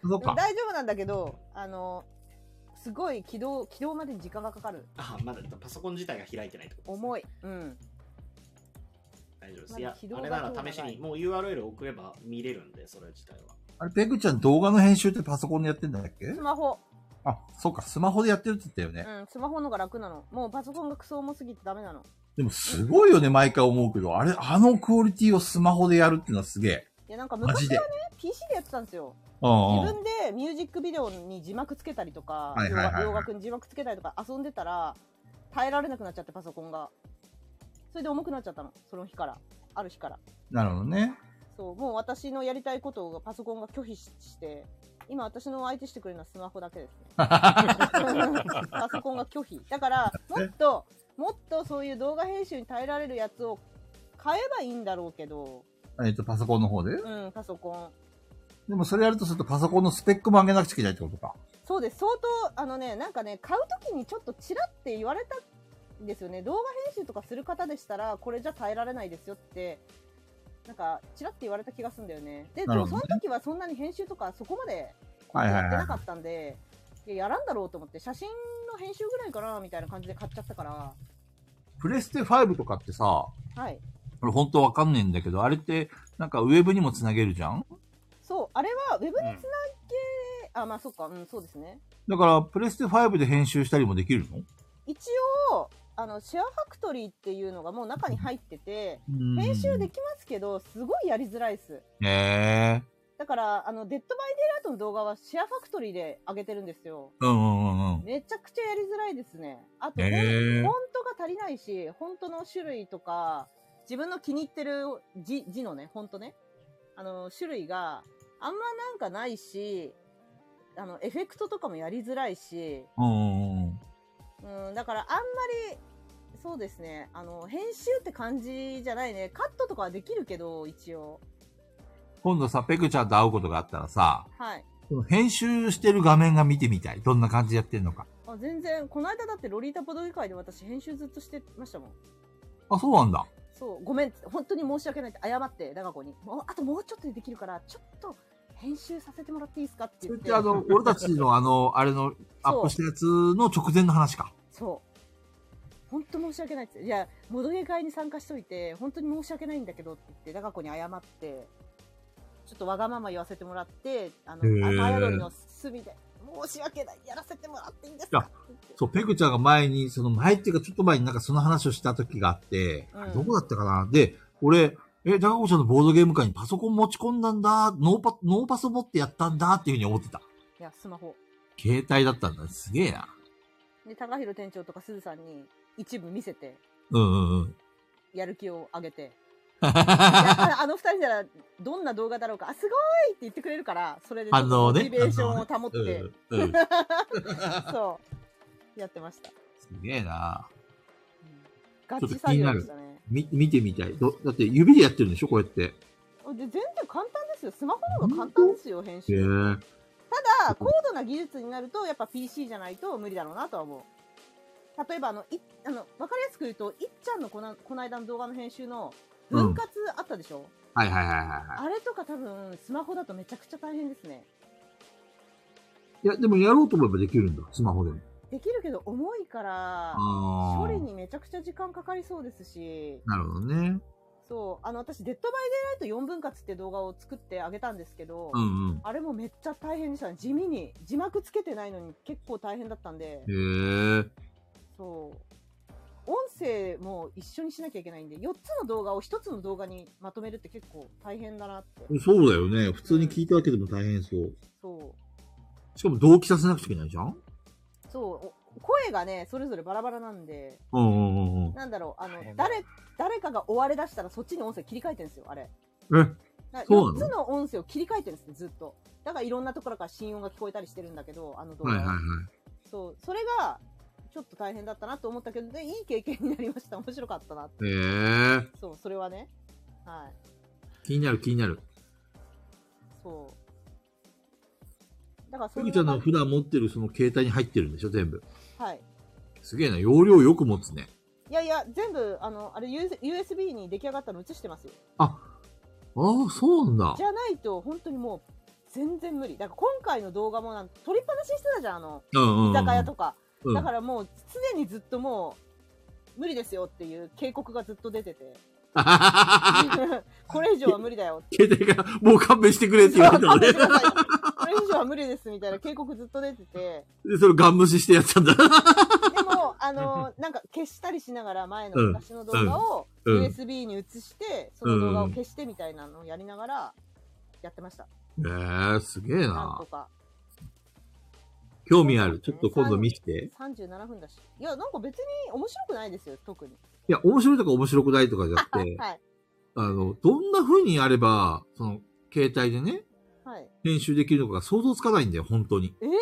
でも
か。
大丈夫なんだけどあのすごい起動起動までに時間がかかる
あ、まだパソコン自体が開いてないってことですね
重いうん
大丈夫で。
ますだ
いや
起動、が
あれな
どう
ら
な
試し
の
に、もう URL 送れば見れるんで、それ自体は。
あれ、ペグちゃん動画の編集ってパソコンでやってんだっけ
スマホ
あ、そうか、スマホでやってるって言ったよ
う
ね。
んスマホの方が楽なのもうパソコンがクソ重すぎてダメなの
でもすごいよね、毎回思うけど、あれ、あのクオリティをスマホでやるっていうのはすげえ。
いやなんか
マジ
昔
で。
PC でやってたんですよ
うん
自
うん。
分でミュージックビデオに字幕つけたりとか
はいはいはいはい
洋楽に字幕つけたりとか遊んでたら耐えられなくなっちゃってパソコンがそれで重くなっちゃったのその日からある日から
なるほどね。
そうもう私のやりたいことがパソコンが拒否しして今私の相手してくれるのはスマホだけですねパソコンが拒否だからもっともっとそういう動画編集に耐えられるやつを買えばいいんだろうけど
えっと、パソコンの方で。
うんパソコン
でもそれやるとするとパソコンのスペックも上げなくちゃいけないってことか。
そうです相当あのねなんかね買う時にちょっとちらって言われたんですよね動画編集とかする方でしたらこれじゃ耐えられないですよってなんかちらって言われた気がするんだよねで
な
で
る
も
ほ
そ
ど
の
ね
時はそんなに編集とかそこまで
はいはい
やって
は。
ないかったんで、いややらんだろうと思って写真の編集ぐらいかなみたいな感じで買っちゃったから
プレステ5とかってさ、
はい
これ本当わかんねえんだけど、あれって、なんかウェブにもつなげるじゃん
そうあれはウェブにつな
う
げ、
ん
あまあそっかうんそうですね
だから、プレステ5で編集したりもできるの
一応あのシェアファクトリーっていうのがもう中に入ってて編集できますけどすごいやりづらいです
ねえ。
だから、あの、デッドバイデイライトの動画はシェアファクトリーで上げてるんですよ。
うんうんうんうん。
めちゃくちゃやりづらいですね。あと、フォン
ええ
フォントが足りないし、フォントの種類とか、自分の気に入ってる字字のね、フォントね。あの、種類があんまなんかないし、あの、エフェクトとかもやりづらいし、
うんうんうん。
うん、だからあんまり、そうですね、あの、編集って感じじゃないね。カットとかはできるけど、一応。
今度さ、ペグちゃんと会うことがあったらさ、
はい。
その編集してる画面が見てみたい。どんな感じでやってんのか。
あ全然この間だってロリータボドゲ会で私編集ずっとしてましたもん
あ、そうなんだ。
そうごめんっつって本当に申し訳ないって謝って長子にもうあともうちょっとでできるからちょっと編集させてもらっていいですかって
そ
言
れ
っ
っててあの、俺たちのあの、あれの、アップしたやつの直前の話か。
そう本当申し訳ないっつっていやボドゲ会に参加しといて本当に申し訳ないんだけどって言って長子に謝ってちょっとわがまま言わせてもらってあの
へー
赤宿りの隅で申し訳ないやらせてもらっていいんですかって言って
そう、ペグちゃんが前に、その前っていうかちょっと前になんかその話をした時があって、
うん
どこだったかなで、俺、え、高子ちゃんのボードゲーム会にパソコン持ち込んだんだ、ノーパ、ノーパソ持ってやったんだっていうふうに思ってた。
いやスマホ
携帯だったんだ。すげえな。
で高弘店長とかすずさんに一部見せて
うんうんうん。
やる気を上げてい やあの二人ならどんな動画だろうかあすごいって言ってくれるからそれでちょっと
反応ね
モチベーションを保って、
うんうん。
そうやってました、
すげえな。
うんガ
っと
チ作業でしたね
み、見てみたい。どだって指でやってるんでしょこうやって。
で全然簡単ですよスマホの方が簡単ですよ編
へえ
集。ただ高度な技術になるとやっぱ PC じゃないと無理だろうなとは思う例えばあのいあの分かりやすく言うといっちゃんのこのこの間の動画の編集の分割あったでしょ、
はいはいはいはいは
あれとか多分スマホだとめちゃくちゃ大変ですね
い。いや、でもやろうと思えばできるんだ。スマホでも。
できるけど重いから
あ
処
あ
理。にめちゃくちゃ時間かかりそうですし
なるほどね。
そうあの私「デッド・バイ・デイ・ライト4分割」って動画を作ってあげたんですけど、
うんうん。
あれもめっちゃ大変でしたね地味に字幕つけてないのに結構大変だったんで
へえ。
そう音声も一緒にしなきゃいけないんで4つの動画を1つの動画にまとめるって結構大変だなって
そうだよね。普通に聞いただけでも大変そう。
そう
しかも同期させなくちゃいけないじゃん
そうお声がねそれぞれバラバラなんで
うんうんうんうん。
なんだろう、あの
大、変だ
誰、誰かが追われ出したらそっちに音声切り替えてるんですよ、あれ。
え
だから
そう
4
なの
つの音声を切り替えてるんですね、ずっと。だからいろんなところから心音が聞こえたりしてるんだけど、あの動画
はい
は。
はいはい。
そう、それが、ちょっと大変だったなと思ったけど、でいい経験になりました。面白かったな。
へえ
そう、それはね。はい。
気になる気になる。
そう。だから
ふ
そ
ぐちゃんの
の
普段持ってるその携帯に入ってるんでしょ全部。
はい。
すげえな。容量よく持つね。
いやいや、全部、あの、あれ、US USB に出来上がったの映してますよ。
ああ、そうなんだ
じ。ゃないと、本当にもう、全然無理。だから今回の動画もなん、撮りっぱなしにしてたじゃん、あの、
うんうん、うん。
居酒屋とか、
うん
だからもう常にずっともう無理ですよっていう警告がずっと出て てこれ以上は無理だよって
携帯がもう勘弁してくれって言われたの
勘弁し
ね
て。くださいこれ以上は無理ですみたいな警告ずっと出てて
で、それガン無視してやっち ゃった。
でもあのなんか消したりしながら前の
うん
昔の動画を
うん
USB に移してその動画を消してみたいなのをやりながらやってました
ええすげえ
なん
な
と。か
興味ある。ちょっと今度見せて。
37分だしいやなんか別に面白くないですよ特に
いや、面白いとか面白くないとかじゃなく
はい
て、
はい
あの、どんな風にやれば、その、携帯でね、
はい
編集できるのかが想像つかないんだよ、本当に。
えー、いや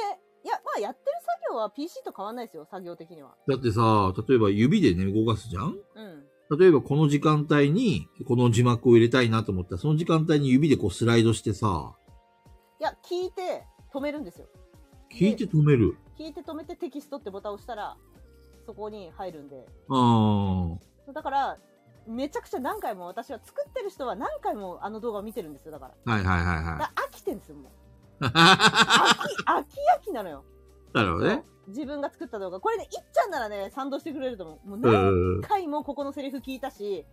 まあやってる作業は PC と変わんないですよ作業的には
だってさ、例えば指でね、動かすじゃん
うん
例えばこの時間帯に、この字幕を入れたいなと思ったら、その時間帯に指でこうスライドしてさ、
いや聞いて止めるんですよ
聞いて止める。
聞いて止めてテキストってボタンを押したらそこに入るんで
あー。
だからめちゃくちゃ何回も私は作ってる人は何回もあの動画を見てるんですよだから
はいはいはい
だか
は
ら飽きてるんですよもう
い。
飽き飽き飽きなのよ
なるほどね。
自分が作った動画これねいっちゃんならね賛同してくれると思うもう
う
何
ん。
回もここのセリフ聞いたし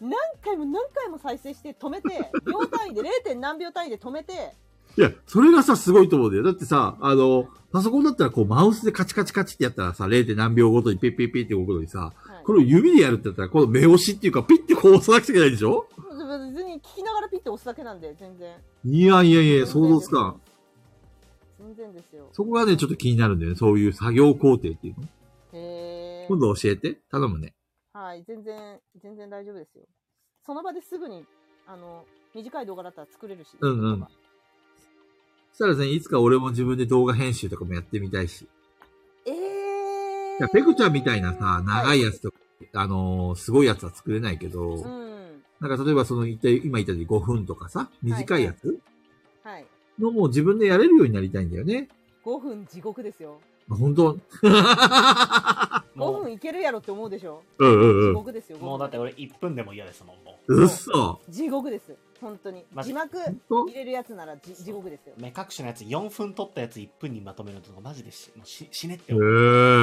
何回も何回も再生して止め て秒単位で 0. 何秒単位で止めて
いや、それがさ、すごいと思うんだよ。だってさ、あの、パソコンだったらこう、マウスでカチカチカチってやったらさ、0. 何秒ごとにピッピッピッって動くのにさ、
はい
これを指でやるってやったら、この目押しっていうか、ピッてこう押さなくちゃいけないでしょ
別に聞きながらピッて押すだけなんで全然
いやいやいや、想像つかん。
全然ですよ
そこがね、ちょっと気になるんだよね。そういう作業工程っていうの。
へえ
今度教えて。頼むね。
はい、全然、全然大丈夫ですよ。その場ですぐに、あの、短い動画だったら作れるし。
うんうん
動画
そしたらね、いつか俺も自分で動画編集とかもやってみたいし。
え
い
ー。
や、ペグちゃんみたいなさ、長いや
つ。
つとか、あのーすごいやつは作れないけど、
うん。
なんか例えばその言った、今言ったように5分とかさ、短いやつ
はい。
のもう自分でやれるようになりたいんだよね。
5分地獄ですよ。
まあ本当
5分いけるやろって思うでしょ。
うんう
地
んうん。
獄ですよ。
もうだって
5分
俺1分でも嫌ですもんも
うっそ。
地獄です。本当に。
マジ
字幕
本当
入れるやつならじ地獄ですよ
う。目隠しのやつ4分取ったやつ1分にまとめるとかマジでしもうし死ねって
へえ
思う、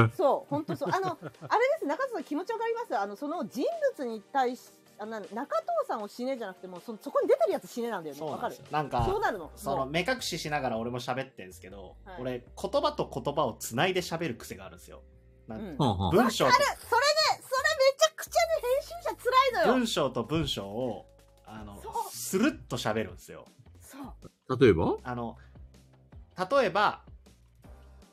ー。
そう、本当そう。あの、あれです、中藤さん気持ちわかりますあの、その人物に対し、あな中藤さんを死ねじゃなくて、もうそそこに出てるやつ死ねなんだよね。
そう
わ
な
か
んで
る
すよなん
そう
か
なるの。
そ
も
の
う
目隠ししながら俺も喋ってんですけど、
はい
俺言葉と言葉をつないで喋る癖があるんですよな
うんん
ほんほん
文章と
それね、それめちゃくちゃね、編集者辛いのよ。
文章と文章をあの
そう
スルッと喋るんですよ
そう。
例えば
あの例えば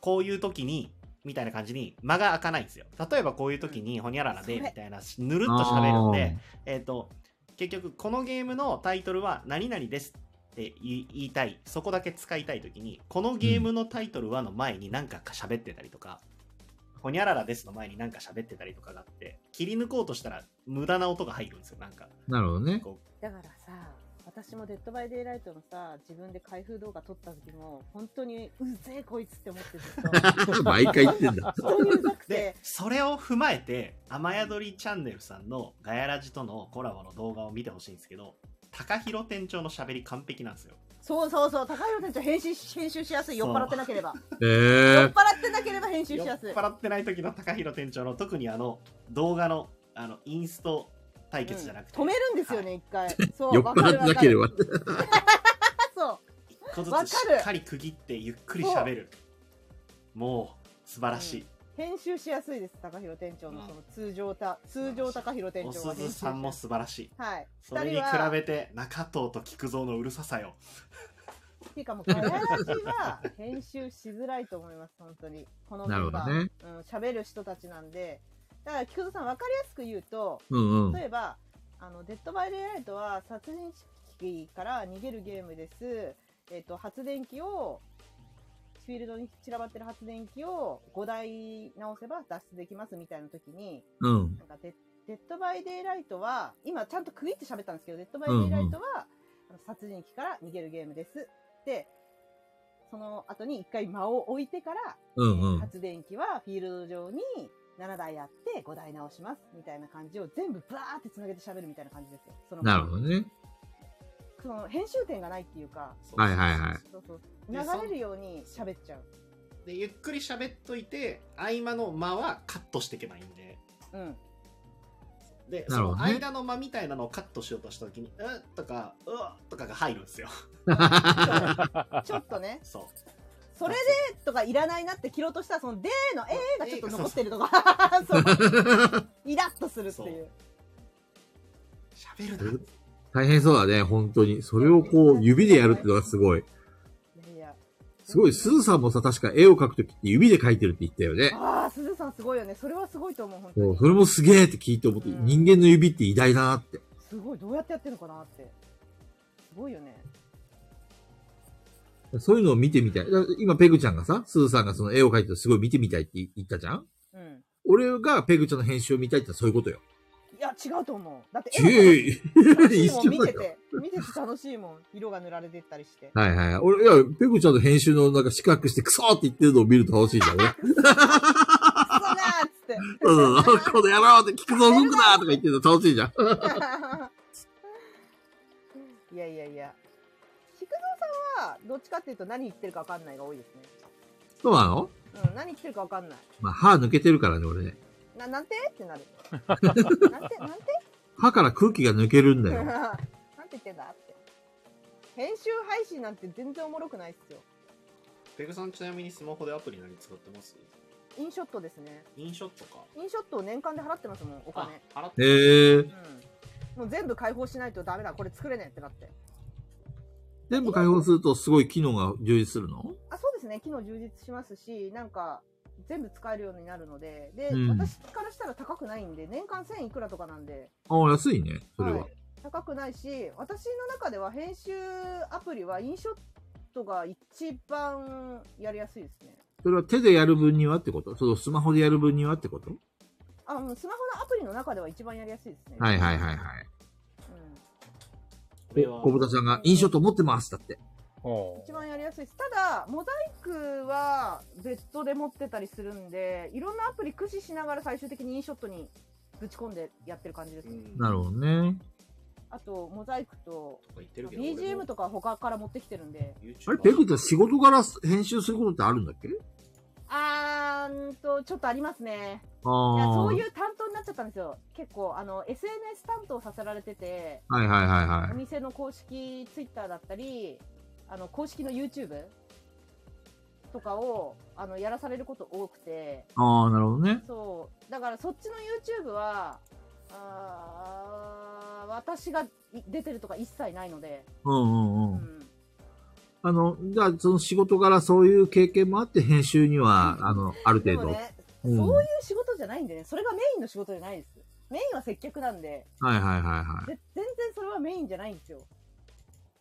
こういう時にみたいな感じに間が開かないんですよ例えばこういう時にほにゃららで
それ
みたいなぬるっと喋るんでえっ、と結局このゲームのタイトルは何々ですって言い言いたいそこだけ使いたい時にこのゲームのタイトルはの前に何か喋ってたりとか、ほにゃららですの前に何か喋ってたりとかがあって切り抜こうとしたら無駄な音が入るんですよなんか
なるほどね。
こ
だからさ、私もデッドバイデイライトのさ、自分で開封動画撮った時も、本当にうぜえこいつって思ってずっと。
毎回言ってん だ。
本当にうざく
うで
て。
それを踏まえて雨宿りチャンネルさんのガヤラジとのコラボの動画を見てほしいんですけど高弘店長の喋り完璧なんですよ
そうそうそう、高弘店長編集し、編集しやすい。酔っ払ってなければ。
え
酔
ー
っ。払ってなければ編集
酔
しや
っ
すい。
払ってない時の高弘店長の特にあの動画のあのインスト対決じゃなくて、
うん止めるんですよね、一回。そう、
酔っ払ってなけれ
わ
ば。
かるわかるそう。
一個ず
わか
つ
る
しっかり区切ってゆっくり喋るもう素晴らしい、
編集しやすいです、高弘店長のその通常た、通常高弘店
お
長は
す
編集
ず
し
さ
や
んも
すい
素晴らしい
はい。
それに比べて中藤と菊蔵のうるささよ
っていうかもうガヤラジは編集しづらいと思います、本当に。このメンバ
な
ー、
る
うん、喋る人たちなんで。だから、菊田さん分かりやすく言うと、
うんうん。
例えば、あの、デッドバイデイライトは殺人鬼から逃げるゲームです。えっと、発電機を、フィールドに散らばってる発電機を5台直せば脱出できますみたいな時に、
うん。
なんかデデッドバイデイライトは、今ちゃんと区切って喋ったんですけど、デッドバイデイライトは、あの殺人鬼から逃げるゲームです。で、その後に一回間を置いてから、
うんうん。
発電機はフィールド上に7台あって5台直します。みたいな感じを全部バーって繋げて喋るみたいな感じですよ。その
なるほどね。
その編集点がないっていうか、
はいはいはい
そうそう流
で
れるように喋っちゃう。
でゆっくり喋っといて合間の間はカットしていけばいいんで
うん。
で、
な
そ
るほど
の
ね
間の間みたいなのをカットしようとした時に「うっ」とか「うっ」とかが入るんですよ
ちょっとね、
そう
それでとかいらないなって切ろうとしたら、そのでのえーがちょっと残ってるとか、そうイラッとするっていう。
喋るな
大変そうだね、本当に。それをこう、指でやるってのがすごい。
いやいや、
すごい、すずさんもさ、確か絵を描くときって指で描いてるって言ったよね。
ああ、すずさんすごいよね。それはすごいと思う、本当
そう
に。
それもすげえって聞いて思って、
うん
人間の指って偉大だなって。
すごい、どうやってやってるのかなって。すごいよね。
そういうのを見てみたい。だから今、ペグちゃんがさ、すずさんがその絵を描いてるすごい見てみたいって言ったじゃん
うん。
俺がペグちゃんの編集を見たいってそういうことよ。
いや、違うと思う。だって、
ち
絵
ゅ
の楽
い
しいもん
一緒
見
だ
て
よ。
て、見てて楽しいもん。色が塗られてったり して。
はいはい。俺、いや、ペグちゃんの編集のなんか四角してクソーって言ってるのを見ると楽しいんだよね。
クソだーっつって。
うん、 この野郎って聞くぞ、動くなとか言ってるの楽しいじゃん。
いやいやいや。菊蔵さんは、どっちかっていうと何言ってるか分かんないが多いですね。
そうなの
うん、何言ってるか分かんない。
まあ、歯抜けてるからね、俺ね。
な、なんてって なる。なんて、なんて
歯から空気が抜けるんだよ。
なんて言ってんだって。編集配信なんて全然おもろくないっすよ。
ペグさんちなみにスマホでアプリ何使ってます
インショットですね。
インショットか。
インショットを年間で払ってますもん、お金。
あ、払って。
へえ。
うん。もう全部解放しないとダメだ、これ作れねえってなって。
全部開放するとすごい機能が充実するの
あ、そうですね。機能充実しますし、なんか、全部使えるようになるので、で、
うん
私からしたら高くないんで、年間1000いくらとかなんで、
ああ、安いね、それは。
い、高くないし、私の中では編集アプリはインショットが一番やりやすいですね。
それは手でやる分にはってことそのスマホでやる分にはってこと
あ、もうスマホのアプリの中では一番やりやすいですね。
はいはいはいはい。
う
これは
小豚さんが、インショット持ってますだって。
ん、一番やりやすいです。ただ、モザイクは別途で持ってたりするんで、いろんなアプリ駆使しながら最終的にインショットにぶち込んでやってる感じです
う
ね。
ん
なるほどね。
あと、モザイクと、
とか言ってるけど
BGM とか他から持ってきてるんで。
あれ、ペグって仕事から編集することってあるんだっけ
あーんと、ちょっとありますね。いや、
ああ
そ
ー。
ういう担当になっちゃったんですよ。結構、あの、SNS 担当させられてて、
はいはいはいは
お
い。
店の公式 Twitter だったり、あの、公式の YouTube とかを、あの、やらされること多くて、
ああ、なるほどね。
そう。だからそっちの YouTube は、あー私がい出てるとか一切ないので、
うんうん
う
うん。
ん。
あの、じゃあ、その仕事からそういう経験もあって、編集には、あの、ある
で
程
も
度。
ね、
うん
そういう仕事じゃないんでね、それがメインの仕事じゃないです。メインは接客なんで、
はいはいはいはい。
で全然それはメインじゃないんですよ。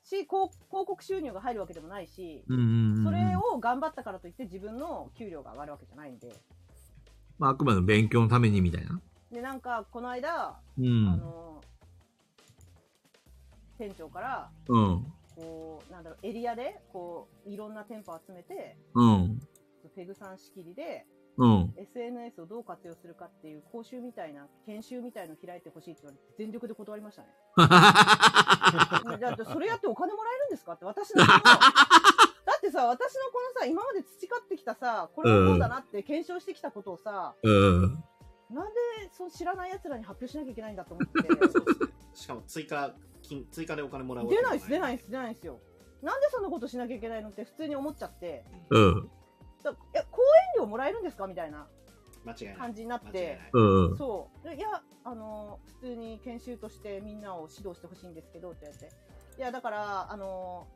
し、広広告収入が入るわけでもないし、
うんうんうんうん。
それを頑張ったからといって自分の給料が上がるわけじゃないんで。
まあ、あくまでも勉強のためにみたいな。
で、なんか、この間、あ
うん。
の、店長から、
うん。
こう、なんだろう、エリアで、こう、いろんな店舗集めて、
うん。
ペグさん仕切りで、
うん。
SNS をどう活用するかっていう講習みたいな、研修みたいの開いてほしいって言われて、全力で断りましたね。ねだってそれやってお金もらえるんですかって、私のこの、だってさ、私のこのさ、今まで培ってきたさ、これはこうだなって検証してきたことをさ、
うん。
なんでそう知らない奴らに発表しなきゃいけないんだと思って、
しかも追加金追加でお金もらうわけ
出
じゃ
ないっす、出ないっす、出ないっすよ。なんでそんなことしなきゃいけないのって普通に思っちゃって、
う
うんん。
だえ、講演料もらえるんですかみたいな
間違いない
感じになっ
間違い
て
な、い
うん。
そう。でいや、あの、普通に研修としてみんなを指導してほしいんですけど、って言われて。いや、だから、あの、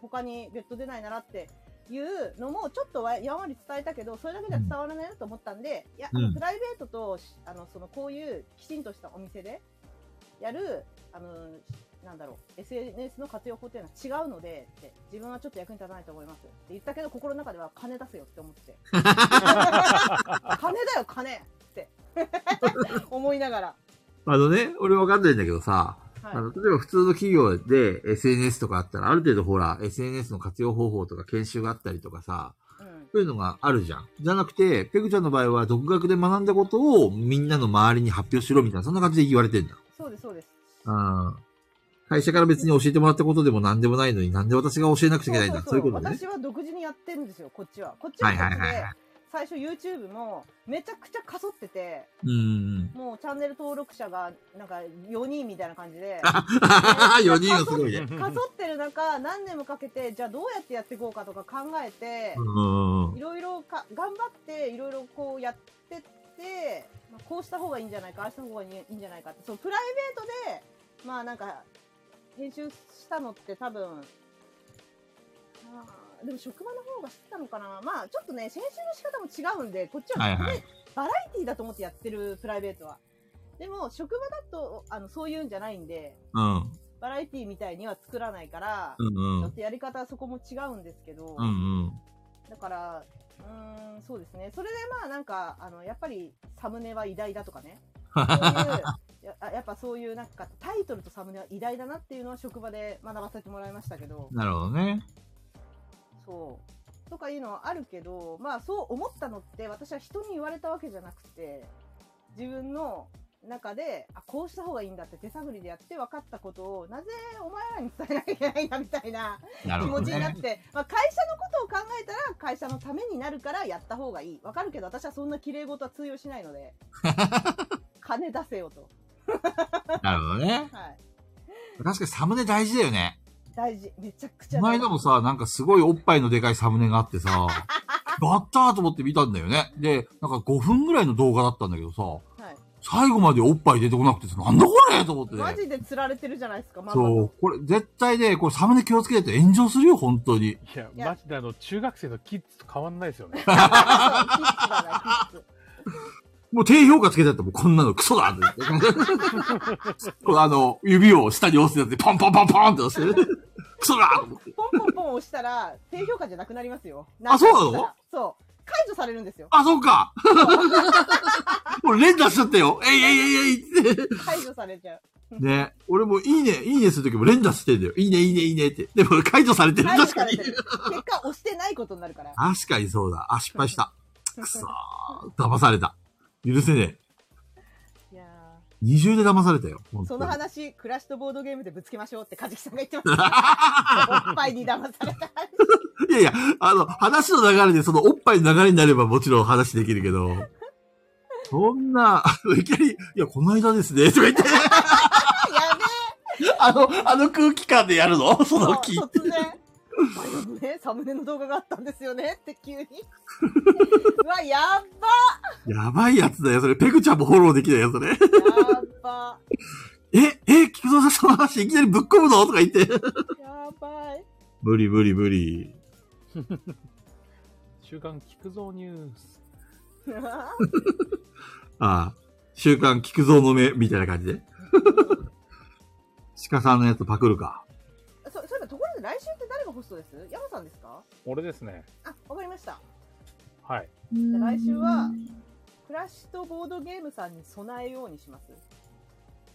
他に別途出ないならっていうのも、ちょっとはやんわり伝えたけど、それだけじゃ伝わらないなと思ったんで、いや、あ
う
の
ん
プライベートと、しあの、その、こういうきちんとしたお店でやる、あの、なんだろう、SNS の活用法っていうのは違うので、って、自分はちょっと役に立たないと思いますって言ったけど、心の中では金出せよって思っ て。金だよ、金って。思いながら。
あのね、俺わかんないんだけどさ、
はい
あ。の、例えば普通の企業で SNS とかあったら、ある程度ほら、SNS の活用方法とか研修があったりとかさ、
うん。
そういうのがあるじゃん。じゃなくて、ペグちゃんの場合は独学で学んだことをみんなの周りに発表しろみたいな、そんな感じで言われてんだ。
そうです、そうです。
うん。会社から別に教えてもらったことでも何でもないのに、なんで私が教えなくちゃいけないんだ。そういうことね。
私は独自にやってるんですよ、こっちは。こっちはこっち
はいはいはい
で
は、
最初 YouTube もめちゃくちゃかそってて、
うん。
もうチャンネル登録者がなんか4人みたいな感じで、
4人がすごいね。
かそってる中、何年もかけて、じゃあどうやってやっていこうかとか考えて
う、ん。
いろいろか頑張って、いろいろこうやってって、まあこうした方がいいんじゃないか、ああした方がいいんじゃないかって、そう、プライベートで、まあなんか、編集したのって多分、あーでも職場の方が知ってたのかなまあちょっとね編集の仕方も違うんでこっちは、
はいはい
ねバラエティだと思ってやってるプライベートはでも職場だとあのそういうんじゃないんで
うん。
バラエティみたいには作らないから、
うん
ち
う
ょ
ん
っ。とやり方はそこも違うんですけど、
うんうん。
だからうーんそうですねそれでまあなんかあのやっぱりサムネは偉大だとかねそういうやあやっぱそういうなんかタイトルとサムネは偉大だなっていうのは職場で学ばせてもらいましたけど
なるほどね。
そうとかいうのはあるけどまあそう思ったのって私は人に言われたわけじゃなくて自分の中であこうした方がいいんだって手探りでやって分かったことをなぜお前らに伝えなきゃいけないんだみたいな
なる
気
ほ
持
ど
ちになっ
ね。
て、まあ、会社のことを考えたら会社のためになるからやった方がいいわかるけど私はそんな綺麗事は通用しないの で金出せよと、
なるほどね。
はい、
確かにサムネ大事だよね。
大事めちゃくちゃ
この
大
間
事
もさ、なんかすごいおっぱいのでかいサムネがあってさ、やったーと思って見たんだよね。で、なんか5分ぐらいの動画だったんだけどさ、
はい、
最後までおっぱい出てこなくてさ、なんだこれと思ってね。
マジで釣られてるじゃないですかまんまと
そう、これ絶対ね、これサムネ気をつけないと炎上するよ、本当に。
いや、
いや
マジであの、中学生のキッズと変わんないですよね。
そうキッズだなキッズ
もう低評価つけてやったらもうこんなのクソだって言って。このあの、指を下に押すやつでパンパンパンパンって押して、クソだと思って。
ポンポンポン押したら低評価じゃなくなりますよ
あそうなの
なんかしたらそう解除されるんですよ
あ、そうか俺連打しちゃったよ。えいえいえいえいって。
解除されちゃう
ね。俺もいいね、いいねするときも連打してんだよ。いいね、いいね、いいねって。でも解除されてる。
解除 さ
確か
れて。
に
る結果押してないことになるから
確かにそうだ。あ、失敗した。くそー。騙された。許せね
いやー
え。二重で騙されたよ。本当
そ
に
の話、クラッシュとボードゲームでぶつけましょうって、かじきさんが言ってました。おっぱいに騙された。
いやいや、あの、話の流れでそのおっぱいの流れになればもちろん話できるけど、そんな、あのいきなり、いや、この間ですね、とか言って、
やべ
あの、あの空気感でやるのその
え
気。
突然。あれね、サムネの動画があったんですよねって急に。うわ、やっ
やばいやつだよ、それ。ペグちゃんもフォローできないよ、そ
ばや
れ。
っば
え、え、菊蔵さんその話いきなりぶっ込むのとか言って。
やばい。
無理無理無理。
週刊菊蔵ニュース。
ああ、週刊菊蔵の目、みたいな感じで。 鹿さんのやつパクるか。
そそういえば、ところで来週って誰がホストです山さんですか
俺ですね。
あ、わかりました。
はい。
じゃあ来週は、クラッシュとボードゲームさんに備えようにします。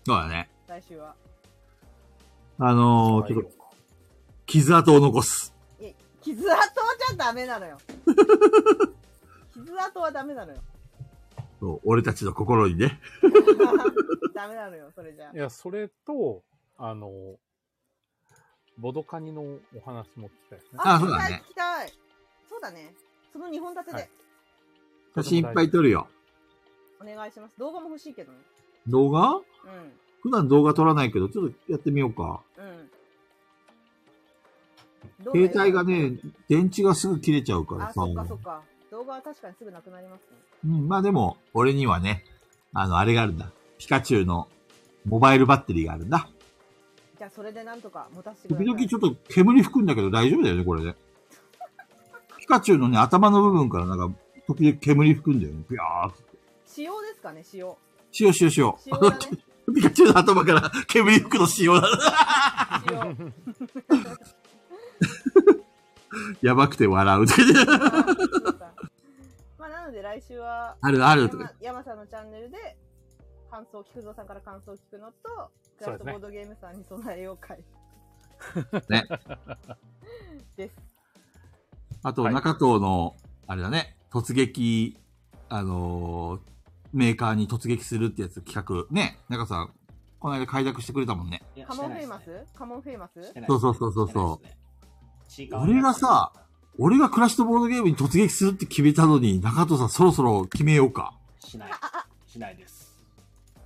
そうだね。
来週は。
あのー、ちょっと、傷跡を残す。
いや、傷跡じゃダメなのよ。 傷跡はダメなのよ。
そう、俺たちの心にね。
ダメなのよ、それじゃ
い。や、それと、あの、ボドカニのお話も聞きたいですね。
あ
聞
そ
き
うだ
たい、
ね
聞きたい。そうだね。その2本立て
はい
で
写真いっぱい撮るよ。
お願いします。動画も欲しいけどね。
動画
うん。
普段動画撮らないけど、ちょっとやってみようか。
うん。動画
携帯がね、電池がすぐ切れちゃうから
あ、
さ。
そっかそっか。動画は確かにすぐなくなりますね。
うん、まあでも、俺にはね、あの、あれがあるんだ。ピカチュウのモバイルバッテリーがあるんだ。
じゃあ、それでなんとか持たせてくだ
時
さい。
々ちょっと煙吹くんだけど大丈夫だよね、これね。ピカチュウのね、頭の部分からなんか、時々煙吹くんだよね。ピャーって。
使用ですかね、使 用。
しようしようしよ
使用だね。
う。ピカチュウの頭から 煙吹くの仕様だ。
使用。
やばくて 笑う。
まあ、なので来週は、
あるあるとか
山。山さんのチャンネルで、感想、菊蔵さんから感想を聞くのと、クラフトボードゲームさんに備えよう会。
ね。
です。
あと、
はい
中藤の、あれだね、突撃、あのーメーカーに突撃するってやつ企画。ね、中藤さん、この間快諾してくれたもんね。
カモンフェイマスカモンフェイマス
そうそうそうそうそう
う
俺がさ、俺がクラッシュとボードゲームに突撃するって決めたのに、中藤さんそろそろ決めようか。
しない。しないです。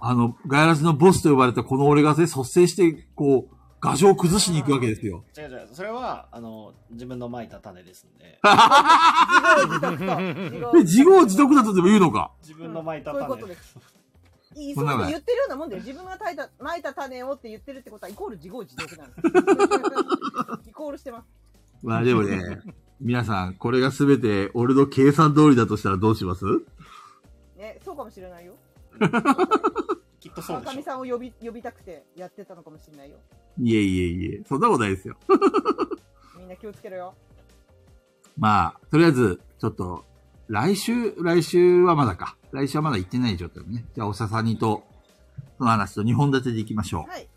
あの、ガイラジのボスと呼ばれたこの俺がね、率先して、こう、画像を崩しに行くわけですよ。
違う違う、それは、あの、自分のまいた種ですんで。
自業自得と。
で、 自業自得だとでも言うのか。
自分のまいた
そういうこ
種
とです。急いで
そんなの
言ってるようなもんだよ。自分が炊いた、撒いた種をって言 ってるってことは、イコール自業自得なの。イコールしてます。
まあでもね、皆さん、これがすべて俺の計算通りだとしたらどうします
ね、そうかもしれないよ。
きっとそう
川
でしょ
上さんを呼び呼びたくてやってたのかもしれないよ。
いえいえいえ、そんなことないですよ。
みんな気をつけろよ。
まあ、とりあえず、ちょっと、来週、来週はまだか。来週はまだ行ってない状態だね。じゃあ、おささにと、その話と2本立てで行きましょう。
はい。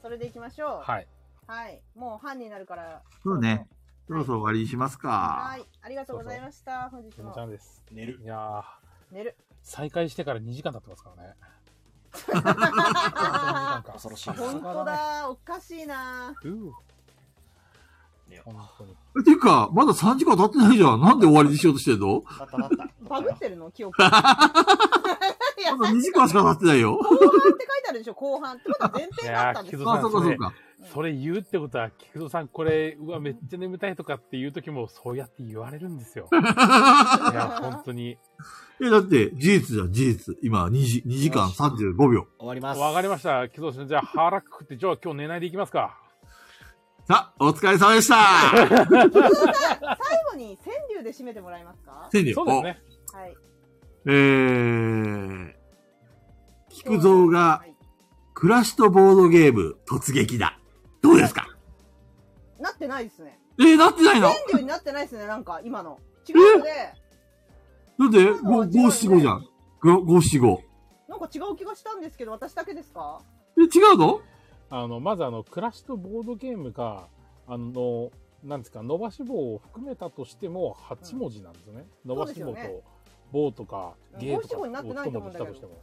それでいきましょう。
はい。
はい。もう半になるから。
そうね。そ
ろ
ろ
そ
そろ終わりにしますか。
はい。ありがとうございました。本日
とも
も
ちゃんです。
寝る
いやー、
寝 る。
再開してから2時間経ってますからね。
本
恐ろしいな
当だ。おかしいな。
うぅ。
ね
本当に。
えていうか、まだ3時間経ってないじゃん。なんで終わりにしようとしてんの
なったなった
バグってるの記 憶。いや、後
ま
半っ
だ
て
2時間しか経ってないよ。
書いてあるでしょ、後半。ってことは前編だったんです
い
よ
やー
あ、そうかそうか。
それ言うってことは、菊蔵さん、これ、うわ、めっちゃ眠たいとかっていう時も、そうやって言われるんです よ。いや、本当に。
え、だって、事実じゃん、事実。今、2時、2時間35秒。
終わります
わかりました。木造さん、じゃあ腹くくって、じゃあ今日寝ないでいきますか。
さあ、お疲れ様で した。
最後に川柳で締めてもらえますか
せんで
そうですね。
はい。
えー、菊蔵が
はい
暮らしとボードゲーム突撃だ。どうですか
なってないですね。
えー、なってないのだ
川柳になってないですね、なんか、今の。違うので、
って、5、5、4、5じゃん。5、5、4、5。
なんか違う気がしたんですけど、私だけですか
え、違うの
あの、まず、あの、暮らしとボードゲームが、あの、なんですか、伸ばし棒を含めたとしても、8文字なんですよね。伸ばし
そ
棒
うですよ
と、棒とか、
うん
ゲーとか
五七五になってないと思うんだけど
を一文字したとしても。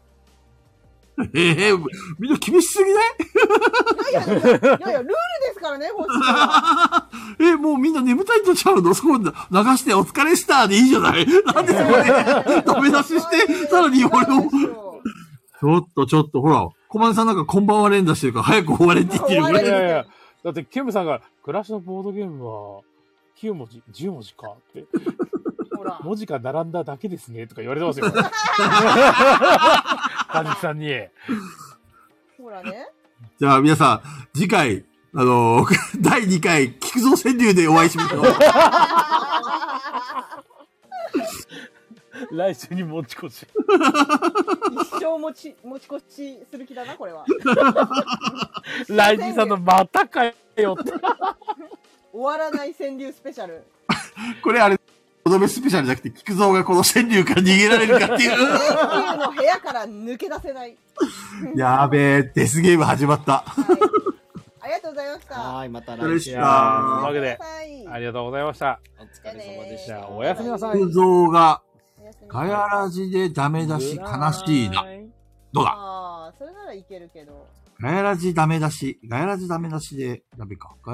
ええー、みんな厳しすぎな
い
い
やいやいや、いやいやルールですからね、星は。
えー、もうみんな眠たいとちゃうのそこ流してお疲れしたでいいじゃないなんでそこで ダメ出しして、さらに俺を。ち
を。
ょっとちょっと、ほら、小松さんなんかこんばんは連打してるから早く終われって言ってるよ
終
いや
わ
い
ね。
やいや、だって、ケムさんが、暮らしとボードゲームは、9文字、10文字かって、
ほら。
文字が並んだだけですね、とか言われてますよ。カジキさんに。
ほらね。
じゃあ皆さん、次回、あのー 第2回、菊蔵川柳でお会いしましょう。
来週に持ち越し。
一生持ち、持ち越しする気だな、これは。
ライジンさんのまたかよって。
終わらない川柳スペシャル。
これあれ、おどめスペシャルじゃなくて、菊蔵がこの川柳から逃げられるかっていう。
川柳の部屋から抜け出せない。
やべえ、デスゲーム始まった。
はい、ありがとうございました。
はいまた
よ
来
ろし
週
く
という
あー
わけで、
はい。
ありがとうございました。
お疲れ様でし
じゃあ、
た
おやすみなさい。
菊蔵が、
おやすみな
か
さい
やらじでダメ出し、悲しいな。。どうだ
ああ、それならいけるけど。
ガヤラジダメ出し。ガヤラジダメ出しで、ダメか。ガヤ